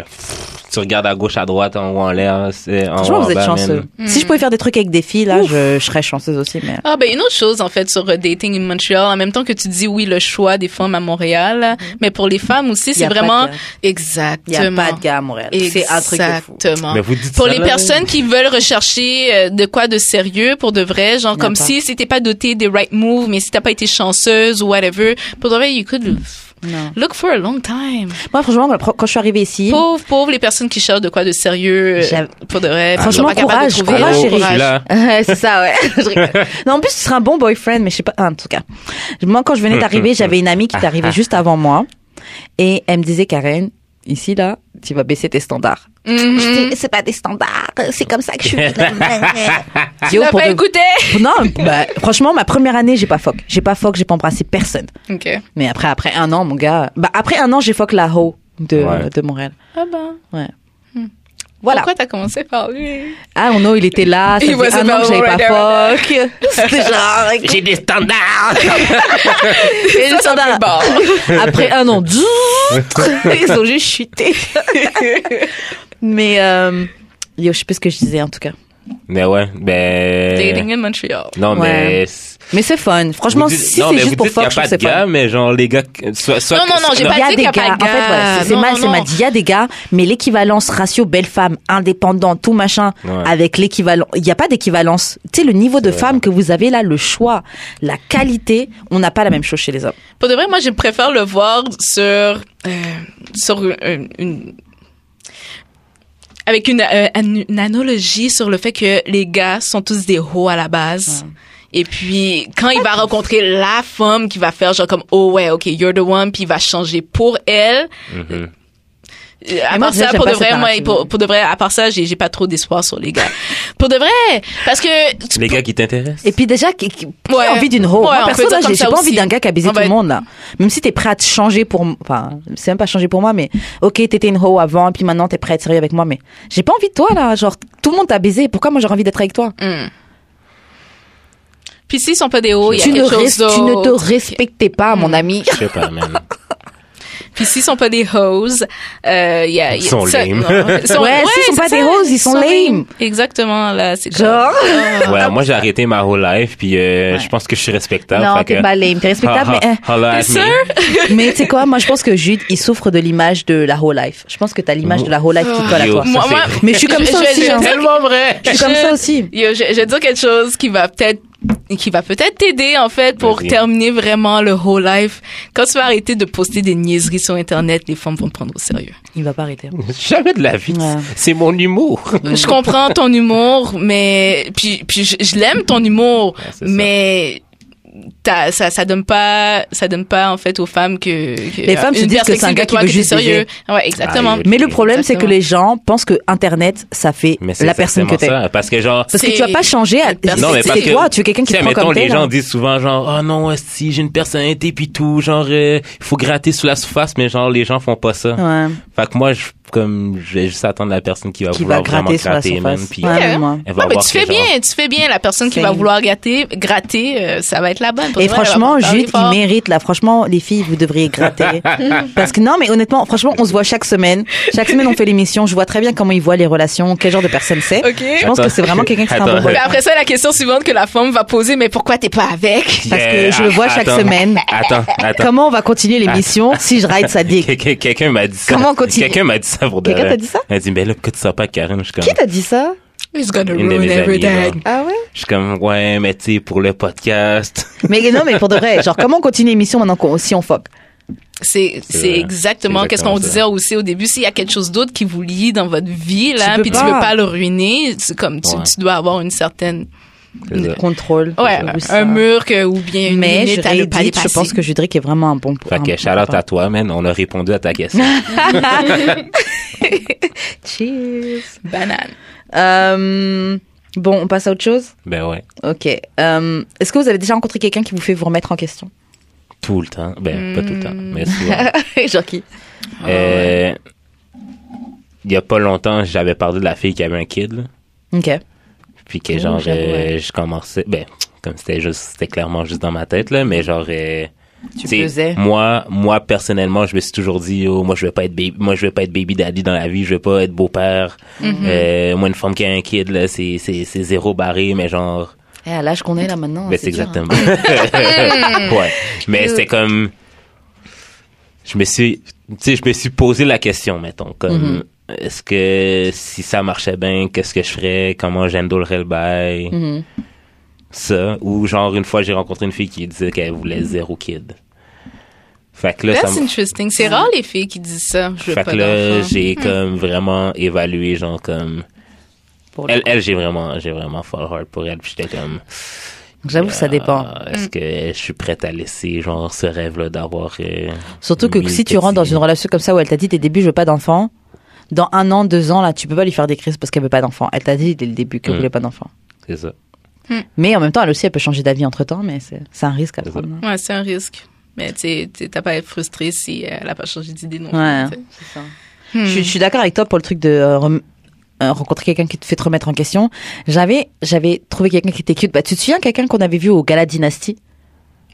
[SPEAKER 1] Tu regardes à gauche, à droite, en haut, en l'air, c'est en haut,
[SPEAKER 3] Franchement,
[SPEAKER 1] en
[SPEAKER 3] vous êtes
[SPEAKER 1] bas,
[SPEAKER 3] chanceux.
[SPEAKER 1] Oh, bah, man.
[SPEAKER 3] Si je pouvais faire des trucs avec des filles, là, je, je serais chanceuse aussi, mais.
[SPEAKER 2] Ah ben une autre chose en fait sur euh, dating in Montreal en même temps que tu dis oui le choix des femmes à Montréal mais pour les femmes aussi
[SPEAKER 3] Mm-hmm. Y
[SPEAKER 2] c'est
[SPEAKER 3] a pas
[SPEAKER 2] vraiment
[SPEAKER 3] de gars.
[SPEAKER 2] exactement
[SPEAKER 3] Il a pas de gars à Montréal. C'est un truc de fou.
[SPEAKER 2] Exactement.
[SPEAKER 1] Mais vous dites
[SPEAKER 2] Ah. pour
[SPEAKER 1] ça,
[SPEAKER 2] les
[SPEAKER 1] là,
[SPEAKER 2] personnes qui veulent rechercher euh, de quoi de sérieux pour de vrai, genre
[SPEAKER 3] Y a
[SPEAKER 2] comme
[SPEAKER 3] pas.
[SPEAKER 2] si c'était pas doté des right moves, mais si t'as pas été chanceuse ou whatever, pour de vrai, you could
[SPEAKER 3] Non.
[SPEAKER 2] look for a long time.
[SPEAKER 3] Moi, franchement, quand quand je suis arrivée ici,
[SPEAKER 2] Pauvre, pauvre les personnes qui cherchent de quoi de sérieux, euh,
[SPEAKER 3] J'av-
[SPEAKER 2] pour de vrai, puis
[SPEAKER 3] Franchement,
[SPEAKER 2] sont pas capables de
[SPEAKER 3] courage,
[SPEAKER 2] trouver.
[SPEAKER 1] Allô,
[SPEAKER 3] courage,
[SPEAKER 1] je
[SPEAKER 3] chérie.
[SPEAKER 1] suis là.
[SPEAKER 3] Ouais, c'est ça, ouais. Je rigole. non, en plus, tu serais un bon boyfriend, mais je sais pas. ah, en tout cas, moi, quand je venais d'arriver, j'avais une amie qui était arrivée juste avant moi, et elle me disait, Karen, Ici, là, tu vas baisser tes standards.
[SPEAKER 2] Mhm.
[SPEAKER 3] Mm.
[SPEAKER 4] C'est- C'est pas des standards, c'est comme ça que je suis.
[SPEAKER 3] Yo,
[SPEAKER 2] T'as
[SPEAKER 3] pour
[SPEAKER 2] pas
[SPEAKER 3] de-
[SPEAKER 2] écouté?
[SPEAKER 3] Non, bah, franchement, ma première année, j'ai pas foc. J'ai pas foc, j'ai pas embrassé personne.
[SPEAKER 2] Ok.
[SPEAKER 3] Mais après, après un an, mon gars. Bah, après un an, j'ai foc la ho de,
[SPEAKER 1] Ouais.
[SPEAKER 3] de Montréal.
[SPEAKER 2] Ah ben.
[SPEAKER 4] Hmm.
[SPEAKER 3] Voilà.
[SPEAKER 2] Pourquoi t'as commencé par lui?
[SPEAKER 3] Ah, non, il était là. Ça
[SPEAKER 2] He was
[SPEAKER 3] faisait un an
[SPEAKER 2] about
[SPEAKER 3] que j'avais
[SPEAKER 2] right
[SPEAKER 3] pas foc. C'était genre.
[SPEAKER 1] J'ai des standards!
[SPEAKER 3] Et le
[SPEAKER 2] Ça,
[SPEAKER 3] standard-
[SPEAKER 2] c'est plus
[SPEAKER 3] Après un an, ils ont juste chuté. Mais, euh, yo, je sais plus ce que je disais en tout cas.
[SPEAKER 1] mais ouais, ben.
[SPEAKER 2] Dating in Montreal.
[SPEAKER 1] Non,
[SPEAKER 3] Ouais.
[SPEAKER 1] mais.
[SPEAKER 3] Mais c'est fun. Franchement,
[SPEAKER 1] Vous dites-
[SPEAKER 3] si
[SPEAKER 1] non,
[SPEAKER 3] c'est
[SPEAKER 1] mais
[SPEAKER 3] juste
[SPEAKER 1] vous
[SPEAKER 3] pour
[SPEAKER 1] dites qu'il y a
[SPEAKER 3] fuck, je trouve
[SPEAKER 1] pas
[SPEAKER 3] que
[SPEAKER 1] de
[SPEAKER 3] c'est
[SPEAKER 1] gars,
[SPEAKER 3] fun.
[SPEAKER 1] mais genre, les gars. que- Soit, soit,
[SPEAKER 2] Non, non, non, j'ai
[SPEAKER 3] Il
[SPEAKER 2] pas
[SPEAKER 3] y a
[SPEAKER 2] dit
[SPEAKER 3] des
[SPEAKER 2] qu'il y a pas
[SPEAKER 3] gars.
[SPEAKER 2] de
[SPEAKER 3] En fait, voilà,
[SPEAKER 2] gars.
[SPEAKER 3] c'est- c'est
[SPEAKER 2] Non,
[SPEAKER 3] mal,
[SPEAKER 2] non,
[SPEAKER 3] c'est mal
[SPEAKER 2] non.
[SPEAKER 3] dit. Il y a des gars, mais l'équivalence ratio belle-femme, indépendant, tout machin,
[SPEAKER 1] Ouais.
[SPEAKER 3] avec l'équivalent. Il n'y a pas d'équivalence. Tu sais, le niveau de femme que vous avez là, le choix, la qualité, on n'a pas la même chose chez les hommes.
[SPEAKER 2] Pour de vrai, moi, je préfère le voir sur euh, sur une, une- avec une, euh, une, une analogie sur le fait que les gars sont tous des hauts à la base. Et puis, quand il va rencontrer la femme qui va faire genre comme, oh ouais, ok, you're the one, puis il va changer pour elle.
[SPEAKER 1] Mm-hmm.
[SPEAKER 2] Euh, À
[SPEAKER 3] Mais moi,
[SPEAKER 2] part
[SPEAKER 3] je dirais
[SPEAKER 2] ça,
[SPEAKER 3] que
[SPEAKER 2] pour de vrai,
[SPEAKER 3] j'aime pas
[SPEAKER 2] moi,
[SPEAKER 3] cette narrative.
[SPEAKER 2] pour, pour de vrai, à part ça, j'ai j'ai pas trop d'espoir sur les gars. pour de vrai, parce que
[SPEAKER 1] Les gars qui t'intéressent?
[SPEAKER 3] Et puis déjà, qui, qui, qui
[SPEAKER 2] Ouais.
[SPEAKER 3] a envie d'une
[SPEAKER 2] Ouais,
[SPEAKER 3] hoe Moi,
[SPEAKER 2] on peut
[SPEAKER 3] perso,
[SPEAKER 2] dire
[SPEAKER 3] là,
[SPEAKER 2] comme
[SPEAKER 3] j'ai j'ai
[SPEAKER 2] ça
[SPEAKER 3] pas envie
[SPEAKER 2] aussi.
[SPEAKER 3] d'un gars qui a baisé
[SPEAKER 2] On
[SPEAKER 3] tout
[SPEAKER 2] va
[SPEAKER 3] le
[SPEAKER 2] être-
[SPEAKER 3] monde, là. Même si t'es prêt à te changer pour... m- Enfin, c'est même pas changer pour moi, mais... Ok, t'étais une hoe avant, puis maintenant t'es prêt à être sérieux avec moi, mais... J'ai pas envie de toi, là. Genre, tout le monde t'a baisé. Pourquoi moi, j'aurais envie d'être avec toi
[SPEAKER 2] Hmm. Puis s'ils sont pas des hauts, il y a
[SPEAKER 3] tu, ne
[SPEAKER 2] quelque chose
[SPEAKER 3] res- tu ne te
[SPEAKER 2] d'autre.
[SPEAKER 3] respectais pas, mon ami.
[SPEAKER 1] Je sais pas, man.
[SPEAKER 2] Puis s'ils sont pas des hoes, euh, y a, y a-
[SPEAKER 1] Ils sont
[SPEAKER 2] ça-
[SPEAKER 1] lame.
[SPEAKER 2] non, ils sont-
[SPEAKER 3] Ouais, s'ils sont
[SPEAKER 2] c'est
[SPEAKER 3] pas
[SPEAKER 2] ça,
[SPEAKER 3] des hoes, ils sont lame.
[SPEAKER 2] Exactement, là, c'est Ah. comme-
[SPEAKER 3] Genre...
[SPEAKER 1] Ouais, moi, j'ai arrêté ma whole life, puis euh, je pense que je suis respectable.
[SPEAKER 3] Non,
[SPEAKER 1] fait
[SPEAKER 3] t'es
[SPEAKER 1] que- Ah,
[SPEAKER 3] pas lame. T'es respectable,
[SPEAKER 1] Ha,
[SPEAKER 3] mais... hein,
[SPEAKER 1] ha, holla at
[SPEAKER 2] T'es
[SPEAKER 1] me.
[SPEAKER 2] sûr?
[SPEAKER 3] eh. Mais tu sais quoi Moi, je pense que Jude, il souffre de l'image de la whole life. Je pense que t'as l'image de la whole life qui colle à
[SPEAKER 1] Oh. Yo,
[SPEAKER 3] toi.
[SPEAKER 1] ça,
[SPEAKER 2] Moi-
[SPEAKER 1] c'est
[SPEAKER 2] moi-
[SPEAKER 1] vrai.
[SPEAKER 3] Mais je suis comme ça
[SPEAKER 2] Je vais-
[SPEAKER 3] aussi,
[SPEAKER 2] je vais
[SPEAKER 3] hein.
[SPEAKER 2] dire-
[SPEAKER 1] tellement vrai!
[SPEAKER 3] Je suis comme ça aussi.
[SPEAKER 2] Yo, je, je vais dire quelque chose qui va peut-être qui va peut-être t'aider en fait pour
[SPEAKER 1] Vas-y.
[SPEAKER 2] terminer vraiment le whole life. Quand tu vas arrêter de poster des niaiseries sur internet, les femmes vont te prendre au sérieux.
[SPEAKER 3] Il va pas arrêter. hein.
[SPEAKER 1] Jamais de la vie.
[SPEAKER 3] Ouais.
[SPEAKER 1] C'est mon humour.
[SPEAKER 3] Mm.
[SPEAKER 2] Je comprends ton humour, mais puis puis je, je l'aime ton humour,
[SPEAKER 1] Ouais, c'est ça.
[SPEAKER 2] mais t'as- ça ça donne pas ça donne pas en fait aux femmes que, que-
[SPEAKER 3] Les femmes se
[SPEAKER 2] une
[SPEAKER 3] disent que c'est un
[SPEAKER 2] perspective
[SPEAKER 3] gars
[SPEAKER 2] de
[SPEAKER 3] qui
[SPEAKER 2] toi
[SPEAKER 3] veut
[SPEAKER 2] t'es
[SPEAKER 3] juste Ah,
[SPEAKER 2] sérieux. Ouais, exactement.
[SPEAKER 1] Aïe.
[SPEAKER 3] Mais le problème, c'est que
[SPEAKER 2] Exactement.
[SPEAKER 3] les gens pensent que Internet, ça fait
[SPEAKER 1] Mais c'est
[SPEAKER 3] la personne que t'es.
[SPEAKER 1] exactement ça, Parce que genre,
[SPEAKER 3] Parce que
[SPEAKER 2] C'est-
[SPEAKER 3] tu vas pas changer.
[SPEAKER 2] Non,
[SPEAKER 3] à-
[SPEAKER 1] non, mais
[SPEAKER 3] c'est-
[SPEAKER 1] parce
[SPEAKER 3] c'est
[SPEAKER 1] que,
[SPEAKER 3] toi, tu es quelqu'un qui
[SPEAKER 1] tu
[SPEAKER 3] te
[SPEAKER 1] sais,
[SPEAKER 3] prend
[SPEAKER 1] mettons,
[SPEAKER 3] comme
[SPEAKER 1] les
[SPEAKER 3] tel.
[SPEAKER 1] gens disent souvent genre, oh non, si j'ai une personnalité puis tout, genre, euh, il faut gratter sous la surface, mais genre, les gens font pas ça.
[SPEAKER 3] Ouais,
[SPEAKER 1] Fait que moi, je, comme, je vais juste attendre la personne qui va
[SPEAKER 3] qui va
[SPEAKER 1] vouloir
[SPEAKER 3] gratter sur
[SPEAKER 1] vraiment
[SPEAKER 3] la
[SPEAKER 1] gratter,
[SPEAKER 3] surface.
[SPEAKER 1] man, puis euh,
[SPEAKER 3] Ouais,
[SPEAKER 2] Ok.
[SPEAKER 3] même moi.
[SPEAKER 1] elle va
[SPEAKER 2] Non, mais
[SPEAKER 1] voir
[SPEAKER 2] tu fais
[SPEAKER 1] que, genre,
[SPEAKER 2] bien, tu fais bien. La personne qui
[SPEAKER 3] Same.
[SPEAKER 2] va vouloir gratter, gratter, euh, ça va être la bonne. Pour
[SPEAKER 3] Et
[SPEAKER 2] de vrai, elle va
[SPEAKER 3] franchement,
[SPEAKER 2] pas parler
[SPEAKER 3] Jude, il
[SPEAKER 2] fort.
[SPEAKER 3] mérite là. Franchement, les filles, vous devriez gratter. Parce que non, mais honnêtement, franchement, on se voit chaque semaine. Chaque semaine, on fait l'émission. Je vois très bien comment il voit les relations, quel genre de personne c'est.
[SPEAKER 2] Ok.
[SPEAKER 3] Je pense que c'est vraiment quelqu'un qui est un bon
[SPEAKER 1] Attends.
[SPEAKER 3] boy.
[SPEAKER 2] Puis après ça, la question suivante que la femme va poser, mais pourquoi t'es pas avec?
[SPEAKER 3] Parce que
[SPEAKER 1] Yeah,
[SPEAKER 3] je le vois chaque
[SPEAKER 1] attends,
[SPEAKER 3] semaine.
[SPEAKER 1] Attends, attends.
[SPEAKER 3] Comment on va continuer l'émission si je ride sa dick
[SPEAKER 1] Quelqu'un quelqu'un m'a dit ça.
[SPEAKER 3] Comment on continue?
[SPEAKER 1] Quelqu'un m'a dit ça pour de
[SPEAKER 3] Quelqu'un
[SPEAKER 1] vrai.
[SPEAKER 3] t'a dit ça
[SPEAKER 1] Elle dit, ben là, pourquoi tu sors pas avec Karen? Je suis comme,
[SPEAKER 3] Qui t'a dit ça
[SPEAKER 2] It's gonna
[SPEAKER 1] Une de
[SPEAKER 2] ruin
[SPEAKER 1] mes amies,
[SPEAKER 2] everything.
[SPEAKER 1] là.
[SPEAKER 3] Ah ouais
[SPEAKER 1] je suis comme, ouais, mais tu sais, pour le podcast.
[SPEAKER 3] Mais non, mais pour de vrai, genre comment on continue l'émission maintenant qu'on si on foque
[SPEAKER 2] C'est,
[SPEAKER 1] C'est
[SPEAKER 2] c'est
[SPEAKER 1] vrai.
[SPEAKER 2] exactement
[SPEAKER 1] C'est
[SPEAKER 2] qu'est-ce qu'on
[SPEAKER 1] exactement ça.
[SPEAKER 2] disait aussi au début. S'il y a quelque chose d'autre qui vous lie dans votre vie, là,
[SPEAKER 3] Tu peux
[SPEAKER 2] puis
[SPEAKER 3] pas.
[SPEAKER 2] tu veux pas le ruiner, c'est comme tu,
[SPEAKER 1] Ouais.
[SPEAKER 2] tu dois avoir une certaine,
[SPEAKER 1] C'est ça.
[SPEAKER 3] Contrôle.
[SPEAKER 2] ouais,
[SPEAKER 3] Ou
[SPEAKER 2] un,
[SPEAKER 3] ça.
[SPEAKER 2] un mur que, ou bien une
[SPEAKER 3] Mais je
[SPEAKER 2] limite à ne pas
[SPEAKER 3] réédite,
[SPEAKER 2] dépasser.
[SPEAKER 3] je pense que Judric est vraiment un bon.
[SPEAKER 1] Fait que shout out à toi, man. On a répondu à ta question.
[SPEAKER 3] Cheers.
[SPEAKER 2] banane.
[SPEAKER 3] Euh, bon, on passe à autre chose.
[SPEAKER 1] ben ouais.
[SPEAKER 3] Ok. Euh, Est-ce que vous avez déjà rencontré quelqu'un qui vous fait vous remettre en question
[SPEAKER 1] Tout le temps. Ben, pas tout le temps,
[SPEAKER 3] Mm.
[SPEAKER 1] mais souvent.
[SPEAKER 3] Ah Genre qui
[SPEAKER 1] Euh, Il y a pas longtemps, j'avais parlé de la fille qui avait un kid, là.
[SPEAKER 3] Ok.
[SPEAKER 1] Puis que genre,
[SPEAKER 3] Oh, j'avoue,
[SPEAKER 1] euh,
[SPEAKER 3] ouais.
[SPEAKER 1] je commençais... Ben, comme c'était juste... C'était clairement juste dans ma tête, là, mais genre... euh,
[SPEAKER 3] Tu
[SPEAKER 1] T'sais,
[SPEAKER 3] pesais.
[SPEAKER 1] Moi, moi personnellement, je me suis toujours dit, oh, moi je vais pas être baby, moi je vais pas être baby daddy dans la vie, je vais pas être beau-père.
[SPEAKER 3] Mm-hmm.
[SPEAKER 1] Euh, moi une femme qui a un kid là, c'est c'est c'est zéro barré, mais genre,
[SPEAKER 3] Eh, à l'âge qu'on est là maintenant.
[SPEAKER 1] ben c'est
[SPEAKER 3] dur, hein.
[SPEAKER 1] exactement. ouais, mais c'était comme, je me suis, tu sais, je me suis posé la question, mettons, comme,
[SPEAKER 3] Mm-hmm.
[SPEAKER 1] est-ce que si ça marchait bien, qu'est-ce que je ferais, comment j'endolerais le bail,
[SPEAKER 3] Mhm.
[SPEAKER 1] ça, ou genre une fois j'ai rencontré une fille qui disait qu'elle
[SPEAKER 3] Mm.
[SPEAKER 1] voulait zéro kid. Fait que là, ça
[SPEAKER 2] That's
[SPEAKER 1] me-
[SPEAKER 2] interesting. C'est rare les filles qui disent ça. Je veux
[SPEAKER 1] fait
[SPEAKER 2] pas hein.
[SPEAKER 1] que là,
[SPEAKER 2] d'enfant.
[SPEAKER 1] j'ai
[SPEAKER 3] Mm.
[SPEAKER 1] comme vraiment évalué, genre comme.
[SPEAKER 3] Pour le
[SPEAKER 1] Elle,
[SPEAKER 3] coup.
[SPEAKER 1] elle j'ai vraiment, j'ai vraiment fall hard pour elle. Puis j'étais comme.
[SPEAKER 3] J'avoue, que ça dépend.
[SPEAKER 1] Ah, Est-ce que je suis prête à laisser genre ce rêve-là d'avoir. euh,
[SPEAKER 3] Surtout que
[SPEAKER 1] mille
[SPEAKER 3] si tu rentres dans
[SPEAKER 1] petits-
[SPEAKER 3] une relation comme ça où elle t'a dit dès le début je veux pas d'enfant, dans un an, deux ans là, tu peux pas lui faire des crises parce qu'elle veut pas d'enfant. Elle t'a dit dès le début qu'elle
[SPEAKER 1] Mm.
[SPEAKER 3] voulait pas d'enfant.
[SPEAKER 1] C'est ça.
[SPEAKER 3] Mais en même temps, elle aussi, elle peut changer d'avis entre temps, mais c'est c'est un risque à
[SPEAKER 1] C'est ça.
[SPEAKER 3] prendre. hein.
[SPEAKER 2] Ouais, c'est un risque. Mais tu sais, tu- t'as pas à être frustré si euh, elle a pas changé d'idée non plus,
[SPEAKER 3] Ouais.
[SPEAKER 2] tu sais. Hmm.
[SPEAKER 3] Je, suis- je suis d'accord avec toi pour le truc de euh, rem- euh, rencontrer quelqu'un qui te fait te remettre en question. J'avais j'avais trouvé quelqu'un qui était cute. Bah, tu te souviens quelqu'un qu'on avait vu au Gala Dynasty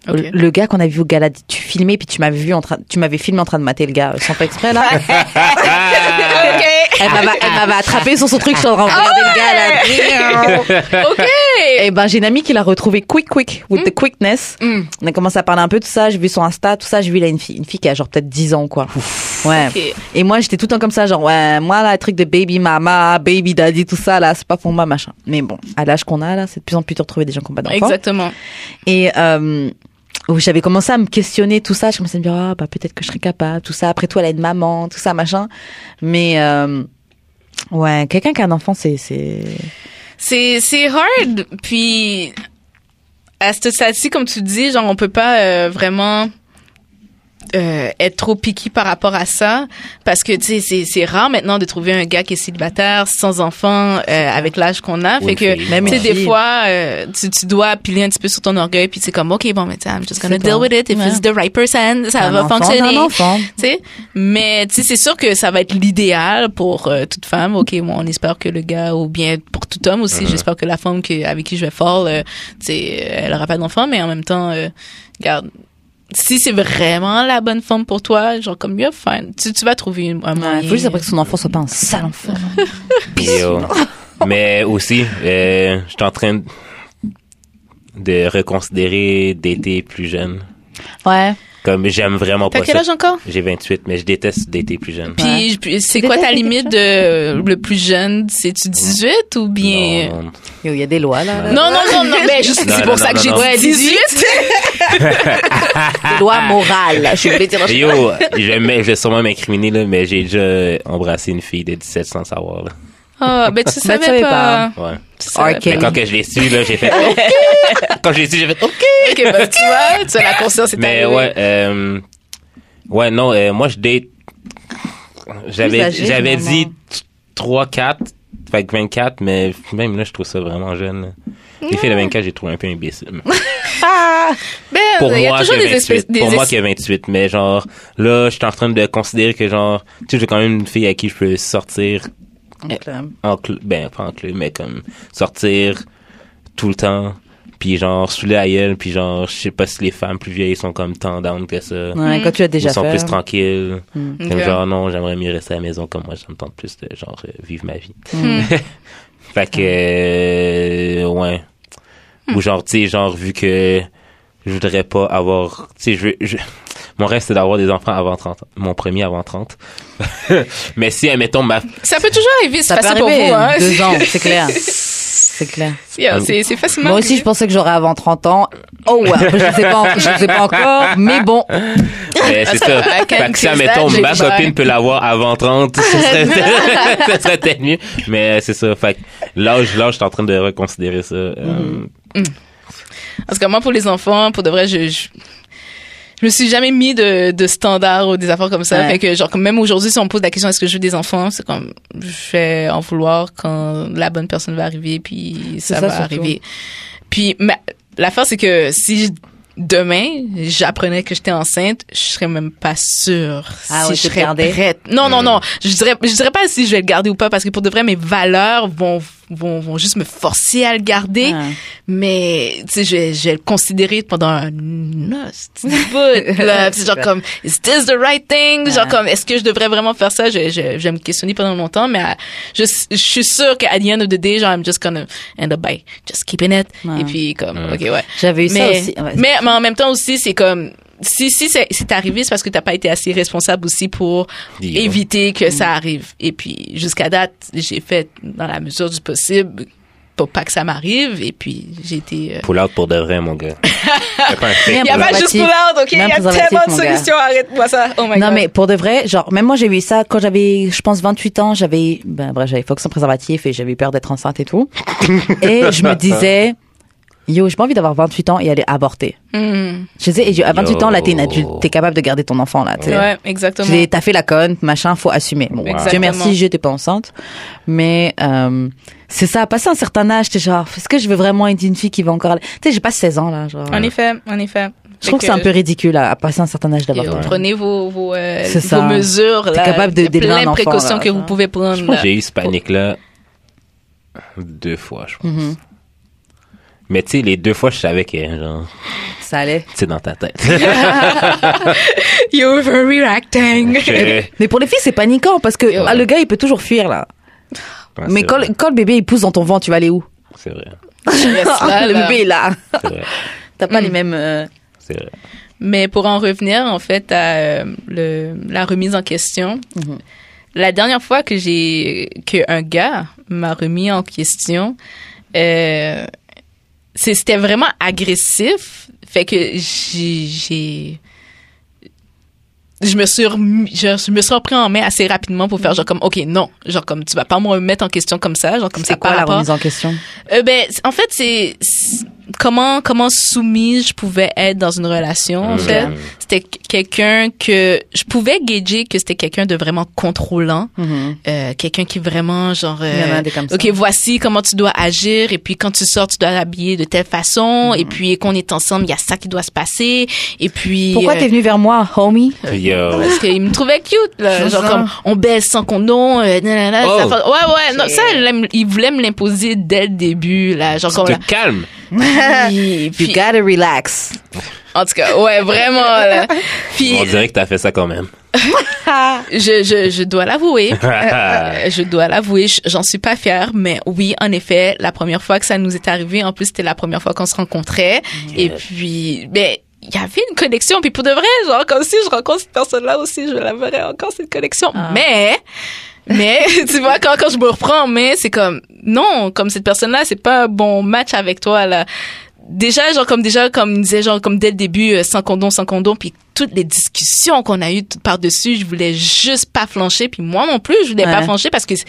[SPEAKER 2] Ok.
[SPEAKER 3] Le- Le gars qu'on avait vu au Gala, tu filmais puis tu m'avais vu en train, tu m'avais filmé en train de mater le gars euh, sans faire exprès là. Elle m'avait- elle m'avait attrapé sur son truc, je suis en train de regarder le gars là.
[SPEAKER 2] Oh OK.
[SPEAKER 3] Et ben j'ai une amie qui l'a retrouvé quick quick with
[SPEAKER 2] Mm.
[SPEAKER 3] the quickness. On a commencé à parler un peu de tout ça, j'ai vu son Insta, tout ça, j'ai vu là une fille, une fille qui a genre peut-être 10 ans quoi. Ouais.
[SPEAKER 2] Ok.
[SPEAKER 3] Et moi j'étais tout le temps comme ça genre ouais, moi là le truc de baby mama, baby daddy tout ça là, c'est pas pour moi machin. Mais bon, à l'âge qu'on a là, c'est de plus en plus dur de trouver des gens qui ont pas d'enfants.
[SPEAKER 2] Exactement.
[SPEAKER 3] Et euh, où j'avais commencé à me questionner tout ça. Je commençais à me dire, ah, bah, peut-être que je serais capable, tout ça. Après tout, elle a une maman, tout ça, machin. Mais, euh, ouais, quelqu'un qui a un enfant, c'est, c'est,
[SPEAKER 2] C'est c'est hard puis à ce stade-ci comme tu dis genre on peut pas euh, vraiment euh, être trop piqué par rapport à ça parce que tu sais c'est c'est rare maintenant de trouver un gars qui est célibataire sans enfant euh, avec l'âge qu'on a
[SPEAKER 1] Ou
[SPEAKER 2] fait
[SPEAKER 1] une
[SPEAKER 2] que
[SPEAKER 1] fille,
[SPEAKER 3] même
[SPEAKER 1] ouais.
[SPEAKER 2] tu sais,
[SPEAKER 3] une
[SPEAKER 2] des
[SPEAKER 3] fille.
[SPEAKER 2] fois, euh, tu, tu dois piler un petit peu sur ton orgueil, puis c'est comme, OK, bon, mais tu sais, I'm just gonna
[SPEAKER 3] C'est
[SPEAKER 2] deal
[SPEAKER 3] bon.
[SPEAKER 2] with it. If
[SPEAKER 3] Ouais.
[SPEAKER 2] it's the right person, ça
[SPEAKER 3] un
[SPEAKER 2] va
[SPEAKER 3] enfant,
[SPEAKER 2] fonctionner.
[SPEAKER 3] un enfant.
[SPEAKER 2] Tu sais, mais tu sais, c'est sûr que ça va être l'idéal pour euh, toute femme. OK, bon, on espère que le gars, ou bien pour tout homme
[SPEAKER 1] Uh-huh.
[SPEAKER 2] aussi, j'espère que la femme que, avec qui je vais fall, euh, tu sais, elle aura pas d'enfant, mais en même temps, euh, regarde, si c'est vraiment la bonne femme pour toi, genre, comme you're fine. Tu, tu vas trouver une, un
[SPEAKER 3] Ouais,
[SPEAKER 2] moyen.
[SPEAKER 3] faut juste après que son enfant soit pas un sale enfant.
[SPEAKER 2] euh,
[SPEAKER 1] Yo. euh, Mais aussi, euh, je suis en train de reconsidérer d'été plus jeune.
[SPEAKER 3] Ouais.
[SPEAKER 1] Comme j'aime vraiment
[SPEAKER 2] T'as
[SPEAKER 1] pas
[SPEAKER 2] quel
[SPEAKER 1] ça.
[SPEAKER 2] âge encore?
[SPEAKER 1] J'ai 28, mais je déteste d'été plus jeune.
[SPEAKER 2] Puis, je- puis c'est
[SPEAKER 3] Tu
[SPEAKER 2] quoi ta
[SPEAKER 3] détestes les
[SPEAKER 2] limite de euh, le plus jeune C'est-tu 18 ou bien
[SPEAKER 1] Non, non.
[SPEAKER 3] Yo, Il y a des lois, là.
[SPEAKER 2] Non, non, non, non, mais juste,
[SPEAKER 1] Non,
[SPEAKER 2] c'est
[SPEAKER 1] non,
[SPEAKER 2] pour
[SPEAKER 1] non,
[SPEAKER 2] ça que
[SPEAKER 1] non,
[SPEAKER 2] j'ai
[SPEAKER 1] non.
[SPEAKER 2] dit 18.
[SPEAKER 3] Des lois morales. Je voulais dire,
[SPEAKER 1] Yo, je, vais- je vais sûrement m'incriminer, là, mais j'ai déjà embrassé une fille de 17 sans savoir. Là.
[SPEAKER 2] Ah, ben tu
[SPEAKER 3] savais
[SPEAKER 2] savais
[SPEAKER 3] pas.
[SPEAKER 2] pas.
[SPEAKER 1] Ouais.
[SPEAKER 2] Tu savais
[SPEAKER 3] Ok.
[SPEAKER 2] pas.
[SPEAKER 1] Mais quand que je l'ai su, là, j'ai fait OK. quand je l'ai su, j'ai fait OK.
[SPEAKER 2] Ok, bah, tu vois, tu as la conscience est
[SPEAKER 1] Mais
[SPEAKER 2] arrivée.
[SPEAKER 1] ouais, euh, ouais, non, euh, moi je date. J'avais,
[SPEAKER 3] âgé,
[SPEAKER 1] j'avais dit
[SPEAKER 3] finalement.
[SPEAKER 1] 3, 4, fait que 24, mais même là, je trouve ça vraiment jeune. là. Les filles de 24, j'ai trouvé un peu imbécile.
[SPEAKER 2] Ben,
[SPEAKER 1] Pour
[SPEAKER 2] il y a
[SPEAKER 1] moi,
[SPEAKER 2] toujours
[SPEAKER 1] j'ai
[SPEAKER 2] des
[SPEAKER 1] 28.
[SPEAKER 2] espèces. Des
[SPEAKER 1] Pour moi,
[SPEAKER 2] es-
[SPEAKER 1] qui ai 28. Mais genre, là, je suis en train de considérer que genre, tu sais, j'ai quand même une fille à qui je peux sortir
[SPEAKER 2] euh,
[SPEAKER 1] en club, ben pas en club, mais comme sortir tout le temps, puis genre saouler la gueule, puis genre je sais pas si les femmes plus vieilles sont comme tant down que ça.
[SPEAKER 2] mm.
[SPEAKER 3] Ouais, quand tu l'as déjà
[SPEAKER 1] Ou sont
[SPEAKER 3] fait.
[SPEAKER 1] plus tranquilles. Comme
[SPEAKER 2] Ok.
[SPEAKER 1] genre non, j'aimerais mieux rester à la maison comme moi, ça me tente plus de genre euh, vivre ma vie.
[SPEAKER 2] Hmm.
[SPEAKER 1] Fait que euh, ouais. Ou genre tu sais genre vu que je voudrais pas avoir tu sais je, veux- je mon rêve c'est d'avoir des enfants avant 30 ans. mon premier avant 30. mais si admettons ma
[SPEAKER 2] Ça peut toujours arriver, c'est
[SPEAKER 3] Ça peut
[SPEAKER 2] facile pour
[SPEAKER 3] arriver.
[SPEAKER 2] vous. Hein.
[SPEAKER 3] Deux ans, c'est clair. C'est clair.
[SPEAKER 2] Yeah, C'est c'est facilement.
[SPEAKER 3] Moi aussi, je
[SPEAKER 2] arrivé.
[SPEAKER 3] pensais que j'aurais avant 30 ans. Oh, ouais. Je sais pas, en- je sais pas encore, mais bon.
[SPEAKER 2] Ah.
[SPEAKER 1] Mais c'est ça.
[SPEAKER 2] I can
[SPEAKER 1] Fait que ça,
[SPEAKER 2] taste
[SPEAKER 1] mettons,
[SPEAKER 2] that,
[SPEAKER 1] ma
[SPEAKER 2] j'ai-
[SPEAKER 1] copine peut l'avoir avant 30. Ce serait, ce serait peut-être mieux. Mais euh, c'est ça. Fait que l'âge, l'âge, je suis en train de reconsidérer ça. Euh,
[SPEAKER 2] Parce que moi, pour les enfants, pour de vrai, je. je... je me suis jamais mis de, de standard ou des affaires comme ça.
[SPEAKER 3] Ouais.
[SPEAKER 2] Fait que, genre, comme même aujourd'hui, si on me pose la question est-ce que je veux des enfants, c'est comme, je vais en vouloir quand la bonne personne va arriver, puis ça,
[SPEAKER 3] ça,
[SPEAKER 2] va
[SPEAKER 3] surtout.
[SPEAKER 2] arriver. Puis, ma- l'affaire, c'est que si je- demain, j'apprenais que j'étais enceinte, je serais même pas sûre
[SPEAKER 3] Ah
[SPEAKER 2] si
[SPEAKER 3] ouais,
[SPEAKER 2] je
[SPEAKER 3] tu te
[SPEAKER 2] serais
[SPEAKER 3] gardais? Mm.
[SPEAKER 2] prête. Non, non, non. Je dirais, je dirais pas si je vais le garder ou pas, parce que pour de vrai, mes valeurs vont, vont, vont juste me forcer à le garder.
[SPEAKER 3] Ouais.
[SPEAKER 2] Mais, tu sais, je vais, je vais le considérer pendant un os, tu sais, bout, là. Puis genre comme, is this the right thing? Genre
[SPEAKER 3] Ouais.
[SPEAKER 2] comme, est-ce que je devrais vraiment faire ça? Je, je, je vais me questionner pendant longtemps, mais euh, je, je suis sûre qu'à the end of the day, genre, I'm just gonna end up by just keeping it.
[SPEAKER 3] Ouais.
[SPEAKER 2] Et puis comme, ok, ouais.
[SPEAKER 3] J'avais eu ça
[SPEAKER 2] Mais,
[SPEAKER 3] aussi. Ouais.
[SPEAKER 2] mais, mais en même temps aussi, c'est comme, si, si c'est c'est arrivé, c'est parce que t'as pas été assez responsable aussi pour
[SPEAKER 1] Dis-le.
[SPEAKER 2] éviter que ça
[SPEAKER 3] Mm.
[SPEAKER 2] arrive. Et puis, jusqu'à date, j'ai fait dans la mesure du possible pour pas que ça m'arrive. Et puis, j'ai été... euh,
[SPEAKER 1] Pull out pour de vrai, mon gars. C'est pas un fake,
[SPEAKER 3] Merde.
[SPEAKER 2] Il y a
[SPEAKER 1] là.
[SPEAKER 2] pas juste
[SPEAKER 3] Préservatif.
[SPEAKER 2] pour l'ordre, OK? Il y
[SPEAKER 3] Même
[SPEAKER 2] a
[SPEAKER 3] préservatif,
[SPEAKER 2] tellement de
[SPEAKER 3] mon gars.
[SPEAKER 2] solutions. Arrête-moi ça. Oh my
[SPEAKER 3] non
[SPEAKER 2] God.
[SPEAKER 3] mais pour de vrai, genre même moi j'ai eu ça quand j'avais je pense 28 ans, j'avais ben bref, j'avais faut que sans préservatif et j'avais peur d'être enceinte et tout. et je me disais Yo, j'ai pas envie d'avoir 28 ans et aller avorter.
[SPEAKER 2] Hmm.
[SPEAKER 3] Je sais, et je- à 28 ans, là, t'es une adulte,
[SPEAKER 1] Yo.
[SPEAKER 3] t'es capable de garder ton enfant, là, tu sais.
[SPEAKER 2] Ouais,
[SPEAKER 3] Tu
[SPEAKER 2] exactement.
[SPEAKER 3] l'as- T'as fait la conne, machin, faut assumer. Bon,
[SPEAKER 2] Exactement.
[SPEAKER 3] Dieu merci, j'étais pas enceinte. Mais euh, c'est ça, passer un certain âge, t'es genre, est-ce que je veux vraiment être une fille qui va encore... aller- Tu sais, j'ai pas 16 ans, là. Genre.
[SPEAKER 2] En effet, en effet.
[SPEAKER 3] Je trouve que c'est
[SPEAKER 2] euh,
[SPEAKER 3] un peu ridicule à, à passer un certain âge
[SPEAKER 2] Et
[SPEAKER 3] d'avoir.
[SPEAKER 2] vous Prenez vos, vos, euh,
[SPEAKER 3] C'est
[SPEAKER 2] vos
[SPEAKER 3] ça.
[SPEAKER 2] mesures,
[SPEAKER 3] T'es
[SPEAKER 2] là.
[SPEAKER 3] capable de-
[SPEAKER 2] Il y a
[SPEAKER 3] d'élever
[SPEAKER 2] plein
[SPEAKER 3] un
[SPEAKER 2] de
[SPEAKER 3] enfant,
[SPEAKER 2] précautions
[SPEAKER 3] là,
[SPEAKER 2] que
[SPEAKER 3] ça.
[SPEAKER 2] vous pouvez prendre. là.
[SPEAKER 1] J'ai eu ce panique-là deux fois, je pense.
[SPEAKER 3] Mhm.
[SPEAKER 1] Mais tu sais, les deux fois, je savais que, genre,
[SPEAKER 3] Ça allait.
[SPEAKER 1] c'est dans ta tête.
[SPEAKER 2] You're overreacting.
[SPEAKER 1] Je-
[SPEAKER 3] Mais pour les filles, c'est paniquant parce que
[SPEAKER 2] Et ouais.
[SPEAKER 3] ah, le gars, il peut toujours fuir là.
[SPEAKER 1] Ouais,
[SPEAKER 3] Mais
[SPEAKER 1] c'est
[SPEAKER 3] quand,
[SPEAKER 1] vrai.
[SPEAKER 3] quand le bébé il pousse dans ton ventre, tu vas aller où
[SPEAKER 1] C'est vrai.
[SPEAKER 2] là,
[SPEAKER 3] Le
[SPEAKER 2] Ah, là.
[SPEAKER 3] bébé est là.
[SPEAKER 1] C'est vrai.
[SPEAKER 3] T'as pas
[SPEAKER 2] Mm.
[SPEAKER 3] les mêmes. euh,
[SPEAKER 1] C'est vrai.
[SPEAKER 2] Mais pour en revenir, en fait, à euh, le, la remise en question,
[SPEAKER 3] Mhm.
[SPEAKER 2] la dernière fois que j'ai qu'un gars m'a remis en question, euh, c'est- c'était vraiment agressif. Fait que j'ai- j'ai. Je me, suis remis- je, je me suis repris en main assez rapidement pour faire
[SPEAKER 3] Mhm.
[SPEAKER 2] genre comme, OK, non, genre comme, tu vas pas me remettre en question comme ça, genre comme ça
[SPEAKER 3] C'est
[SPEAKER 2] par
[SPEAKER 3] quoi la
[SPEAKER 2] rapport-
[SPEAKER 3] remise en question
[SPEAKER 2] euh, ben, c- en fait, c'est c'est- comment comment soumise je pouvais être dans une relation. En
[SPEAKER 1] Mhm.
[SPEAKER 2] fait, c'était qu- quelqu'un que je pouvais gager que c'était quelqu'un de vraiment contrôlant, euh, quelqu'un qui vraiment genre.
[SPEAKER 3] Il y en a
[SPEAKER 2] euh,
[SPEAKER 3] des comme ça.
[SPEAKER 2] Ok, voici comment tu dois agir et puis quand tu sors, tu dois t'habiller de telle façon
[SPEAKER 3] Mhm.
[SPEAKER 2] et puis qu'on est ensemble, il y a ça qui doit se passer et puis.
[SPEAKER 3] Pourquoi
[SPEAKER 2] euh,
[SPEAKER 3] t'es venu vers moi, homie
[SPEAKER 1] Yo.
[SPEAKER 2] parce qu'il me trouvait cute, là.
[SPEAKER 3] C'est
[SPEAKER 2] Genre
[SPEAKER 3] ça.
[SPEAKER 2] comme, on baisse sans condom, euh, nanana,
[SPEAKER 1] Oh.
[SPEAKER 2] ça fait- Ouais, ouais, non,
[SPEAKER 3] Ok.
[SPEAKER 2] ça, il aime- il voulait me l'imposer dès le début, là. Genre comme, là,
[SPEAKER 1] Te calme.
[SPEAKER 3] You
[SPEAKER 2] puis-
[SPEAKER 3] gotta relax.
[SPEAKER 2] En tout cas, ouais, vraiment. Là. Puis,
[SPEAKER 1] On dirait que t'as fait ça quand même.
[SPEAKER 2] je, je, je dois l'avouer.
[SPEAKER 1] Ah.
[SPEAKER 2] Euh, je dois l'avouer, j- j'en suis pas fière, mais oui, en effet, la première fois que ça nous est arrivé, en plus, c'était la première fois qu'on se rencontrait. Et puis, ben, il y avait une connexion. Puis pour de vrai, genre, comme si je rencontre cette personne-là aussi, je la verrais encore, cette connexion.
[SPEAKER 3] Ah.
[SPEAKER 2] Mais, mais, tu vois, quand, quand je me reprends, mais c'est comme, non, comme cette personne-là, c'est pas un bon match avec toi, là. Déjà, genre, comme déjà, comme il disait, genre, comme dès le début, euh, sans condom, sans condom, puis toutes les discussions qu'on a eues tout par-dessus, je voulais juste pas flancher, puis moi non plus, je voulais pas
[SPEAKER 3] Ouais.
[SPEAKER 2] flancher parce que c-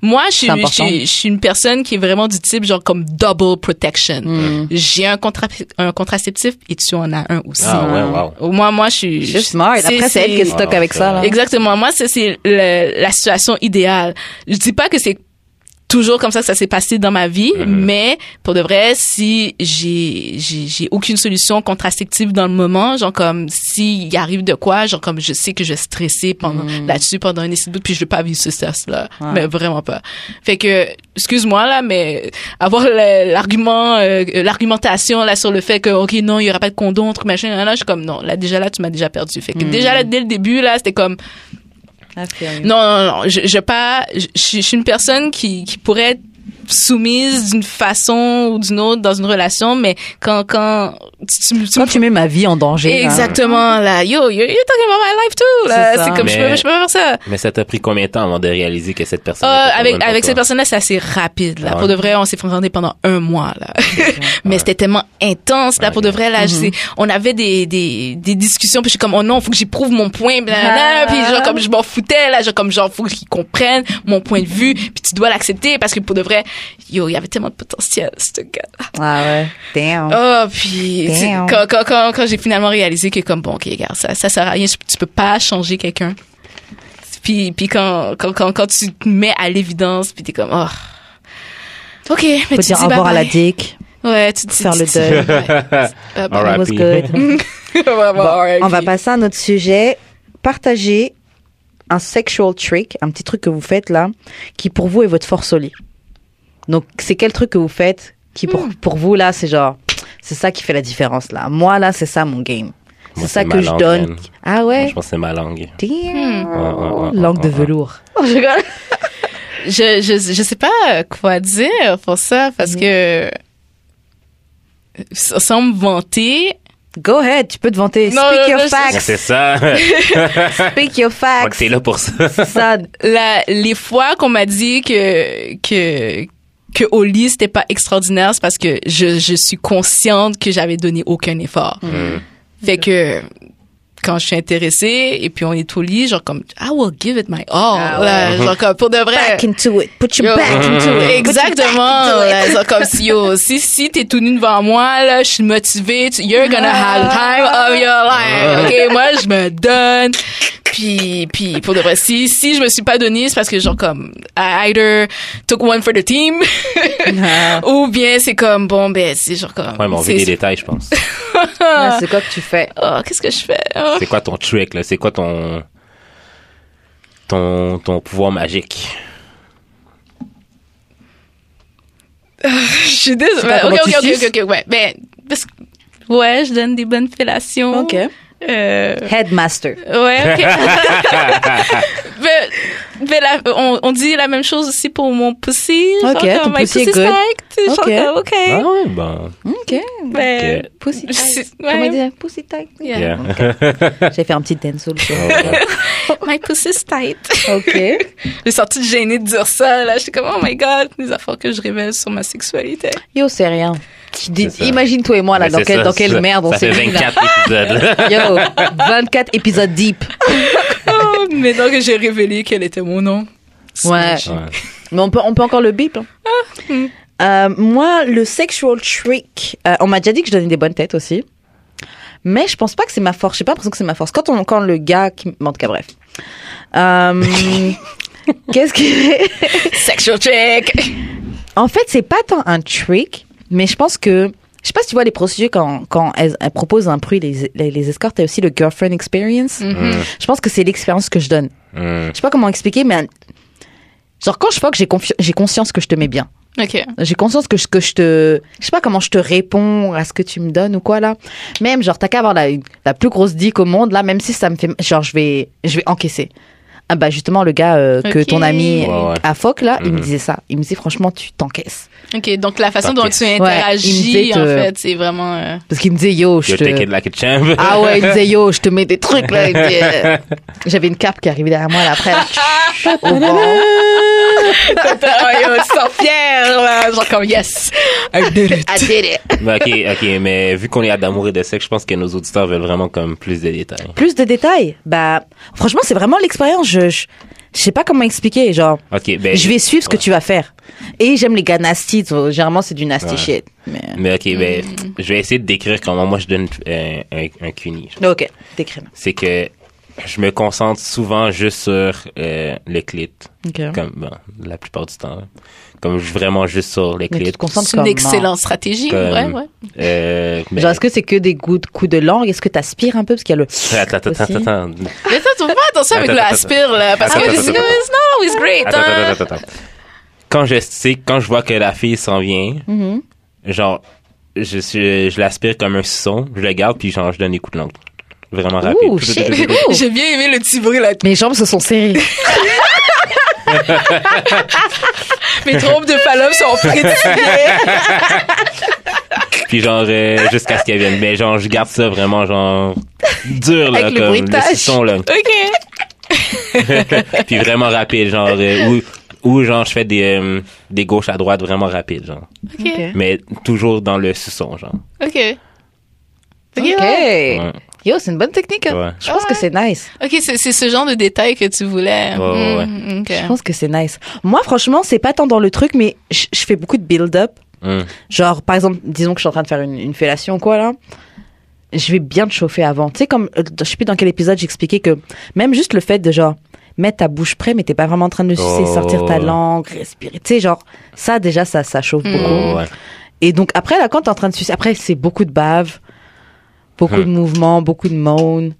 [SPEAKER 2] moi, je suis,
[SPEAKER 3] C'est
[SPEAKER 2] je,
[SPEAKER 3] important.
[SPEAKER 2] suis- je suis une personne qui est vraiment du type, genre, comme double protection.
[SPEAKER 3] Mm.
[SPEAKER 2] J'ai un, contra- un contraceptif et tu en as un aussi.
[SPEAKER 1] Ah ouais, wow.
[SPEAKER 2] Au moins, moi, je suis...
[SPEAKER 3] Je suis smart.
[SPEAKER 2] c'est-
[SPEAKER 3] Après, c'est elle qui est
[SPEAKER 2] c'est-
[SPEAKER 3] stock avec ça. Là.
[SPEAKER 2] Exactement. Moi, ça, c'est le- la situation idéale. Je dis pas que c'est toujours comme ça que ça s'est passé dans ma vie,
[SPEAKER 1] Mhm.
[SPEAKER 2] mais pour de vrai, si j'ai, j'ai, j'ai aucune solution contraceptive dans le moment, genre comme s'il arrive de quoi, genre comme je sais que je vais stresser pendant, là-dessus pendant un essai de doute, puis je vais pas vivre ce stress-là.
[SPEAKER 3] Ouais.
[SPEAKER 2] Mais vraiment pas. Fait que, excuse-moi là, mais avoir le- l'argument, euh, l'argumentation là sur le fait que, ok, non, il y aura pas de condom, truc machin, là, là, je suis comme, non, là, déjà là, tu m'as déjà perdu. Fait que déjà là, dès le début, là, c'était comme,
[SPEAKER 3] Ah,
[SPEAKER 2] non, non, non, je, je pas. Je, je suis une personne qui, qui pourrait être soumise d'une façon ou d'une autre dans une relation, mais quand quand tu, tu, tu
[SPEAKER 3] Quand
[SPEAKER 2] me
[SPEAKER 3] tu mets ma vie en danger. là.
[SPEAKER 2] exactement là, yo, you're, you're talking about my life too là,
[SPEAKER 3] C'est ça.
[SPEAKER 2] c'est comme je
[SPEAKER 1] Mais-
[SPEAKER 2] peux je peux pas faire ça.
[SPEAKER 1] Mais ça t'a pris combien de temps avant de réaliser que cette personne
[SPEAKER 2] Euh,
[SPEAKER 1] était pas bonne
[SPEAKER 2] avec
[SPEAKER 1] pour
[SPEAKER 2] avec
[SPEAKER 1] toi?
[SPEAKER 2] cette personne-là, c'est assez rapide là.
[SPEAKER 1] Ah ouais.
[SPEAKER 2] Pour de vrai, on s'est fréquentés pendant un mois là. mais c'était tellement intense là. Pour de vrai là,
[SPEAKER 1] Mhm.
[SPEAKER 2] je sais, on avait des des des discussions puis je suis comme oh non, faut que j'éprouve mon point. blablabla.
[SPEAKER 3] Ah.
[SPEAKER 2] Puis genre comme je m'en foutais là, genre comme genre faut qu'ils comprennent mon point de vue. Puis tu dois l'accepter parce que pour de vrai, yo, il y avait tellement de potentiel ce gars.
[SPEAKER 3] Ah ouais. Damn.
[SPEAKER 2] Oh, puis tu-
[SPEAKER 4] Damn.
[SPEAKER 2] quand, quand, quand, quand j'ai finalement réalisé que comme bon, ok, regarde, ça, ça sert à rien, tu peux pas changer quelqu'un. Puis, puis quand, quand, quand, quand tu te mets à l'évidence, puis t'es comme, oh, ok, mais
[SPEAKER 3] Faut
[SPEAKER 2] tu
[SPEAKER 3] dire
[SPEAKER 2] dis
[SPEAKER 3] au revoir à la
[SPEAKER 2] bye-bye.
[SPEAKER 3] dick.
[SPEAKER 2] Ouais, tu dis
[SPEAKER 3] Faire
[SPEAKER 2] tu
[SPEAKER 3] le
[SPEAKER 2] dis-
[SPEAKER 3] deuil.
[SPEAKER 2] ouais, bye-bye.
[SPEAKER 1] All right.
[SPEAKER 3] It was
[SPEAKER 1] R.I.P.
[SPEAKER 3] good.
[SPEAKER 2] Vraiment,
[SPEAKER 3] Bon,
[SPEAKER 2] all right,
[SPEAKER 3] on va
[SPEAKER 2] puis-
[SPEAKER 3] passer à notre sujet. Partager un sexual trick, un petit truc que vous faites là, qui pour vous est votre force au lit. Donc, c'est quel truc que vous faites qui pour,
[SPEAKER 2] Hmm.
[SPEAKER 3] pour vous là, c'est genre, c'est ça qui fait la différence là. Moi là, c'est ça mon game.
[SPEAKER 1] Moi,
[SPEAKER 3] C'est ça
[SPEAKER 1] ma
[SPEAKER 3] que je
[SPEAKER 1] langue,
[SPEAKER 3] donne.
[SPEAKER 1] man.
[SPEAKER 3] Ah
[SPEAKER 1] Moi,
[SPEAKER 3] ouais?
[SPEAKER 1] je pense que c'est ma langue.
[SPEAKER 2] Hmm.
[SPEAKER 3] Damn.
[SPEAKER 1] Ouais, ouais, ouais,
[SPEAKER 3] Langue
[SPEAKER 1] ouais,
[SPEAKER 3] de
[SPEAKER 1] ouais.
[SPEAKER 3] velours.
[SPEAKER 2] Oh, Je, je, je sais pas quoi dire pour ça, parce
[SPEAKER 3] Mm.
[SPEAKER 2] que, sans me vanter,
[SPEAKER 3] Go ahead, tu peux te vanter.
[SPEAKER 2] Non,
[SPEAKER 3] Speak
[SPEAKER 2] non,
[SPEAKER 3] your
[SPEAKER 2] non, je-
[SPEAKER 1] Mais
[SPEAKER 3] facts.
[SPEAKER 1] C'est ça.
[SPEAKER 3] Speak your
[SPEAKER 1] Moi,
[SPEAKER 3] facts.
[SPEAKER 1] T'es là pour ça.
[SPEAKER 3] C'est ça.
[SPEAKER 2] la, les fois qu'on m'a dit que, que, que au lit, c'était pas extraordinaire, c'est parce que je, je suis consciente Mm. que j'avais donné aucun effort. Fait que, quand je suis intéressée et puis on est au lit, genre comme I will give it my all.
[SPEAKER 3] Ah
[SPEAKER 2] là, genre comme pour de vrai.
[SPEAKER 4] Back into it. Put your
[SPEAKER 2] Yo,
[SPEAKER 4] back into it.
[SPEAKER 2] Exactement. là, genre comme si yo, si si t'es tout nu devant moi là, je suis motivée. tu- you're gonna have the time of your life. Ok, moi je me donne. Puis puis pour de vrai, si si je me suis pas donnée, c'est parce que genre comme I either took one for the team ou bien c'est comme bon ben c'est genre comme.
[SPEAKER 1] Ouais, mais on veut
[SPEAKER 2] c'est-
[SPEAKER 1] des détails, je pense.
[SPEAKER 3] Ah, C'est quoi que tu fais
[SPEAKER 2] Oh, qu'est-ce que je fais? Oh.
[SPEAKER 1] C'est quoi ton trick, là? C'est quoi ton... ton... ton pouvoir magique?
[SPEAKER 2] Je suis désolée.
[SPEAKER 3] pas
[SPEAKER 2] Ok,
[SPEAKER 3] comment
[SPEAKER 2] ok,
[SPEAKER 3] tu
[SPEAKER 2] ok,
[SPEAKER 3] suces?
[SPEAKER 2] ok, ok, ouais. Ben, parce que, ouais, je donne des bonnes fellations.
[SPEAKER 3] Ok.
[SPEAKER 2] Euh,
[SPEAKER 3] Headmaster.
[SPEAKER 2] ouais, ok. ben, ben la- on, on dit la même chose aussi pour mon pussy. genre
[SPEAKER 3] Ok,
[SPEAKER 2] comme
[SPEAKER 3] ton
[SPEAKER 2] my
[SPEAKER 3] pussy est
[SPEAKER 2] pussy's
[SPEAKER 3] good.
[SPEAKER 2] tight, genre
[SPEAKER 3] Ok.
[SPEAKER 2] comme, ok.
[SPEAKER 1] Ah ouais, bon.
[SPEAKER 3] Ok.
[SPEAKER 2] Ben,
[SPEAKER 1] Ok.
[SPEAKER 3] Pussy
[SPEAKER 2] je
[SPEAKER 3] tight.
[SPEAKER 2] sais-
[SPEAKER 3] Comment
[SPEAKER 2] ouais.
[SPEAKER 3] dire Pussy tight.
[SPEAKER 2] Yeah.
[SPEAKER 1] Yeah. ben,
[SPEAKER 3] J'ai fait un petit dance
[SPEAKER 2] Oh, My pussy's tight.
[SPEAKER 1] Oh.
[SPEAKER 3] Ok.
[SPEAKER 2] J'ai sorti de gênée de dire ça, là. J'étais comme, oh my god, les affaires que je révèle sur ma sexualité.
[SPEAKER 3] Yo, c'est rien. Tu dis-
[SPEAKER 1] C'est ça.
[SPEAKER 3] Imagine-toi et moi, là,
[SPEAKER 1] Mais
[SPEAKER 3] dans,
[SPEAKER 1] c'est
[SPEAKER 3] quelle-
[SPEAKER 1] ça,
[SPEAKER 3] dans quelle
[SPEAKER 1] ça-
[SPEAKER 3] merde on
[SPEAKER 1] Ça
[SPEAKER 3] s'est
[SPEAKER 1] fait
[SPEAKER 3] mis, là.
[SPEAKER 1] 24 épisodes, là.
[SPEAKER 3] Yo, 24 épisodes deep.
[SPEAKER 2] Oh, maintenant que j'ai révélé quel était mon nom.
[SPEAKER 3] Ouais.
[SPEAKER 1] Ouais.
[SPEAKER 3] Mais on peut, on peut encore le bip. hein. Euh, moi, le sexual trick, euh, on m'a déjà dit que je donnais des bonnes têtes aussi. Mais je pense pas que c'est ma force. J'ai pas l'impression que c'est ma force. Quand, on, quand le gars qui. En tout cas, bref. Euh, Qu'est-ce que.
[SPEAKER 2] Sexual check.
[SPEAKER 3] En fait, c'est pas tant un trick, mais je pense que. Je sais pas si tu vois les prostituées quand, quand elles, elles proposent un prix, les, les, les escortes, t'as aussi le girlfriend experience.
[SPEAKER 2] Mm. Mm-hmm.
[SPEAKER 3] Je pense que c'est l'expérience que je donne.
[SPEAKER 1] Mm.
[SPEAKER 3] Je sais pas comment expliquer, mais. Genre, quand je vois que j'ai confi- j'ai conscience que je te mets bien,
[SPEAKER 2] Ok.
[SPEAKER 3] j'ai conscience que je, que je te. Je sais pas comment je te réponds à ce que tu me donnes ou quoi là. Même, genre, t'as qu'à avoir la, la plus grosse dick au monde là, même si ça me fait. Genre, je vais, je vais encaisser. Ah bah, justement, le gars euh, que
[SPEAKER 2] Ok.
[SPEAKER 3] ton
[SPEAKER 1] Ouais,
[SPEAKER 3] ami
[SPEAKER 1] ouais.
[SPEAKER 3] à Foc là, il me
[SPEAKER 1] Mhm.
[SPEAKER 3] disait ça. Il me disait, franchement, tu t'encaisses.
[SPEAKER 2] Ok, donc la façon
[SPEAKER 1] Ok.
[SPEAKER 2] dont tu interagis,
[SPEAKER 3] il me fait,
[SPEAKER 2] en
[SPEAKER 3] euh,
[SPEAKER 2] fait, c'est vraiment... euh,
[SPEAKER 3] Parce qu'il me disait yo, je
[SPEAKER 1] You're taking
[SPEAKER 3] te.
[SPEAKER 1] like a champ.
[SPEAKER 3] Ah ouais, il me disait yo, je te mets des trucs là. Il me disait, euh, J'avais une cape qui arrivait derrière moi là après. Oh, là, au vent.
[SPEAKER 2] Attends, yo, oh, tu sens fier, là, genre comme « Yes, I did it
[SPEAKER 3] I did it.
[SPEAKER 1] Mais ok, ok, mais vu qu'on est à d'amour et de sexe, je pense que nos auditeurs veulent vraiment comme plus de détails.
[SPEAKER 3] Plus de détails. Bah, franchement, c'est vraiment l'expérience. Je, je, je sais pas comment expliquer. Genre,
[SPEAKER 1] Ok, ben.
[SPEAKER 3] je vais suivre ce que tu vas faire. Et j'aime les gars nasty. so, Généralement, c'est du nasty
[SPEAKER 1] Ouais.
[SPEAKER 3] shit. Mais...
[SPEAKER 1] Mais ok, ben,
[SPEAKER 3] Mm.
[SPEAKER 1] je vais essayer de décrire comment moi je donne euh, un, un cuni.
[SPEAKER 3] Ok, décris.
[SPEAKER 1] C'est que je me concentre souvent juste sur euh, le clit.
[SPEAKER 3] Ok.
[SPEAKER 1] Comme, bon, la plupart du temps. hein. Comme je- vraiment juste sur le
[SPEAKER 3] Mais tu
[SPEAKER 1] clit.
[SPEAKER 3] te concentres
[SPEAKER 2] C'est une
[SPEAKER 3] comment
[SPEAKER 2] excellente stratégie,
[SPEAKER 1] Comme-
[SPEAKER 2] ouais, ouais.
[SPEAKER 1] Euh, ben,
[SPEAKER 3] Genre, est-ce que c'est que des coups de, coups de langue Est-ce que t'aspires un peu Parce qu'il y a le.
[SPEAKER 1] Attends, attends, attends,
[SPEAKER 3] aussi.
[SPEAKER 1] attends.
[SPEAKER 2] Mais ça, tu fais pas attention avec le
[SPEAKER 1] Attends, attends,
[SPEAKER 2] aspire, là, parce que
[SPEAKER 1] Attends,
[SPEAKER 2] it's,
[SPEAKER 1] attends, attends.
[SPEAKER 2] it's not always great,
[SPEAKER 1] Attends,
[SPEAKER 2] hein.
[SPEAKER 1] attends, attends, attends. Quand je sais, quand je vois que la fille s'en vient,
[SPEAKER 3] Mhm.
[SPEAKER 1] genre, je, suis- je l'aspire comme un son, je le garde, puis genre, je donne des coups de langue. Vraiment rapide.
[SPEAKER 3] Ouh, shit. Ouh.
[SPEAKER 2] J'ai bien aimé le petit bruit, là.
[SPEAKER 3] Mes jambes se sont serrées.
[SPEAKER 2] Mes trompes de Fallope sont frétillées.
[SPEAKER 1] Puis genre, euh, jusqu'à ce qu'elle vienne. Mais genre, je garde ça vraiment, genre, dur, là,
[SPEAKER 3] Avec le
[SPEAKER 1] comme
[SPEAKER 3] bruitage.
[SPEAKER 1] son, là.
[SPEAKER 2] OK.
[SPEAKER 1] puis vraiment rapide, genre, euh, ou, ou genre, je fais des, euh, des gauches à droite vraiment rapide, genre.
[SPEAKER 2] OK.
[SPEAKER 1] Mais toujours dans le suçon, genre.
[SPEAKER 2] OK.
[SPEAKER 3] Ok. Eh.
[SPEAKER 1] Ouais.
[SPEAKER 3] Yo, c'est une bonne technique. hein.
[SPEAKER 1] Ouais.
[SPEAKER 3] Je pense que c'est nice.
[SPEAKER 2] OK, c'est c'est ce genre de détail que tu voulais.
[SPEAKER 1] Ouais, ouais, ouais.
[SPEAKER 2] Mm, OK.
[SPEAKER 3] Je pense que c'est nice. Moi, franchement, c'est pas tant dans le truc, mais je, je fais beaucoup de build-up.
[SPEAKER 1] Hum.
[SPEAKER 3] Genre, par exemple, disons que je suis en train de faire une, une fellation ou quoi, là. Je vais bien te chauffer avant. Tu sais, comme, euh, je sais plus dans quel épisode j'expliquais que même juste le fait de genre, mettre ta bouche près, mais t'es pas vraiment en train de sucer,
[SPEAKER 1] Oh.
[SPEAKER 3] sortir ta langue, respirer. Tu sais, genre, ça, déjà, ça, ça chauffe beaucoup.
[SPEAKER 1] Oh, ouais.
[SPEAKER 3] Et donc, après, là, quand t'es en train de sucer, après, c'est beaucoup de bave, beaucoup
[SPEAKER 1] Hmm.
[SPEAKER 3] de mouvements, beaucoup de moan.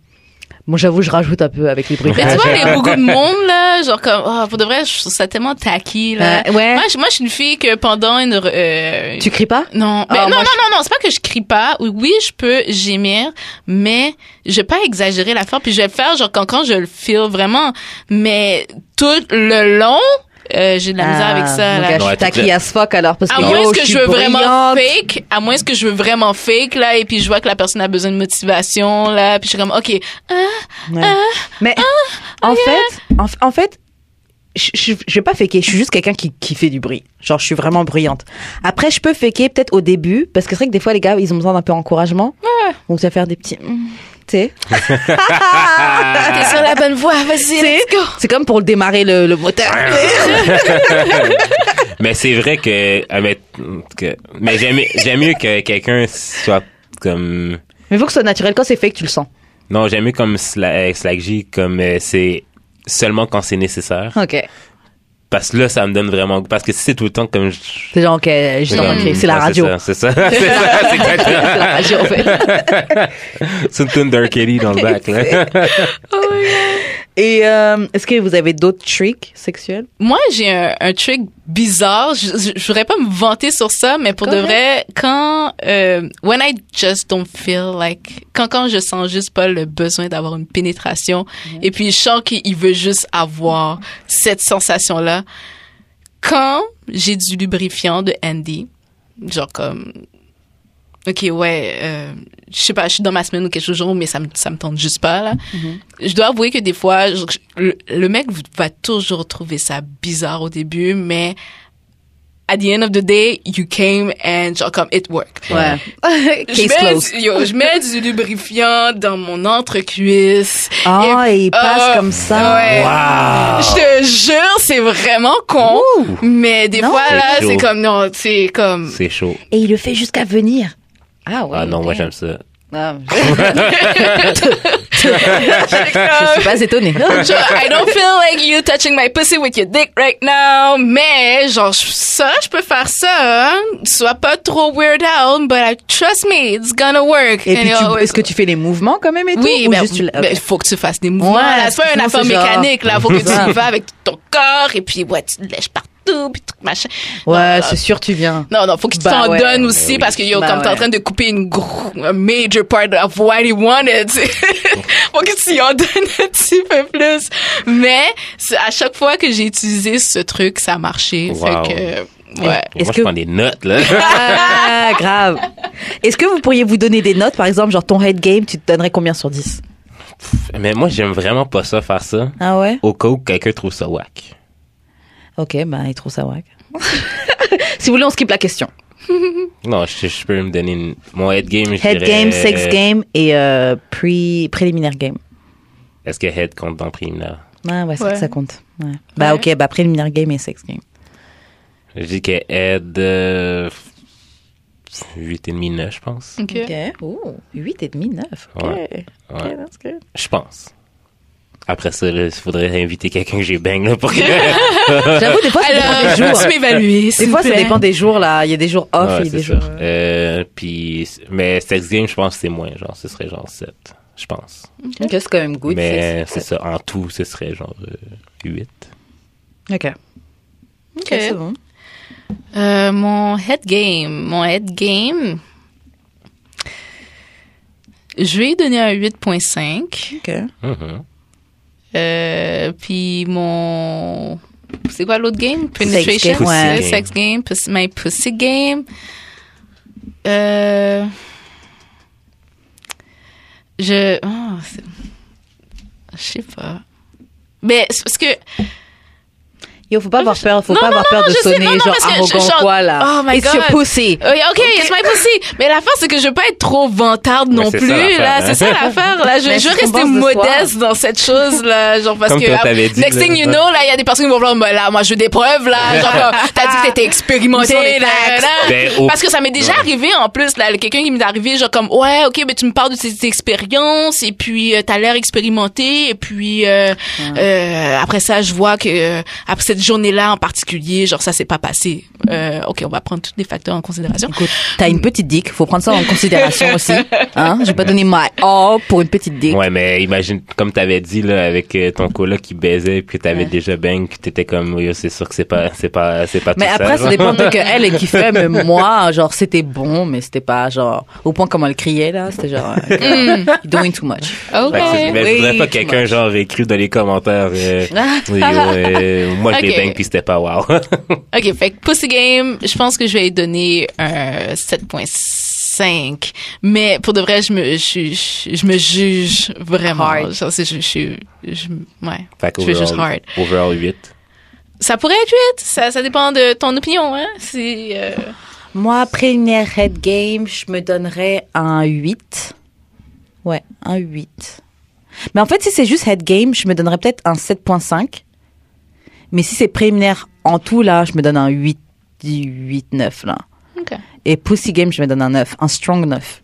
[SPEAKER 3] Bon, j'avoue, je rajoute un peu avec les bruits.
[SPEAKER 2] Mais tu vois, il y a beaucoup de monde, là, genre comme, oh, pour de vrai, je trouve ça tellement tacky, là.
[SPEAKER 3] Euh, ouais.
[SPEAKER 2] Moi, je, moi, je suis une fille que pendant une, euh,
[SPEAKER 3] Tu cries pas?
[SPEAKER 2] non,
[SPEAKER 3] Ah,
[SPEAKER 2] ben, non,
[SPEAKER 3] moi,
[SPEAKER 2] non, non, non, c'est pas que je crie pas. Oui, Oui, je peux gémir, mais je vais pas exagérer l'affaire, puis je vais le faire genre quand, quand je le feel vraiment, mais tout le long, euh, j'ai de la misère
[SPEAKER 3] Ah,
[SPEAKER 2] avec ça, là.
[SPEAKER 3] mon gars, je suis
[SPEAKER 1] Ouais,
[SPEAKER 3] taquille
[SPEAKER 1] toute la-
[SPEAKER 3] as fuck alors parce
[SPEAKER 2] À
[SPEAKER 3] que
[SPEAKER 2] moins
[SPEAKER 3] yo,
[SPEAKER 2] que
[SPEAKER 3] je
[SPEAKER 2] je
[SPEAKER 3] suis
[SPEAKER 2] veux vraiment
[SPEAKER 3] brillante.
[SPEAKER 2] fake, à moins que je veux vraiment fake là, et puis je vois que la personne a besoin de motivation là, puis je suis comme ok,
[SPEAKER 3] Ouais.
[SPEAKER 2] Ah.
[SPEAKER 3] Mais en fait, en, en fait, je, je, je vais pas faker. Je suis juste quelqu'un qui, qui fait du bruit. Genre, je suis vraiment brillante. Après, je peux faker peut-être au début parce que c'est vrai que des fois les gars, ils ont besoin d'un peu d'encouragement. Donc, tu vas faire des petits. mm, sais. Ah.
[SPEAKER 2] T'es sur la bonne voie, vas-y,
[SPEAKER 3] C'est-
[SPEAKER 2] let's go.
[SPEAKER 3] C'est comme pour démarrer le, le moteur.
[SPEAKER 1] mais c'est vrai que, ah, mais, que- mais j'aime mieux- j'aime mieux que quelqu'un soit comme
[SPEAKER 3] Mais faut que ce soit naturel. Quand c'est fake, tu le sens.
[SPEAKER 1] non j'aime mieux comme Sla- euh, Slack J comme euh, c'est seulement quand c'est nécessaire
[SPEAKER 3] Ok.
[SPEAKER 1] parce que là ça me donne vraiment parce que si c'est tout le temps comme je-
[SPEAKER 3] C'est genre, ok, j'ai dans ma
[SPEAKER 1] comme-
[SPEAKER 3] clé. C'est
[SPEAKER 1] Ouais,
[SPEAKER 3] la radio.
[SPEAKER 1] c'est ça c'est ça c'est ça, c'est exactement-
[SPEAKER 3] C'est la radio, en fait.
[SPEAKER 1] c'est une tune d'R. Kelly dans le bac là.
[SPEAKER 3] Et euh, est-ce que vous avez d'autres tricks sexuels
[SPEAKER 2] Moi, j'ai un, un truc bizarre. Je, je, je voudrais pas me vanter sur ça, mais pour de
[SPEAKER 3] Correct.
[SPEAKER 2] vrai, quand euh, when I just don't feel like quand quand je sens juste pas le besoin d'avoir une pénétration, et puis je sens qu'il veut juste avoir cette sensation là. Quand j'ai du lubrifiant de Andy, genre comme ok ouais, euh, je sais pas, je suis dans ma semaine ou quelque chose genre, mais ça me ça me tente juste pas là je dois avouer que des fois, je- le, le mec va toujours trouver ça bizarre au début, mais at the end of the day, you came and genre comme it worked.
[SPEAKER 3] Ouais.
[SPEAKER 2] Je
[SPEAKER 3] Case
[SPEAKER 2] mets,
[SPEAKER 3] closed.
[SPEAKER 2] du, yo, je mets du lubrifiant dans mon entre-cuisse.
[SPEAKER 3] Ah, et il passe
[SPEAKER 2] Ah,
[SPEAKER 3] comme ça.
[SPEAKER 2] ouais.
[SPEAKER 1] Wow.
[SPEAKER 2] Je te jure, c'est vraiment con. Mais des
[SPEAKER 3] Non.
[SPEAKER 2] fois,
[SPEAKER 1] C'est
[SPEAKER 2] là,
[SPEAKER 1] chaud.
[SPEAKER 2] c'est comme, non, c'est comme...
[SPEAKER 1] c'est chaud
[SPEAKER 3] Et il le fait jusqu'à venir. Ah ouais.
[SPEAKER 1] ah non moi j'aime ça
[SPEAKER 3] Ah, je suis pas étonnée.
[SPEAKER 2] Genre, I don't feel like you touching my pussy with your dick right now. Mais, genre, je- ça, je peux faire ça. hein. Sois pas trop weird out, but I, trust me, it's gonna work.
[SPEAKER 3] Et
[SPEAKER 2] And
[SPEAKER 3] puis,
[SPEAKER 2] it
[SPEAKER 3] tu-
[SPEAKER 2] always-
[SPEAKER 3] est-ce que tu fais les mouvements quand même et tout
[SPEAKER 2] oui,
[SPEAKER 3] ou
[SPEAKER 2] mais
[SPEAKER 3] juste tu le-
[SPEAKER 2] mais faut que tu fasses des mouvements.
[SPEAKER 3] Ouais,
[SPEAKER 2] là. c'est pas une
[SPEAKER 3] sinon,
[SPEAKER 2] affaire
[SPEAKER 3] c'est genre-
[SPEAKER 2] mécanique, là. Faut que tu
[SPEAKER 3] Ouais.
[SPEAKER 2] y vas avec ton corps, et puis, ouais, tu te lèches partout, puis tout machin.
[SPEAKER 3] Ouais,
[SPEAKER 2] Non,
[SPEAKER 3] c'est sûr, tu viens.
[SPEAKER 2] non, non, faut que tu
[SPEAKER 3] Bah
[SPEAKER 2] t'en
[SPEAKER 3] ouais.
[SPEAKER 2] donnes aussi parce que yo,
[SPEAKER 3] Bah
[SPEAKER 2] comme t'es en
[SPEAKER 3] ouais.
[SPEAKER 2] train de couper une gros, a major part of what he wanted, tu sais. faut que tu y en donnes un petit peu plus. Mais c'est- à chaque fois que j'ai utilisé ce truc, ça a marché.
[SPEAKER 1] Wow.
[SPEAKER 2] Fait que, ouais.
[SPEAKER 3] Est-ce
[SPEAKER 1] moi
[SPEAKER 3] que-
[SPEAKER 1] je prends des notes là
[SPEAKER 3] Ah, grave. Est-ce que vous pourriez vous donner des notes, par exemple, genre ton head game, tu te donnerais combien sur 10
[SPEAKER 1] mais moi j'aime vraiment pas ça faire ça
[SPEAKER 3] Ah ouais
[SPEAKER 1] au cas où quelqu'un trouve ça whack
[SPEAKER 3] Ok, bah, il trouve ça wack. si vous voulez, on skip la question.
[SPEAKER 1] non je, je peux me donner une- mon head game je
[SPEAKER 3] Head
[SPEAKER 1] dirais-
[SPEAKER 3] game, sex game et euh, pré- préliminaire game.
[SPEAKER 1] euh, est-ce que head compte dans préliminaire
[SPEAKER 3] Ah ouais, c'est
[SPEAKER 2] Ouais.
[SPEAKER 3] que ça compte. Ouais. Bah
[SPEAKER 2] Ouais.
[SPEAKER 3] ok, bah préliminaire game et sex game.
[SPEAKER 1] Je dis que aide euh, 8,5, 9, je pense.
[SPEAKER 2] Ok.
[SPEAKER 3] Ouh, 8 et demi, 9. Ok.
[SPEAKER 1] Ouais.
[SPEAKER 3] Ok,
[SPEAKER 1] Ouais,
[SPEAKER 3] that's good.
[SPEAKER 1] je pense. Après ça, il faudrait inviter quelqu'un que j'ai bang là, pour que...
[SPEAKER 3] J'avoue, des fois, ça dépend des
[SPEAKER 2] Alors,
[SPEAKER 3] jours.
[SPEAKER 2] tu m'évaluer,
[SPEAKER 3] Des fois, ça dépend des jours, là. Il y a des jours off,
[SPEAKER 1] Ouais,
[SPEAKER 3] il y a
[SPEAKER 1] c'est
[SPEAKER 3] des
[SPEAKER 1] ça.
[SPEAKER 3] jours...
[SPEAKER 1] Euh, puis, mais sex game, je pense que c'est moins, genre, ce serait genre 7, je pense.
[SPEAKER 3] Ok, c'est quand même good.
[SPEAKER 1] mais c'est ça, en tout, ce serait genre euh, 8.
[SPEAKER 3] Ok. Ok, c'est bon.
[SPEAKER 2] Euh, mon head game. Mon head game. Je vais donner un 8.5.
[SPEAKER 3] Ok.
[SPEAKER 1] Mhm.
[SPEAKER 2] Euh, puis mon c'est quoi l'autre game
[SPEAKER 3] game,
[SPEAKER 2] penetration
[SPEAKER 3] ouais.
[SPEAKER 2] Ouais, sex game pussy, my pussy game euh, je oh, c'est- je sais pas mais c'est parce que
[SPEAKER 3] Yo, faut pas avoir peur, faut
[SPEAKER 2] Non,
[SPEAKER 3] pas
[SPEAKER 2] non,
[SPEAKER 3] avoir peur
[SPEAKER 2] non,
[SPEAKER 3] de
[SPEAKER 2] je sais,
[SPEAKER 3] sonner,
[SPEAKER 2] non, non,
[SPEAKER 3] genre
[SPEAKER 2] parce que je-
[SPEAKER 3] arrogant
[SPEAKER 2] genre-
[SPEAKER 3] quoi, là.
[SPEAKER 2] Oh my
[SPEAKER 3] It's your
[SPEAKER 2] God.
[SPEAKER 3] pussy.
[SPEAKER 2] Oui, ok, it's my pussy. Mais l'affaire, c'est que je veux pas être trop vantarde non
[SPEAKER 1] c'est ça
[SPEAKER 2] plus,
[SPEAKER 1] l'affaire,
[SPEAKER 2] là.
[SPEAKER 1] hein.
[SPEAKER 2] C'est ça l'affaire, là. Je,
[SPEAKER 3] Mais
[SPEAKER 2] je veux
[SPEAKER 3] c'est ce qu'on
[SPEAKER 2] rester
[SPEAKER 3] pense de
[SPEAKER 2] modeste dans cette chose, là. Genre, parce
[SPEAKER 1] Comme
[SPEAKER 2] que,
[SPEAKER 1] toi,
[SPEAKER 2] ah,
[SPEAKER 1] t'avais dit,
[SPEAKER 2] next
[SPEAKER 1] là.
[SPEAKER 2] thing you know, là, il y a des personnes qui vont vouloir, bah, là, moi, je veux des preuves, là. Genre, comme, t'as dit que t'étais expérimenté,
[SPEAKER 3] Ils sont des
[SPEAKER 2] là,
[SPEAKER 3] facts.
[SPEAKER 2] là.
[SPEAKER 1] Ben, au-
[SPEAKER 2] Parce que ça m'est déjà
[SPEAKER 1] Ouais.
[SPEAKER 2] arrivé, en plus, là. Quelqu'un qui m'est arrivé, genre, comme, ouais, ok, mais tu me parles de tes expériences, et puis, euh, t'as l'air expérimenté, et puis, euh, euh, après ça, je vois que euh, après cette journée-là en particulier, genre ça s'est pas passé. Euh, ok, on va prendre tous les facteurs en considération.
[SPEAKER 3] Écoute, t'as une petite dick, faut prendre ça en considération aussi. Hein, j'ai pas donné my all pour une petite dick.
[SPEAKER 1] Ouais, mais imagine, comme t'avais dit, là, avec euh, ton coloc qui baisait, puis que t'avais
[SPEAKER 3] Ouais.
[SPEAKER 1] déjà bang, puis t'étais comme, yo, c'est sûr que c'est pas, c'est pas, c'est pas
[SPEAKER 3] Mais
[SPEAKER 1] tout
[SPEAKER 3] après,
[SPEAKER 1] ça,
[SPEAKER 3] ça
[SPEAKER 1] genre.
[SPEAKER 3] dépend de que elle est qui fait. Mais moi, genre, c'était bon, mais c'était pas genre au point comme elle criait là. C'était genre
[SPEAKER 1] Mm.
[SPEAKER 3] euh, doing too much.
[SPEAKER 2] Ok.
[SPEAKER 1] Fait que c'est- mais
[SPEAKER 3] Way
[SPEAKER 1] je voudrais pas que
[SPEAKER 3] too
[SPEAKER 1] quelqu'un
[SPEAKER 3] much.
[SPEAKER 1] genre écrit dans les commentaires. euh, oui, euh, moi je les
[SPEAKER 2] Ok.
[SPEAKER 1] bang puis c'était pas wow.
[SPEAKER 2] Ok, fait que Pussy Game, je pense que je vais lui donner un 7.5. Mais pour de vrai, je me, je, je, je me juge vraiment.
[SPEAKER 3] Hard.
[SPEAKER 2] Genre, c'est- je, je, je, ouais.
[SPEAKER 1] fait que
[SPEAKER 2] Je vais juste hard.
[SPEAKER 1] overall 8.
[SPEAKER 2] Ça pourrait être 8. Ça, ça dépend de ton opinion, hein. C'est, euh,
[SPEAKER 3] Moi, première head game, je me donnerais un 8. Ouais, Un 8. Mais en fait, si c'est juste head game, je me donnerais peut-être un 7.5. Mais si c'est préliminaire en tout, là, je me donne un 8, 8, 9, là.
[SPEAKER 2] OK.
[SPEAKER 3] Et Pussy Game, je me donne un 9, un strong 9.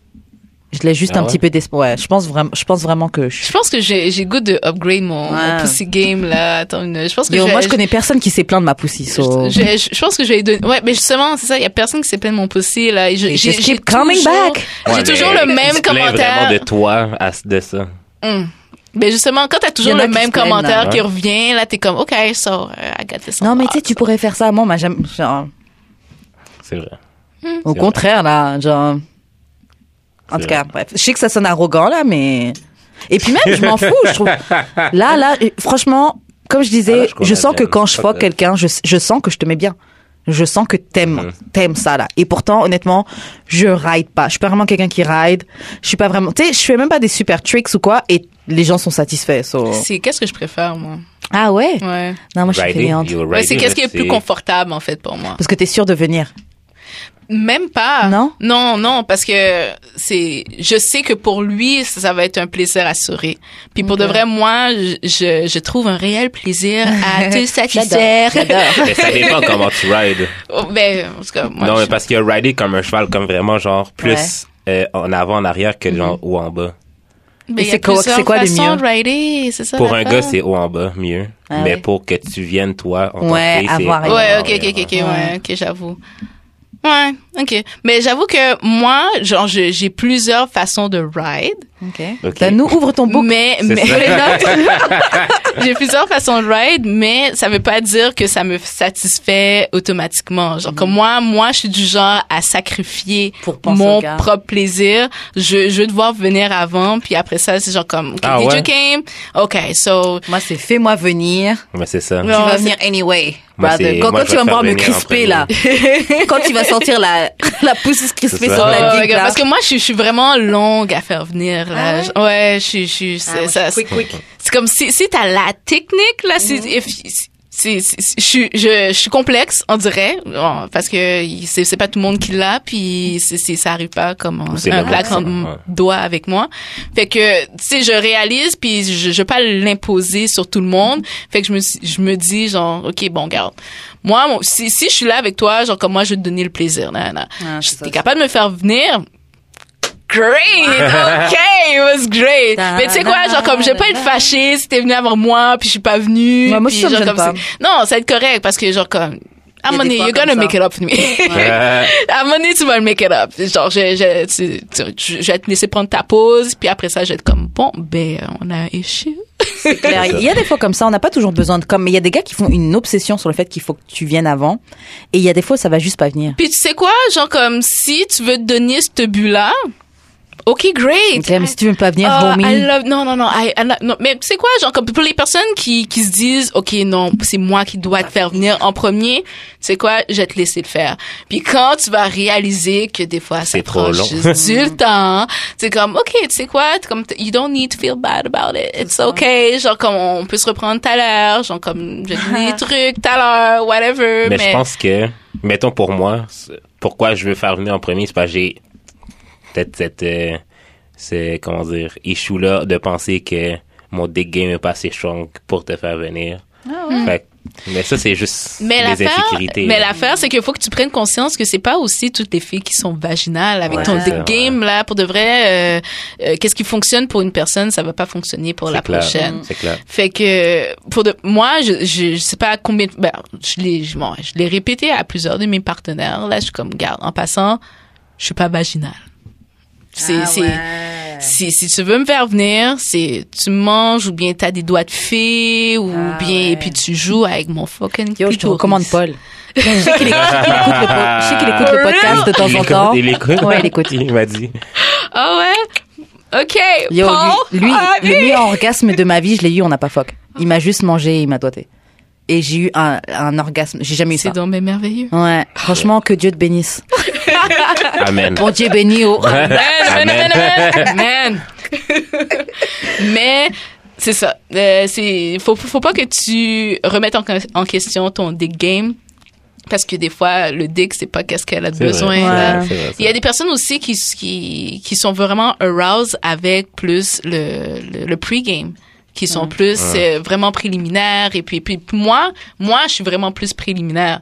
[SPEAKER 3] Je l'ai juste
[SPEAKER 1] Ah
[SPEAKER 3] un
[SPEAKER 1] ouais?
[SPEAKER 3] petit peu d'espoir. Ouais, je pense vraiment, je pense vraiment que je
[SPEAKER 2] Je pense que j'ai j'ai goût de upgrade mon, mon
[SPEAKER 3] Ouais.
[SPEAKER 2] pussy game là. Attends une minute. Je pense que
[SPEAKER 3] Yo,
[SPEAKER 2] je-
[SPEAKER 3] moi, je connais personne qui s'est plaint de ma pussy. So...
[SPEAKER 2] Je, je- je pense que je vais donner. Ouais, mais justement, c'est ça. Il y a personne qui s'est plaint de mon pussy là. Et je-
[SPEAKER 3] They
[SPEAKER 2] j'ai-
[SPEAKER 3] just
[SPEAKER 2] j'ai
[SPEAKER 3] keep coming
[SPEAKER 2] toujours-
[SPEAKER 3] back.
[SPEAKER 2] J'ai
[SPEAKER 1] Ouais,
[SPEAKER 2] toujours
[SPEAKER 1] mais
[SPEAKER 2] le même
[SPEAKER 1] tu te plains
[SPEAKER 2] commentaire.
[SPEAKER 1] vraiment de toi à, ce- de ça.
[SPEAKER 2] Hum. Mais justement, quand t'as toujours
[SPEAKER 3] Y en a
[SPEAKER 2] le
[SPEAKER 3] qui se
[SPEAKER 2] même
[SPEAKER 3] plaignent, là.
[SPEAKER 2] commentaire qui
[SPEAKER 1] Ouais.
[SPEAKER 2] revient, là, t'es comme, OK, so, euh, I got this. on
[SPEAKER 3] Non, mais
[SPEAKER 2] lock.
[SPEAKER 1] Ah.
[SPEAKER 3] tu sais, tu pourrais faire ça. Moi, on m'a jamais. genre,
[SPEAKER 1] C'est vrai.
[SPEAKER 3] au
[SPEAKER 1] C'est
[SPEAKER 3] contraire, là. Genre. En
[SPEAKER 1] C'est
[SPEAKER 3] tout cas, bref. Je sais que ça sonne arrogant, là, mais. Et puis même, je m'en fous, je trouve. Là, là, euh, franchement, comme je
[SPEAKER 1] Ah,
[SPEAKER 3] disais,
[SPEAKER 1] là, je
[SPEAKER 3] je,
[SPEAKER 1] comprends
[SPEAKER 3] sens que
[SPEAKER 1] bien.
[SPEAKER 3] quand je
[SPEAKER 1] Fuck
[SPEAKER 3] vois
[SPEAKER 1] that.
[SPEAKER 3] quelqu'un, je, je sens que je te mets bien. Je sens que t'aimes,
[SPEAKER 1] Mm-hmm.
[SPEAKER 3] t'aimes ça, là. Et pourtant, honnêtement, je ride pas. Je suis pas vraiment quelqu'un qui ride. Je suis pas vraiment, tu sais, je fais même pas des super tricks ou quoi, et les gens sont satisfaits, so.
[SPEAKER 2] C'est qu'est-ce que je préfère, moi.
[SPEAKER 3] Ah ouais?
[SPEAKER 2] Ouais.
[SPEAKER 3] Non, moi, je suis
[SPEAKER 1] Riding,
[SPEAKER 3] fainéante.
[SPEAKER 1] you're
[SPEAKER 2] Ouais, c'est
[SPEAKER 1] riding,
[SPEAKER 2] qu'est-ce qui est
[SPEAKER 1] c'est-
[SPEAKER 2] plus confortable, en fait, pour moi.
[SPEAKER 3] Parce que t'es sûr de venir.
[SPEAKER 2] Même pas.
[SPEAKER 3] Non?
[SPEAKER 2] Non, non, parce que c'est, je sais que pour lui, ça, ça va être un plaisir assuré. Puis pour de vrai, moi, je, je je trouve un réel plaisir à te satisfaire.
[SPEAKER 3] J'adore.
[SPEAKER 1] Mais ça dépend comment tu rides.
[SPEAKER 2] Oh, ben, en tout cas, moi,
[SPEAKER 1] non,
[SPEAKER 2] je-
[SPEAKER 1] mais parce que rider comme un cheval, comme vraiment genre plus euh, en avant, en arrière que genre
[SPEAKER 2] Mm-hmm.
[SPEAKER 1] haut en bas.
[SPEAKER 2] mais il y a
[SPEAKER 3] c'est quoi-
[SPEAKER 2] plusieurs
[SPEAKER 3] c'est quoi les
[SPEAKER 2] façons
[SPEAKER 3] mieux?
[SPEAKER 2] de rider, c'est ça,
[SPEAKER 1] Pour un
[SPEAKER 2] l'affaire?
[SPEAKER 1] gars, c'est haut en bas, mieux.
[SPEAKER 3] Ah
[SPEAKER 1] mais
[SPEAKER 3] ouais.
[SPEAKER 1] pour que tu viennes, toi, en
[SPEAKER 3] Ouais,
[SPEAKER 1] tant que fille,
[SPEAKER 3] avoir
[SPEAKER 1] c'est
[SPEAKER 3] raison.
[SPEAKER 2] Ouais,
[SPEAKER 1] haut en
[SPEAKER 2] ok, ok,
[SPEAKER 1] arrière.
[SPEAKER 2] ok, ok, ouais, ok, j'avoue. Ouais, ok. Mais j'avoue que moi, genre, je- j'ai plusieurs façons de ride.
[SPEAKER 1] Ok.
[SPEAKER 3] Bah, nous ouvre ton bouc.
[SPEAKER 2] Mais,
[SPEAKER 1] C'est
[SPEAKER 2] mais Non, j'ai plusieurs façons de ride, mais ça veut pas dire que ça me satisfait automatiquement. Genre comme moi, moi je suis du genre à sacrifier
[SPEAKER 3] Pour penser
[SPEAKER 2] mon
[SPEAKER 3] au gars.
[SPEAKER 2] propre plaisir. Je je veux devoir venir avant, puis après ça c'est genre comme okay,
[SPEAKER 1] Ah
[SPEAKER 2] did
[SPEAKER 1] ouais?
[SPEAKER 2] you came, okay so
[SPEAKER 3] Moi, c'est fais-moi venir.
[SPEAKER 1] Mais c'est ça.
[SPEAKER 2] Non,
[SPEAKER 3] tu vas
[SPEAKER 2] c'est-
[SPEAKER 3] venir anyway.
[SPEAKER 1] Moi,
[SPEAKER 3] brother.
[SPEAKER 1] c'est-
[SPEAKER 3] quand
[SPEAKER 1] moi,
[SPEAKER 3] quand
[SPEAKER 1] je
[SPEAKER 3] tu
[SPEAKER 1] vais
[SPEAKER 3] vas me
[SPEAKER 1] faire
[SPEAKER 3] voir me
[SPEAKER 1] venir en
[SPEAKER 3] crisper, là. quand tu vas sentir la, la pousse
[SPEAKER 1] C'est
[SPEAKER 3] crispée
[SPEAKER 1] ça.
[SPEAKER 3] sur
[SPEAKER 2] Oh
[SPEAKER 3] ta
[SPEAKER 2] my
[SPEAKER 3] dick,
[SPEAKER 2] God,
[SPEAKER 3] là. Ah,
[SPEAKER 2] parce que moi, je, suis- je suis vraiment longue à faire venir. Là. Je- ouais, je, suis- je, suis-
[SPEAKER 3] Ah,
[SPEAKER 2] c'est- ça- c'est- C'est comme si, si t'as la technique, là, si,
[SPEAKER 3] Mhm.
[SPEAKER 2] if- si- si- si- je, suis- je, je suis complexe, on dirait, bon, parce que il- c'est c'est pas tout le monde qui l'a, puis c'est c'est- ça arrive pas comme
[SPEAKER 1] C'est
[SPEAKER 2] un, un
[SPEAKER 1] le
[SPEAKER 2] claquement de
[SPEAKER 1] maximum, ouais.
[SPEAKER 2] doigts avec moi. Fait que, tu sais, je réalise, puis je, je veux pas l'imposer sur tout le monde. Fait que je me, suis- je me dis, genre, OK, bon, garde. Moi, mon- si, si je suis là avec toi, genre, comme moi, je vais te donner le plaisir. Là, là.
[SPEAKER 3] Ah,
[SPEAKER 2] Je-
[SPEAKER 3] c'est ça,
[SPEAKER 2] T'es capable de me faire venir? Great! OK! It was great!
[SPEAKER 3] Ta-
[SPEAKER 2] Mais tu sais quoi, genre, comme, je vais pas être fâchée si t'es venu avant moi, puis je suis pas venue.
[SPEAKER 3] Ouais, moi,
[SPEAKER 2] puis
[SPEAKER 3] ça me
[SPEAKER 2] genre,
[SPEAKER 3] gêne
[SPEAKER 2] comme
[SPEAKER 3] pas.
[SPEAKER 2] c'est- Non, ça va être correct, parce que, genre, comme, à un
[SPEAKER 3] Il y a
[SPEAKER 2] moment
[SPEAKER 3] des
[SPEAKER 2] donné,
[SPEAKER 3] fois
[SPEAKER 2] you're gonna
[SPEAKER 3] comme ça.
[SPEAKER 2] make it up with me.
[SPEAKER 1] Euh,
[SPEAKER 2] À un moment donné, tu vas le make it up. Genre, je, je, tu- tu- je vais te laisser prendre ta pause, puis après ça, je vais être comme, bon, ben, on a échoué.
[SPEAKER 3] Claire, Il y a des fois comme ça, on n'a pas toujours besoin de comme, mais il y a des gars qui font une obsession sur le fait qu'il faut que tu viennes avant. Et il y a des fois, ça va juste pas venir.
[SPEAKER 2] Puis tu sais quoi, genre, comme, si tu veux te donner ce but-là, OK, great!
[SPEAKER 3] Ok, mais si tu veux pas venir,
[SPEAKER 2] Ah,
[SPEAKER 3] homie.
[SPEAKER 2] I love- non, non, non, I- I love- non. Mais tu sais quoi, genre, comme pour les personnes qui, qui se disent, OK, non, c'est moi qui dois te faire venir en premier, tu sais quoi, je vais te laisser le faire. Puis quand tu vas réaliser que des fois, ça
[SPEAKER 1] C'est trop
[SPEAKER 2] prend
[SPEAKER 1] long.
[SPEAKER 2] juste du temps, c'est comme, OK, tu sais quoi, t'es comme, you don't need to feel bad about it. It's okay. Genre, comme, on peut se reprendre tout à l'heure, genre, comme, je vais te donner des trucs tout à l'heure, whatever.
[SPEAKER 1] mais je pense que, mettons pour moi, c'est- pourquoi je veux faire venir en premier, c'est parce que j'ai peut-être cette, euh, ce- comment dire, échoue là de penser que mon dick game est pas assez strong pour te faire venir. Fait que- mais ça, c'est juste
[SPEAKER 2] Ah Mais
[SPEAKER 1] les
[SPEAKER 2] l'affaire,
[SPEAKER 1] insécurités.
[SPEAKER 2] mais
[SPEAKER 1] là.
[SPEAKER 2] l'affaire, c'est qu'il faut que tu prennes conscience que c'est pas aussi toutes les filles qui sont vaginales avec
[SPEAKER 1] Ouais,
[SPEAKER 2] ton
[SPEAKER 1] c'est
[SPEAKER 2] dick
[SPEAKER 1] ça,
[SPEAKER 2] game là pour de vrai. euh, euh, Qu'est-ce qui fonctionne pour une personne, ça va pas fonctionner pour
[SPEAKER 1] C'est
[SPEAKER 2] la
[SPEAKER 1] clair,
[SPEAKER 3] Mm.
[SPEAKER 2] prochaine. Ah!
[SPEAKER 1] C'est clair.
[SPEAKER 2] Fait que pour de moi, je, je, je sais pas combien. de- Ben, je l'ai je, bon, je l'ai répété à plusieurs de mes partenaires. Là, je suis comme garde. En passant, je suis pas vaginale. C'est
[SPEAKER 3] Ah
[SPEAKER 2] c'est si, si tu veux me faire venir, c'est tu manges ou bien t'as des doigts de fée ou
[SPEAKER 3] Ah
[SPEAKER 2] bien
[SPEAKER 3] ouais.
[SPEAKER 2] et puis tu joues avec mon fucking
[SPEAKER 3] Yo, je te
[SPEAKER 2] clitoris.
[SPEAKER 3] recommande Paul. Je sais qu'il écoute, le, po- je sais qu'il écoute le podcast de temps
[SPEAKER 1] Il
[SPEAKER 3] en
[SPEAKER 1] écoute,
[SPEAKER 3] temps.
[SPEAKER 1] Il écoute.
[SPEAKER 3] Ouais, il écoute.
[SPEAKER 1] Il m'a dit.
[SPEAKER 2] Ah ouais? OK.
[SPEAKER 3] Yo,
[SPEAKER 2] Paul,
[SPEAKER 3] lui, lui,
[SPEAKER 2] ah,
[SPEAKER 3] le meilleur orgasme de ma vie, je l'ai eu, on n'a pas fuck. Il m'a juste mangé et il m'a doigté. Et j'ai eu un, un orgasme, j'ai jamais eu ça.
[SPEAKER 2] C'est donc bien merveilleux.
[SPEAKER 3] Ouais, franchement, que Dieu te bénisse.
[SPEAKER 1] Amen.
[SPEAKER 3] Bon Dieu béni, oh.
[SPEAKER 2] Amen, amen, amen, amen, amen. Mais c'est ça. Euh, c'est faut faut pas que tu remettes en, en question ton dick game Parce que des fois, le dick, c'est pas qu'est-ce qu'elle a
[SPEAKER 1] C'est vrai,
[SPEAKER 2] besoin.
[SPEAKER 1] c'est
[SPEAKER 2] là.
[SPEAKER 1] vrai, c'est vrai, c'est
[SPEAKER 2] Il y a
[SPEAKER 1] vrai.
[SPEAKER 2] des personnes aussi qui, qui, qui sont vraiment aroused avec plus le, le, le pre-game qui sont plus euh, vraiment préliminaires et puis puis moi moi je suis vraiment plus préliminaire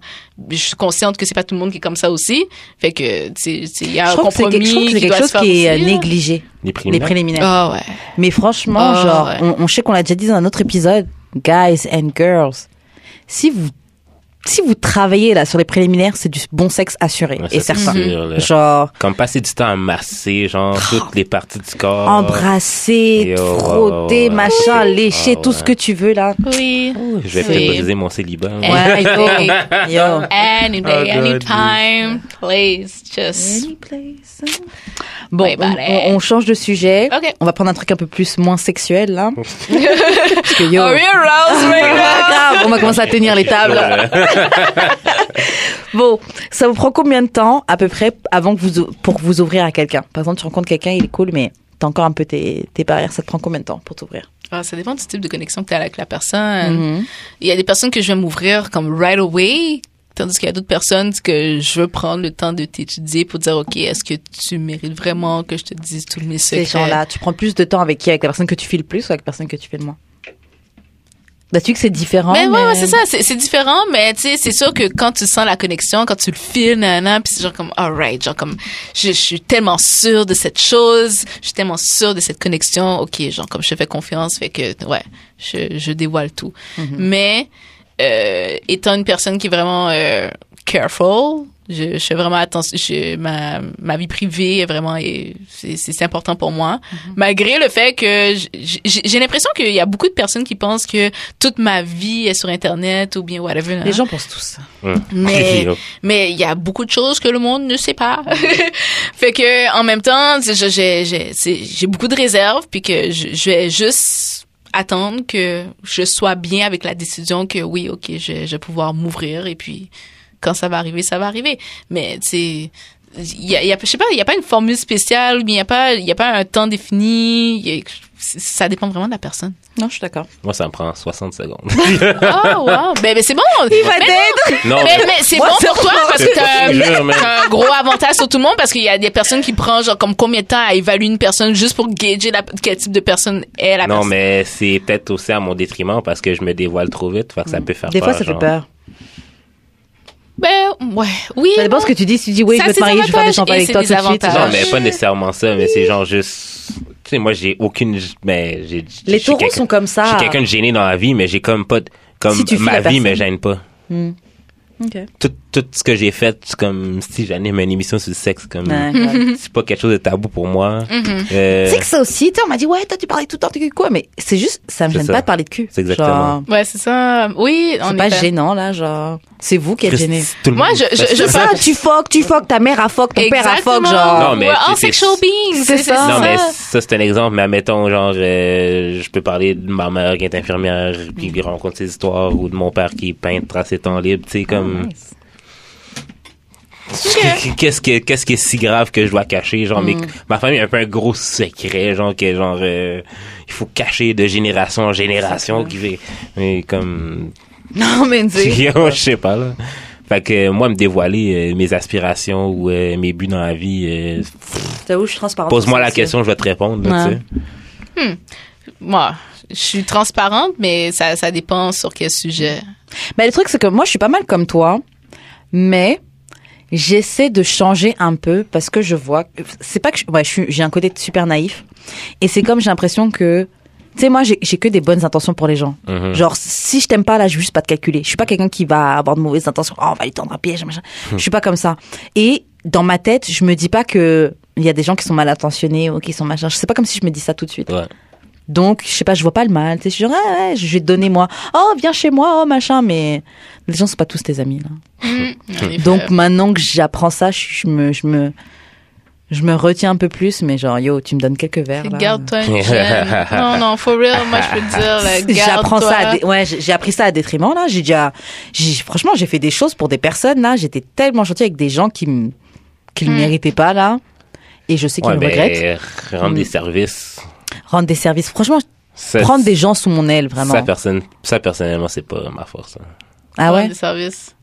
[SPEAKER 2] je suis consciente que c'est pas tout le monde qui est comme ça aussi fait que tu sais, tu sais, il y a
[SPEAKER 3] Je
[SPEAKER 2] un
[SPEAKER 3] trouve que c'est
[SPEAKER 2] compromis qui
[SPEAKER 3] quelque, je trouve que c'est quelque
[SPEAKER 2] doit
[SPEAKER 3] chose
[SPEAKER 2] se faire
[SPEAKER 3] qui est euh,
[SPEAKER 2] aussi, là.
[SPEAKER 3] négligé,
[SPEAKER 1] Les
[SPEAKER 3] les
[SPEAKER 1] préliminaires.
[SPEAKER 3] préliminaires.
[SPEAKER 2] ah ouais
[SPEAKER 3] Mais franchement,
[SPEAKER 2] Ah,
[SPEAKER 3] genre,
[SPEAKER 2] ouais.
[SPEAKER 3] on, on sait qu'on l'a déjà dit dans un autre épisode, guys and girls, si vous si vous travaillez là sur les préliminaires, c'est du bon sexe assuré
[SPEAKER 1] Ouais,
[SPEAKER 3] et
[SPEAKER 1] ça, c'est
[SPEAKER 3] certain.
[SPEAKER 1] sûr, là.
[SPEAKER 3] Genre
[SPEAKER 1] Comme passer du temps à masser, genre,
[SPEAKER 3] Oh.
[SPEAKER 1] toutes les parties du corps.
[SPEAKER 3] embrasser,
[SPEAKER 1] Et oh,
[SPEAKER 3] frotter,
[SPEAKER 1] Ah. ouais, ouais,
[SPEAKER 3] machin,
[SPEAKER 1] ouais.
[SPEAKER 3] lécher,
[SPEAKER 1] Ah,
[SPEAKER 3] tout
[SPEAKER 1] ouais.
[SPEAKER 3] ce que tu veux là.
[SPEAKER 2] oui
[SPEAKER 1] Je vais
[SPEAKER 2] C'est-
[SPEAKER 1] peut-être briser mon célibat. hein.
[SPEAKER 2] Ouais.
[SPEAKER 3] Ouais, yo, yo.
[SPEAKER 2] Anyway,
[SPEAKER 1] Oh, God,
[SPEAKER 2] anytime, please, just.
[SPEAKER 3] Bon,
[SPEAKER 2] Oui, bah,
[SPEAKER 3] on-
[SPEAKER 2] allez.
[SPEAKER 3] on, on change de sujet.
[SPEAKER 2] Ok.
[SPEAKER 3] On va prendre un truc un peu plus moins sexuel là. Parce que yo,
[SPEAKER 2] Are we aroused right now?
[SPEAKER 3] grave, on va commencer à tenir les tables. Bon, ça vous prend combien de temps à peu près avant que vous pour vous ouvrir à quelqu'un Par exemple, tu rencontres quelqu'un, il est cool, mais t'as encore un peu tes, tes barrières. Ça te prend combien de temps pour t'ouvrir
[SPEAKER 2] Ah, ça dépend du type de connexion que tu as avec la personne.
[SPEAKER 3] Mhm.
[SPEAKER 2] Il y a des personnes que je vais m'ouvrir comme right away, tandis qu'il y a d'autres personnes que je veux prendre le temps de t'étudier pour dire, OK, est-ce que tu mérites vraiment que je te dise tous mes secrets?
[SPEAKER 3] Ces gens-là, tu prends plus de temps avec qui Avec la personne que tu files plus ou avec la personne que tu files moins Bah, tu dis que c'est différent.
[SPEAKER 2] Mais ouais, ouais, c'est ça, c'est c'est différent, mais tu sais, c'est sûr que quand tu sens la connexion, quand tu le files, nanana, puis c'est genre comme, alright, genre comme, je, je suis tellement sûre de cette chose, je suis tellement sûre de cette connexion, ok, genre comme je te fais confiance, fait que, ouais, je, je dévoile tout.
[SPEAKER 3] Mm-hmm.
[SPEAKER 2] Mais, euh, étant une personne qui est vraiment euh, careful, je, je fais vraiment attention, je, ma, ma vie privée est vraiment, et c'est c'est important pour moi. Malgré le fait que j- j- j'ai l'impression qu'il y a beaucoup de personnes qui pensent que toute ma vie est sur Internet ou bien whatever. hein.
[SPEAKER 3] Les gens pensent tous ça.
[SPEAKER 2] Mais-
[SPEAKER 1] Yo.
[SPEAKER 2] Mais il y a beaucoup de choses que le monde ne sait pas. fait que en même temps, c'est- je- j'ai j'ai- c'est- j'ai beaucoup de réserves puis que je, je vais juste attendre que je sois bien avec la décision que oui, OK, je, je vais pouvoir m'ouvrir et puis quand ça va arriver, ça va arriver. Mais tu sais il y a, il y a- je sais pas, il y a pas une formule spéciale, mais il y a pas il y a pas un temps défini, il y a- c'est- ça dépend vraiment de la personne.
[SPEAKER 3] Non, je suis d'accord.
[SPEAKER 1] Moi, ça me prend 60 secondes.
[SPEAKER 2] Oh wow, ben, ben, c'est bon. Mais non,
[SPEAKER 1] non,
[SPEAKER 2] mais, mais c'est bon
[SPEAKER 3] Moi, c'est
[SPEAKER 2] pour toi
[SPEAKER 3] vraiment-
[SPEAKER 2] parce
[SPEAKER 1] Oh, C'est
[SPEAKER 2] que t'as
[SPEAKER 1] pas
[SPEAKER 2] un,
[SPEAKER 1] sûr, mais-
[SPEAKER 2] t'as un gros avantage sur tout le monde parce qu'il y a des personnes qui prennent genre comme combien de temps à évaluer une personne juste pour gager la, quel type de personne est la
[SPEAKER 1] non,
[SPEAKER 2] personne.
[SPEAKER 1] mais c'est peut-être aussi à mon détriment parce que je me dévoile trop vite. Fait que ça peut faire
[SPEAKER 3] Des
[SPEAKER 1] peur.
[SPEAKER 3] fois, ça fait
[SPEAKER 1] genre.
[SPEAKER 3] peur.
[SPEAKER 2] Ben ouais, oui.
[SPEAKER 3] Ça dépend
[SPEAKER 2] non.
[SPEAKER 3] ce que tu dis. Si tu dis, oui,
[SPEAKER 2] Ça,
[SPEAKER 3] je vais te
[SPEAKER 2] c'est
[SPEAKER 3] marier, je vais faire des
[SPEAKER 2] avantage
[SPEAKER 3] champagnes
[SPEAKER 2] et
[SPEAKER 3] avec
[SPEAKER 2] c'est
[SPEAKER 3] toi
[SPEAKER 2] des
[SPEAKER 3] tout de suite.
[SPEAKER 2] avantages.
[SPEAKER 1] Non,
[SPEAKER 2] Ah,
[SPEAKER 1] mais
[SPEAKER 2] je-
[SPEAKER 1] pas nécessairement ça, mais c'est genre juste. Tu sais, moi, j'ai aucune. Mais j'ai.
[SPEAKER 3] Les
[SPEAKER 1] je suis
[SPEAKER 3] taureaux
[SPEAKER 1] quelqu'un-
[SPEAKER 3] sont comme ça.
[SPEAKER 1] Je suis quelqu'un de gêné dans la vie, mais j'ai comme pas. de- Comme
[SPEAKER 3] Si tu fuis
[SPEAKER 1] ma
[SPEAKER 3] la
[SPEAKER 1] vie me
[SPEAKER 3] personne.
[SPEAKER 1] gêne pas.
[SPEAKER 3] Ok.
[SPEAKER 1] Tout, tout ce que j'ai fait, c'est comme si j'anime une émission sur le sexe, comme.
[SPEAKER 3] Ouais.
[SPEAKER 1] C'est pas quelque chose de tabou pour moi. Euh,
[SPEAKER 4] Tu sais que ça aussi, tu sais, on m'a dit, ouais,
[SPEAKER 3] Toi, tu parlais tout le temps de cul, quoi, mais c'est juste, ça me
[SPEAKER 1] C'est
[SPEAKER 3] gêne
[SPEAKER 1] ça.
[SPEAKER 3] pas de parler de cul.
[SPEAKER 1] C'est exactement.
[SPEAKER 3] Genre,
[SPEAKER 2] Ouais, c'est ça. Oui, on
[SPEAKER 3] C'est pas gênant, là, genre. C'est vous qui êtes
[SPEAKER 1] Christ,
[SPEAKER 3] gêné.
[SPEAKER 1] tout le
[SPEAKER 2] Moi,
[SPEAKER 1] monde
[SPEAKER 2] je-
[SPEAKER 1] fait
[SPEAKER 2] je-
[SPEAKER 1] ça.
[SPEAKER 2] je
[SPEAKER 3] Ça, tu fuck, tu fuck, ta mère a fuck, ton père a fuck, genre.
[SPEAKER 1] Non, mais
[SPEAKER 2] We're all
[SPEAKER 1] c'est-
[SPEAKER 2] sexual beings.
[SPEAKER 3] c'est
[SPEAKER 2] C'est
[SPEAKER 3] ça.
[SPEAKER 2] ça.
[SPEAKER 1] Non, mais ça, c'est un exemple, mais admettons, genre, euh, je peux parler de ma mère qui est infirmière, puis qui rencontre ses histoires, ou de mon père qui est peintre à ses temps libres, tu sais, comme... Qu'est-ce que qu'est-ce qui est si grave que je dois cacher genre mes- ma famille a un peu un gros secret genre que genre euh, il faut cacher de génération en génération qui fait mais comme
[SPEAKER 3] Non, mais dis.
[SPEAKER 1] Yo, je sais pas là. Fait que euh, moi me dévoiler euh, mes aspirations ou euh, mes buts dans la vie, euh,
[SPEAKER 3] T'avoue, je suis transparente.
[SPEAKER 1] pose-moi
[SPEAKER 3] sur ça,
[SPEAKER 1] la
[SPEAKER 3] Ah, c'est-
[SPEAKER 1] question, je vais te répondre. là,
[SPEAKER 3] Ouais.
[SPEAKER 1] tu sais.
[SPEAKER 2] Moi, je suis transparente, mais ça, ça dépend sur quel sujet.
[SPEAKER 3] Mais le truc, c'est que moi, je suis pas mal comme toi, mais j'essaie de changer un peu parce que je vois. que- C'est pas que je- ouais, je suis- j'ai un côté super naïf. Et c'est comme j'ai l'impression que. Tu sais, moi, j'ai j'ai que des bonnes intentions pour les gens.
[SPEAKER 1] Mhm.
[SPEAKER 3] Genre, si je t'aime pas, là, je vais juste pas te calculer. Je suis pas quelqu'un qui va avoir de mauvaises intentions. Oh, on va lui tendre un piège, machin. Je suis pas comme ça. Et dans ma tête, je me dis pas que il y a des gens qui sont mal intentionnés ou qui sont machin. C'est pas comme si je me dis ça tout de suite.
[SPEAKER 1] Ouais.
[SPEAKER 3] Donc, je sais pas, je vois pas le mal. Tu sais, je suis genre, ah, ouais, je vais te donner moi. Oh, viens chez moi, oh, machin. Mais les gens sont pas tous tes amis, là.
[SPEAKER 2] En effet.
[SPEAKER 3] Hmm. Donc, maintenant que j'apprends ça, je, je me, je me, je me retiens un peu plus. Mais genre, yo, tu me donnes quelques verres, là.
[SPEAKER 2] Garde-toi une gêne. Non, non, for real, moi, je peux te dire, là,
[SPEAKER 3] J'apprends ça, à
[SPEAKER 2] garde-toi.
[SPEAKER 3] dé- ouais, j'ai j'ai appris ça à détriment là. J'ai déjà, j'ai- franchement, j'ai fait des choses pour des personnes là. J'étais tellement gentille avec des gens qui me, qui le méritaient pas là, et je sais qu'ils
[SPEAKER 1] Ouais,
[SPEAKER 3] me
[SPEAKER 1] ben,
[SPEAKER 3] regrettent.
[SPEAKER 1] rendre
[SPEAKER 3] Mm.
[SPEAKER 1] des services.
[SPEAKER 3] Rendre des services, franchement,
[SPEAKER 1] Ça,
[SPEAKER 3] prendre des gens sous mon aile vraiment.
[SPEAKER 1] Ça, personne, ça personnellement, c'est pas ma force. hein.
[SPEAKER 3] ah ouais.
[SPEAKER 2] Des services.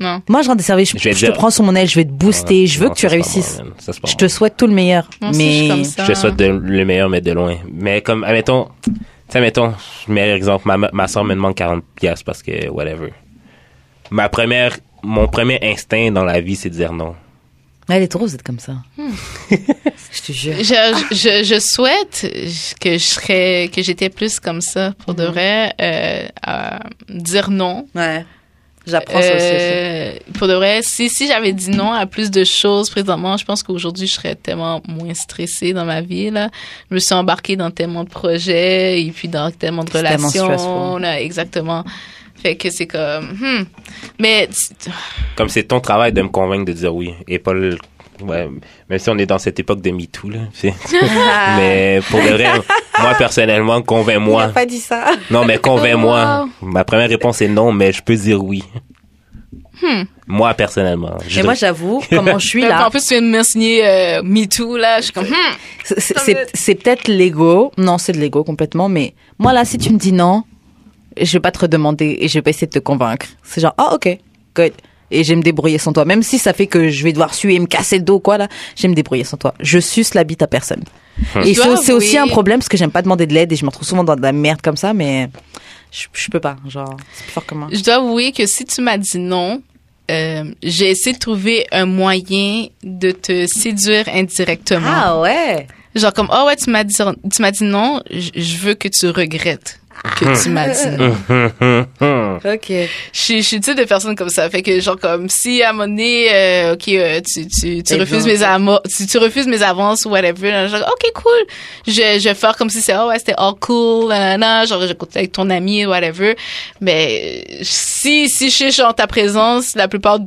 [SPEAKER 2] Non.
[SPEAKER 3] Moi, je rends des services.
[SPEAKER 1] Je vais
[SPEAKER 3] Je, je
[SPEAKER 1] dire-
[SPEAKER 3] te prends sur mon aile, je vais te booster, je veux
[SPEAKER 1] Non,
[SPEAKER 3] que tu
[SPEAKER 1] ça, c'est pas
[SPEAKER 3] réussisses.
[SPEAKER 1] bon, man. Ça, c'est pas
[SPEAKER 3] Je
[SPEAKER 1] bon.
[SPEAKER 3] te souhaite tout le meilleur.
[SPEAKER 2] Moi aussi, je suis
[SPEAKER 3] mais
[SPEAKER 2] comme ça.
[SPEAKER 1] Je te souhaite de- le meilleur, mais de loin. Mais comme, admettons, tu sais, admettons, je mets l'exemple, ma, ma soeur me demande 40 pièces parce que, whatever. Ma première, mon premier instinct dans la vie, c'est de dire non.
[SPEAKER 3] elle est trop, vous êtes comme ça. Hmm. je te jure.
[SPEAKER 2] Je, je, je souhaite que je serais, que j'étais plus comme ça, pour
[SPEAKER 3] Mm-hmm.
[SPEAKER 2] de vrai, euh, à dire non.
[SPEAKER 3] Ouais. J'apprends ça aussi.
[SPEAKER 2] Euh, pour de vrai, si, si j'avais dit non à plus de choses présentement, je pense qu'aujourd'hui, je serais tellement moins stressée dans ma vie. Là. Je me suis embarquée dans tellement de projets et puis dans tellement de
[SPEAKER 3] C'est tellement
[SPEAKER 2] relations.
[SPEAKER 3] stressful.
[SPEAKER 2] là, exactement. Fait que c'est comme... hmm. Mais tu-
[SPEAKER 1] Comme c'est ton travail de me convaincre de dire oui. Et pas le, ouais, même si on est dans cette époque de MeToo, là. c'est-
[SPEAKER 2] Ah.
[SPEAKER 1] mais pour de vrai, moi, personnellement, convainc-moi.
[SPEAKER 3] pas dit ça.
[SPEAKER 1] Non, mais convainc-moi. Ma première réponse est non, mais je peux dire oui.
[SPEAKER 2] Hmm.
[SPEAKER 1] Moi, personnellement. Je
[SPEAKER 3] Mais moi,
[SPEAKER 1] dois-
[SPEAKER 3] j'avoue, comment je suis
[SPEAKER 2] En
[SPEAKER 3] là,
[SPEAKER 2] plus, tu viens de me signer euh, Me Too, là. Je suis comme... hmm.
[SPEAKER 3] c'est- c'est c'est peut-être l'ego. Non, c'est de l'ego complètement, mais moi là, si tu me dis non, je vais pas te redemander et je vais pas essayer de te convaincre. C'est genre, ah ok, good. Et je vais me débrouiller sans toi. Même si ça fait que je vais devoir suer et me casser le dos, quoi, là, je vais me débrouiller sans toi. Je suce la bite à personne.
[SPEAKER 2] Tu
[SPEAKER 3] Et c'est
[SPEAKER 2] vois,
[SPEAKER 3] c'est aussi
[SPEAKER 2] oui.
[SPEAKER 3] un problème parce que j'aime pas demander de l'aide et je me retrouve souvent dans de la merde comme ça, mais je, je peux pas. Genre, c'est plus fort que moi.
[SPEAKER 2] Je dois avouer que si tu m'as dit non, euh, j'ai essayé de trouver un moyen de te séduire indirectement.
[SPEAKER 3] Ah. ouais!
[SPEAKER 2] Genre comme, oh ouais, tu m'as dit, tu m'as dit non, je je veux que tu regrettes que tu m'as dit non.
[SPEAKER 3] Ok.
[SPEAKER 2] Je suis- je suis le type de personne comme ça. Fait que genre comme, si à un moment donné, euh, ok, euh, tu, tu, tu,
[SPEAKER 3] Eh
[SPEAKER 2] refuses
[SPEAKER 3] bien,
[SPEAKER 2] mes amo- tu, tu refuses mes avances ou whatever, là, genre, ok, cool. Je, je vais faire comme si c'était, oh ouais, c'était all cool, nanana, genre, j'ai contacté avec ton ami, whatever. Mais euh, si, si je suis en ta présence, la plupart,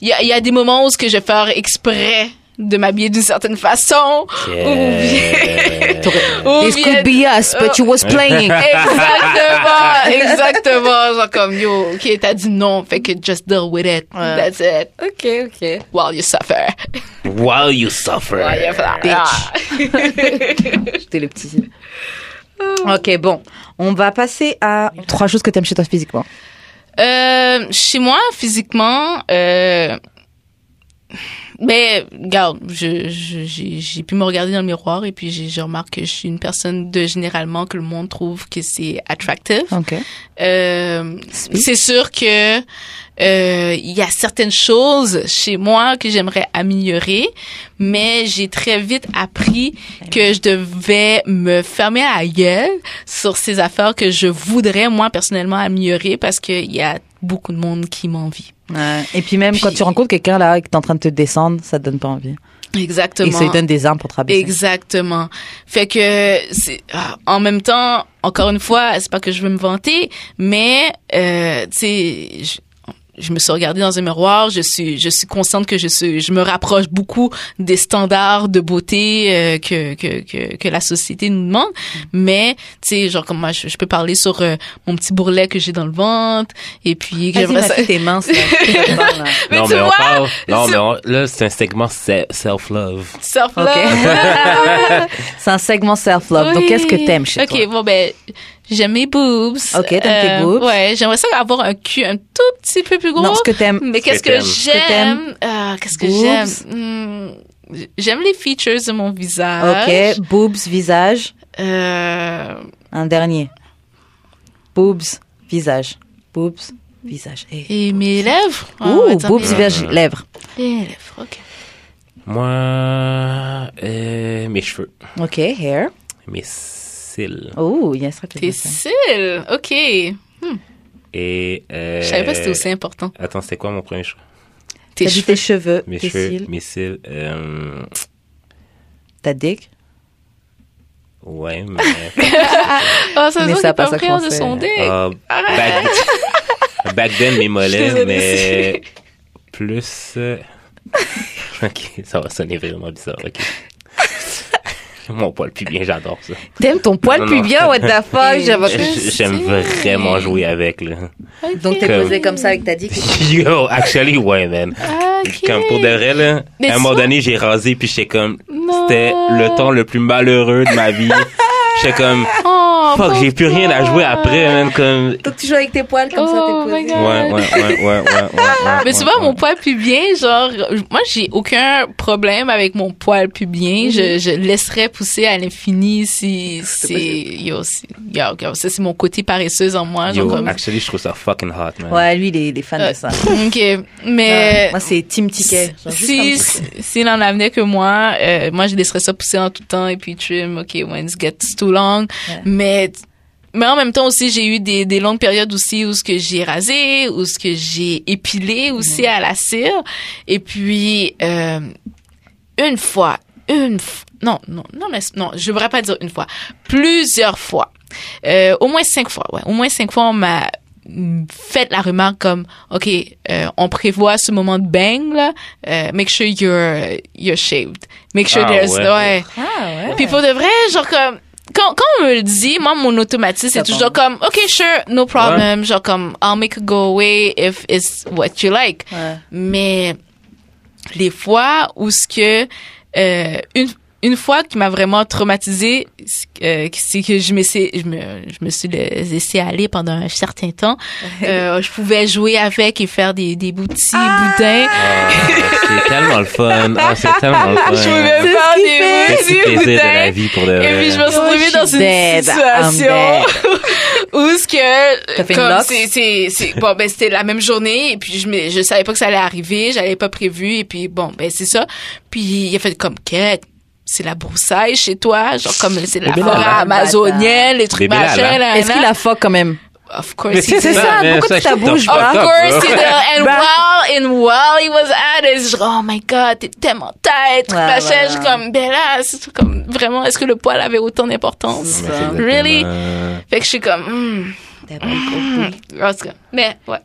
[SPEAKER 2] il y a, il y a des moments où ce que je vais faire exprès de m'habiller d'une certaine façon.
[SPEAKER 1] Yeah.
[SPEAKER 2] ou
[SPEAKER 3] This
[SPEAKER 2] bien-
[SPEAKER 3] could be us, but you was playing.
[SPEAKER 2] Exactement, exactement. Genre comme, yo, ok, t'as dit non, fait que just deal with it. That's it.
[SPEAKER 3] ok, ok.
[SPEAKER 2] While you suffer.
[SPEAKER 1] While you suffer.
[SPEAKER 2] While you suffer.
[SPEAKER 3] Bitch.
[SPEAKER 2] Ah.
[SPEAKER 3] J'étais le petit. Ok, bon. On va passer à trois choses que t'aimes chez toi physiquement.
[SPEAKER 2] Euh, chez moi, physiquement, euh, mais regarde, je, je- j'ai, j'ai pu me regarder dans le miroir et puis j'ai, je remarque que je suis une personne de généralement que le monde trouve que c'est attractive.
[SPEAKER 3] Ok.
[SPEAKER 2] Euh,
[SPEAKER 3] Speak.
[SPEAKER 2] c'est sûr que euh, il y a certaines choses chez moi que j'aimerais améliorer, mais j'ai très vite appris que je devais me fermer la gueule sur ces affaires que je voudrais moi personnellement améliorer parce qu'il y a beaucoup de monde qui m'envie.
[SPEAKER 3] Et puis même quand
[SPEAKER 2] Puis-
[SPEAKER 3] tu rencontres quelqu'un là qui est en train de te descendre, ça te donne pas envie.
[SPEAKER 2] Exactement.
[SPEAKER 3] Et ça lui donne des armes pour te rabaisser.
[SPEAKER 2] Exactement. Fait que c'est ah, en même temps, encore une fois, c'est pas que je veux me vanter, mais euh, tu sais, je, je me suis regardée dans un miroir, je suis je suis consciente que je suis je me rapproche beaucoup des standards de beauté euh, que, que que que la société nous demande, mais tu sais genre comme moi je, je peux parler sur euh, mon petit bourrelet que j'ai dans le ventre et puis que
[SPEAKER 3] Ah, Vas-y,
[SPEAKER 2] j'aimerais
[SPEAKER 3] ma
[SPEAKER 2] ça
[SPEAKER 3] fille, t'es mince. là. Ça te parle, là.
[SPEAKER 2] Mais
[SPEAKER 1] non,
[SPEAKER 2] tu
[SPEAKER 1] mais on
[SPEAKER 2] vois,
[SPEAKER 1] parle. Non,
[SPEAKER 2] c'est-
[SPEAKER 1] mais on- là, c'est un segment se- self-love.
[SPEAKER 2] surf
[SPEAKER 3] Ok. C'est un segment self-love. Donc,
[SPEAKER 2] Oui.
[SPEAKER 3] qu'est-ce que t'aimes chez
[SPEAKER 2] Ok,
[SPEAKER 3] toi?
[SPEAKER 2] bon, ben, j'aime mes boobs.
[SPEAKER 3] Ok, t'aimes tes
[SPEAKER 2] Euh,
[SPEAKER 3] boobs.
[SPEAKER 2] Ouais, j'aimerais ça avoir un cul un tout petit peu plus gros.
[SPEAKER 3] Non, ce que t'aimes.
[SPEAKER 2] mais qu'est-ce
[SPEAKER 1] Hmm. que
[SPEAKER 2] que
[SPEAKER 1] t'aimes.
[SPEAKER 3] que t'aimes.
[SPEAKER 2] j'aime? Ah, Qu'est-ce que
[SPEAKER 3] Boobs.
[SPEAKER 2] j'aime? Hmm, J'aime les features de mon visage.
[SPEAKER 3] Ok. Boobs, visage.
[SPEAKER 2] Euh,
[SPEAKER 3] Un dernier. Boobs, visage. Boobs, visage. Et...
[SPEAKER 2] et mes lèvres. Ah, on va
[SPEAKER 3] Ouh,
[SPEAKER 2] dire
[SPEAKER 3] boobs,
[SPEAKER 2] mes-
[SPEAKER 3] visage, lèvres.
[SPEAKER 2] mes lèvres, ok.
[SPEAKER 1] Moi, euh, mes cheveux,
[SPEAKER 3] Ok, hair.
[SPEAKER 1] mes cils
[SPEAKER 3] Oh, il y a ça
[SPEAKER 2] Tes cils, ok.
[SPEAKER 1] et... Euh,
[SPEAKER 2] Je savais pas que c'était aussi important.
[SPEAKER 1] Attends, c'était quoi mon premier cheveu?
[SPEAKER 2] Tes
[SPEAKER 3] T'as dit
[SPEAKER 2] cheveux.
[SPEAKER 3] tes cheveux,
[SPEAKER 1] Mes
[SPEAKER 3] tes
[SPEAKER 1] cheveux,
[SPEAKER 3] cils,
[SPEAKER 1] mes cils. Euh,
[SPEAKER 3] ta dick.
[SPEAKER 1] ouais, mais...
[SPEAKER 2] Ah, ça
[SPEAKER 3] Mais
[SPEAKER 2] veut
[SPEAKER 3] ça a
[SPEAKER 2] dire
[SPEAKER 3] pas
[SPEAKER 2] pas
[SPEAKER 3] ça
[SPEAKER 2] pris en
[SPEAKER 3] qu'on
[SPEAKER 2] de
[SPEAKER 3] fait.
[SPEAKER 2] sonder.
[SPEAKER 1] euh, back, back then, mes
[SPEAKER 2] Je suis
[SPEAKER 1] mollets,
[SPEAKER 2] désolée.
[SPEAKER 1] mais... Plus... euh, ok, ça va sonner vraiment bizarre, ok. mon poil bien, j'adore ça.
[SPEAKER 3] T'aimes ton poil
[SPEAKER 1] Non, non.
[SPEAKER 3] pubien, what the fuck?
[SPEAKER 2] Et-
[SPEAKER 3] j'avais-
[SPEAKER 2] Je
[SPEAKER 1] J'aime
[SPEAKER 2] sais.
[SPEAKER 1] vraiment jouer avec, là.
[SPEAKER 3] Donc t'es
[SPEAKER 1] Comme-
[SPEAKER 3] posé comme ça avec ta dick.
[SPEAKER 1] Yo, actually, ouais, man.
[SPEAKER 2] Ok.
[SPEAKER 1] Comme pour de vrai, là,
[SPEAKER 2] Mais
[SPEAKER 1] à un moment
[SPEAKER 2] soit-
[SPEAKER 1] donné, j'ai rasé, puis j'étais comme,
[SPEAKER 2] Non.
[SPEAKER 1] c'était le temps le plus malheureux de ma vie. J'étais comme,
[SPEAKER 2] Oh,
[SPEAKER 1] fuck, j'ai plus rien à jouer après, même comme.
[SPEAKER 3] Donc tu joues avec tes poils comme
[SPEAKER 2] Oh
[SPEAKER 3] ça, t'es
[SPEAKER 2] my
[SPEAKER 3] posé.
[SPEAKER 2] God.
[SPEAKER 1] Ouais, ouais, ouais, ouais, ouais. ouais, ouais,
[SPEAKER 2] Mais tu
[SPEAKER 1] ouais,
[SPEAKER 2] vois,
[SPEAKER 1] ouais.
[SPEAKER 2] mon poil pubien, genre, moi, j'ai aucun problème avec mon poil pubien.
[SPEAKER 3] Mhm.
[SPEAKER 2] Je, je le laisserais pousser à l'infini si, si, yo, si, yo, yo, ça, c'est mon côté paresseuse en moi. Genre,
[SPEAKER 1] Yo,
[SPEAKER 2] comme-
[SPEAKER 1] actually, je trouve ça fucking hot, man.
[SPEAKER 3] Ouais, lui, il est, il est fan de ça.
[SPEAKER 1] ah.
[SPEAKER 2] ok. Mais,
[SPEAKER 3] Ah, moi, c'est Team Ticket. Genre, juste un
[SPEAKER 2] si, si-
[SPEAKER 3] petit-
[SPEAKER 2] s'il en amenait que moi, euh, moi, je laisserais ça pousser en tout temps et puis trim, OK, when it gets too long. Mais, mais en même temps aussi, j'ai eu des, des longues périodes aussi où ce que j'ai rasé, où ce que j'ai épilé aussi à la cire. Et puis, euh, une fois, une f- non, non, non, mais, non, je voudrais pas dire une fois, plusieurs fois, euh, au moins cinq fois, ouais, au moins cinq fois, on m'a mm, fait la remarque comme, ok, euh, on prévoit ce moment de bang là, euh, make sure you're you're shaved, make sure
[SPEAKER 1] Ah,
[SPEAKER 2] there's
[SPEAKER 1] ouais.
[SPEAKER 2] ouais.
[SPEAKER 3] Ah ouais.
[SPEAKER 2] Puis pour de vrai, genre comme quand, quand on me le dit, moi mon automatisme c'est
[SPEAKER 3] Ça
[SPEAKER 2] toujours comme OK sure, no problem, genre comme I'll make it go away if it's what you like.
[SPEAKER 3] Ouais.
[SPEAKER 2] Mais les fois où ce que euh, une une fois qui m'a vraiment traumatisée, euh, c'est que je me suis, je me, je me suis laissé aller pendant un certain temps. Euh, je pouvais jouer avec et faire des, des boutils, boudins.
[SPEAKER 1] Ah, c'est tellement le fun. Ah, c'est tellement le fun.
[SPEAKER 2] Je pouvais
[SPEAKER 3] C'est ce
[SPEAKER 2] faire
[SPEAKER 3] qu'il
[SPEAKER 2] des
[SPEAKER 3] fait.
[SPEAKER 1] Petit
[SPEAKER 2] boutils,
[SPEAKER 1] plaisir de
[SPEAKER 2] boudins.
[SPEAKER 1] la vie pour de
[SPEAKER 2] Et
[SPEAKER 1] vrai.
[SPEAKER 2] puis je me suis
[SPEAKER 3] Oh,
[SPEAKER 2] retrouvée dans
[SPEAKER 3] she's
[SPEAKER 2] une
[SPEAKER 3] dead. I'm
[SPEAKER 2] situation où ce
[SPEAKER 3] T'as fait
[SPEAKER 2] que
[SPEAKER 3] une
[SPEAKER 2] comme
[SPEAKER 3] lox?
[SPEAKER 2] c'est c'est c'est bon ben c'était la même journée et puis je me- je savais pas que ça allait arriver, j'avais pas prévu et puis bon ben c'est ça. Puis il a fait comme quête c'est la broussaille chez toi, genre comme c'est la
[SPEAKER 1] Bébé
[SPEAKER 2] forêt
[SPEAKER 1] Lala.
[SPEAKER 2] amazonienne, les trucs
[SPEAKER 1] Bébé Lala.
[SPEAKER 2] machin. là,
[SPEAKER 3] Est-ce
[SPEAKER 2] là.
[SPEAKER 3] qu'il a fuck quand même
[SPEAKER 2] Of course,
[SPEAKER 1] Mais
[SPEAKER 2] he did.
[SPEAKER 3] C'est ça,
[SPEAKER 1] mais
[SPEAKER 3] pourquoi tu
[SPEAKER 1] je trouve
[SPEAKER 3] t'as bouge
[SPEAKER 1] ça
[SPEAKER 3] pas?
[SPEAKER 2] Of
[SPEAKER 1] fucked up,
[SPEAKER 2] course,
[SPEAKER 1] bro.
[SPEAKER 2] he did. And
[SPEAKER 3] Bah.
[SPEAKER 2] while, and while he was at it, genre, oh my god, t'es tellement tête,
[SPEAKER 3] Ouais,
[SPEAKER 2] machin,
[SPEAKER 3] ouais,
[SPEAKER 2] je suis
[SPEAKER 3] ouais.
[SPEAKER 2] comme, Bella, c'est comme, vraiment, est-ce que le poil avait autant d'importance?
[SPEAKER 1] Mais c'est exactement- euh,
[SPEAKER 2] Really? Fait que je suis comme, hmm, en tout cas, mais, ouais.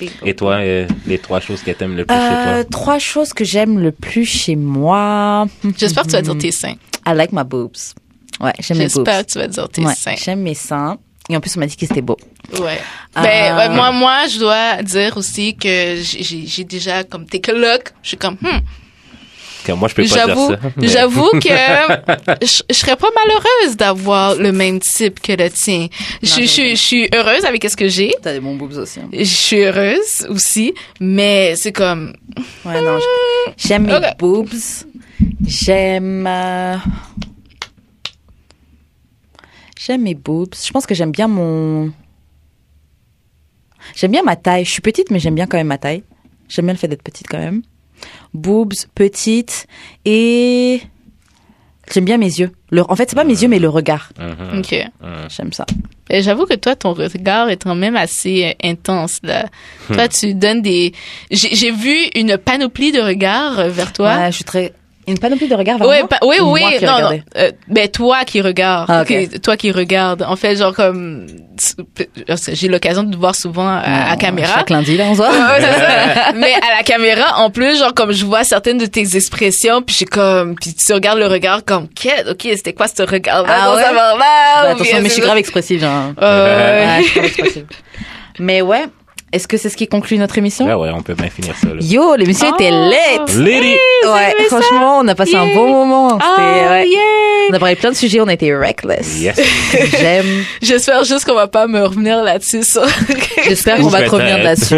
[SPEAKER 3] eh,
[SPEAKER 1] Et toi, euh, les trois choses que t'aimes le plus
[SPEAKER 3] Euh,
[SPEAKER 1] chez
[SPEAKER 3] trois choses que j'aime le plus chez moi.
[SPEAKER 2] J'espère que tu vas dire tes seins.
[SPEAKER 3] I like my boobs. Ouais, j'aime Mm-hmm. mes boobs.
[SPEAKER 2] J'espère que tu vas dire tes
[SPEAKER 3] Ouais,
[SPEAKER 2] seins.
[SPEAKER 3] J'aime mes seins. Et en plus, on m'a dit que c'était beau.
[SPEAKER 2] Ouais.
[SPEAKER 3] Ah.
[SPEAKER 2] Ben, ouais, moi, moi, je dois dire aussi que j'ai- j'ai j'ai déjà, comme, tes colocs, je suis comme, hmm,
[SPEAKER 1] toi? Comme moi, je peux pas dire
[SPEAKER 2] J'avoue,
[SPEAKER 1] ça. mais-
[SPEAKER 2] j'avoue que je, je serais pas malheureuse d'avoir le même type que le tien. Je, je, je suis heureuse avec ce que j'ai.
[SPEAKER 3] T'as des bons boobs aussi. hein.
[SPEAKER 2] Je suis heureuse aussi, mais c'est comme
[SPEAKER 3] Ouais, non. je- J'aime mes
[SPEAKER 2] Ok.
[SPEAKER 3] boobs. J'aime. euh, J'aime mes boobs. Je pense que j'aime bien mon. J'aime bien ma taille. Je suis petite, mais j'aime bien quand même ma taille. J'aime bien le fait d'être petite quand même. Boobs, petite. Et. J'aime bien mes yeux. Le... En fait, c'est pas mes yeux, mais le regard.
[SPEAKER 1] Mhm.
[SPEAKER 2] ok.
[SPEAKER 3] J'aime ça.
[SPEAKER 2] Ben, J'avoue que toi, ton regard est quand même assez euh, intense là.
[SPEAKER 1] Hmm.
[SPEAKER 2] Toi, tu donnes des. J'ai j'ai vu une panoplie de regards euh, vers toi.
[SPEAKER 3] Ouais, je suis très. Une panoplie de regards vers
[SPEAKER 2] Oui,
[SPEAKER 3] moi
[SPEAKER 2] oui,
[SPEAKER 3] Ou
[SPEAKER 2] oui,
[SPEAKER 3] moi qui
[SPEAKER 2] non, non.
[SPEAKER 3] regardais
[SPEAKER 2] Euh, ben toi qui regardes,
[SPEAKER 3] Ah, ok.
[SPEAKER 2] Que- toi qui regardes. En fait, genre comme j'ai l'occasion de te voir souvent euh, à, à
[SPEAKER 3] Non,
[SPEAKER 2] caméra.
[SPEAKER 3] Chaque lundi, là, on se voit.
[SPEAKER 2] Ouais, c'est ça. Mais à la caméra, en plus, genre comme je vois certaines de tes expressions, puis j'ai comme, puis tu regardes le regard comme, quête, ok, c'était quoi ce regard là,
[SPEAKER 3] Ah ouais?
[SPEAKER 2] là,
[SPEAKER 3] Bah, attention, mais je suis grave expressive, genre.
[SPEAKER 2] Euh,
[SPEAKER 3] Ouais, je suis grave expressive. mais ouais, est-ce que c'est ce qui conclut notre émission
[SPEAKER 1] Ouais, ouais, on peut bien finir ça, là.
[SPEAKER 3] Yo, l'émission
[SPEAKER 2] Oh.
[SPEAKER 3] était late
[SPEAKER 1] Lady!
[SPEAKER 3] Ouais,
[SPEAKER 2] aimé ça
[SPEAKER 3] franchement, on a passé un
[SPEAKER 2] Yeah.
[SPEAKER 3] bon moment.
[SPEAKER 2] Oh,
[SPEAKER 3] C'était- ouais.
[SPEAKER 2] yeah.
[SPEAKER 3] On a parlé de plein de sujets, on a été reckless.
[SPEAKER 1] Yes!
[SPEAKER 3] J'aime.
[SPEAKER 2] J'espère juste qu'on va pas me revenir là-dessus. ça.
[SPEAKER 3] J'espère qu'on va te
[SPEAKER 1] Peut-être.
[SPEAKER 3] revenir là-dessus.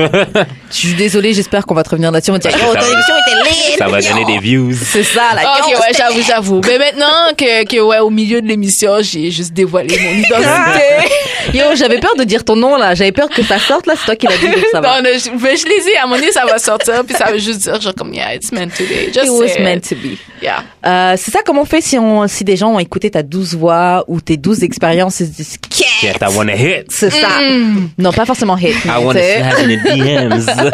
[SPEAKER 3] Je suis désolée, j'espère qu'on va te revenir là-dessus. On va te dire,
[SPEAKER 1] Parce que
[SPEAKER 3] yo,
[SPEAKER 1] ça
[SPEAKER 3] ton
[SPEAKER 1] va-
[SPEAKER 3] émission était late
[SPEAKER 1] Ça va donner des views.
[SPEAKER 3] C'est ça, la
[SPEAKER 2] Ok, ouais, j'avoue, j'avoue. Mais maintenant que, que ouais, au milieu de l'émission, j'ai juste dévoilé mon identité.
[SPEAKER 3] Yo, j'avais peur de dire ton nom, là. J'avais peur que ça sorte, là. C'est toi qui l'as dit, donc ça va.
[SPEAKER 2] non, non, je, mais je les ai. À mon avis, ça va sortir, puis ça veut juste dire genre comme yeah, it's meant to be. Just
[SPEAKER 3] It was
[SPEAKER 2] say
[SPEAKER 3] meant to be.
[SPEAKER 2] Yeah.
[SPEAKER 3] Euh, c'est ça comment on fait si, on, si des gens ont écouté ta douze voix ou tes douze expériences et se disent
[SPEAKER 1] Yes, I wanna hit!
[SPEAKER 3] C'est ça. Non, pas forcément hate.
[SPEAKER 1] I
[SPEAKER 3] mais
[SPEAKER 1] wanna
[SPEAKER 3] tu sais,
[SPEAKER 1] slide in the DMs!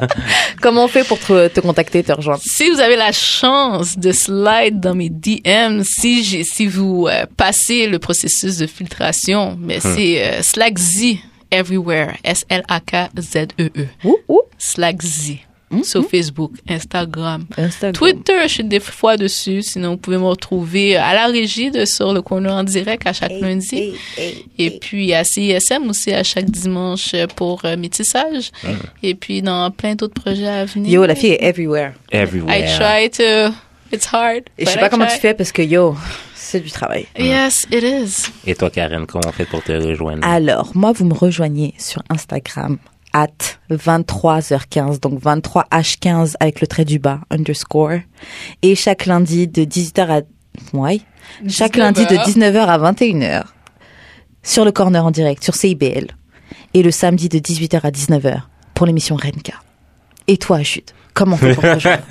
[SPEAKER 3] Comment on fait pour te, te contacter, te rejoindre
[SPEAKER 2] Si vous avez la chance de slide dans mes DM, si j'ai, si vous euh, passez le processus de filtration, mais c'est euh, Slackzy everywhere. S L A K Z E E.
[SPEAKER 3] Ouh, ouh.
[SPEAKER 2] Slackzy
[SPEAKER 3] Mhm.
[SPEAKER 2] sur Facebook, Instagram.
[SPEAKER 3] Instagram.
[SPEAKER 2] Twitter, je suis des fois dessus. Sinon, vous pouvez me retrouver euh, à la régie de Sur le Corner en direct à chaque lundi. et puis à CISM aussi à chaque dimanche pour euh, métissage. Et puis dans plein d'autres projets à venir.
[SPEAKER 3] Yo, la fille est everywhere.
[SPEAKER 1] Everywhere.
[SPEAKER 2] I try to. It's hard.
[SPEAKER 3] Et
[SPEAKER 2] but
[SPEAKER 3] je sais
[SPEAKER 2] I
[SPEAKER 3] pas comment
[SPEAKER 2] try.
[SPEAKER 3] tu fais parce que yo, C'est du travail.
[SPEAKER 2] Yes, it is.
[SPEAKER 1] Et toi, Karen, comment on fait pour te rejoindre?
[SPEAKER 3] Alors, moi, vous me rejoignez sur Instagram at 23h15, donc 23h15 avec le trait du bas, underscore. Et chaque lundi de 18h à... Ouais. Chaque lundi de 19h à 21h sur le corner en direct, sur CIBL. Et le samedi de 18h à 19h pour l'émission Renka. Et toi, Chute, comment on fait pour te rejoindre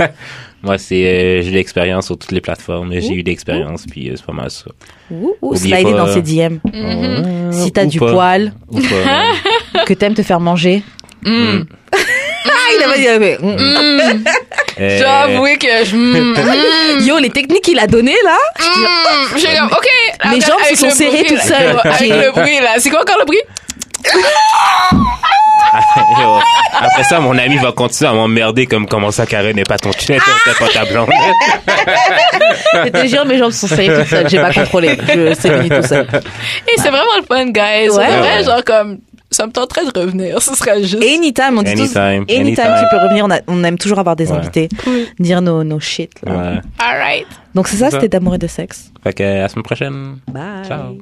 [SPEAKER 1] Moi, c'est, euh, j'ai l'expérience sur toutes les plateformes. J'ai eu l'expérience, puis euh, c'est pas mal ça.
[SPEAKER 3] Ouh, ouh,
[SPEAKER 1] Oubliez
[SPEAKER 3] Slider
[SPEAKER 1] pas-
[SPEAKER 3] dans ses DM.
[SPEAKER 1] Ouais.
[SPEAKER 3] Mm-hmm. Si t'as
[SPEAKER 1] Ou
[SPEAKER 3] du
[SPEAKER 1] pas.
[SPEAKER 3] poil,
[SPEAKER 1] Ou pas. Euh,
[SPEAKER 3] que t'aimes te faire manger.
[SPEAKER 2] Mm.
[SPEAKER 3] Ah, il a pas dit- il a fait, mm.
[SPEAKER 2] Mm.
[SPEAKER 1] Euh,
[SPEAKER 2] Je dois avouer que je. mm,
[SPEAKER 3] Yo, les techniques qu'il a données là,
[SPEAKER 2] mm, j'ai comme, OK.
[SPEAKER 3] Mes
[SPEAKER 2] Avec-
[SPEAKER 3] jambes se
[SPEAKER 2] avec
[SPEAKER 3] sont
[SPEAKER 2] le
[SPEAKER 3] serrées
[SPEAKER 2] bruit,
[SPEAKER 3] toutes
[SPEAKER 2] là.
[SPEAKER 3] seules.
[SPEAKER 2] Avec le bruit, là. C'est quoi encore le bruit?
[SPEAKER 1] Yo, Après ça, mon ami va continuer à m'emmerder comme comment ça, Karen n'est pas ton chef, t'es pas ta blonde.
[SPEAKER 3] je te jure, mes jambes sont serrées toutes seules. J'ai pas contrôlé. Je c'est fini tout seul.
[SPEAKER 2] Et c'est vraiment le fun, guys. Ouais,
[SPEAKER 3] Ouais.
[SPEAKER 1] Ouais.
[SPEAKER 2] genre comme. Ça me tenterait de revenir. Ce serait juste.
[SPEAKER 3] Anytime, on dit tous.
[SPEAKER 1] Anytime,
[SPEAKER 3] Anytime,
[SPEAKER 1] anytime.
[SPEAKER 3] tu peux revenir. On, a- on aime toujours avoir des
[SPEAKER 1] Ouais.
[SPEAKER 3] invités,
[SPEAKER 2] Oui.
[SPEAKER 3] dire nos, nos shit. Là.
[SPEAKER 1] Ouais.
[SPEAKER 2] All right.
[SPEAKER 3] Donc c'est ça,
[SPEAKER 1] C'est ça.
[SPEAKER 3] c'était d'amour et de sexe.
[SPEAKER 1] Fait que, à la semaine prochaine.
[SPEAKER 3] Bye.
[SPEAKER 1] Ciao.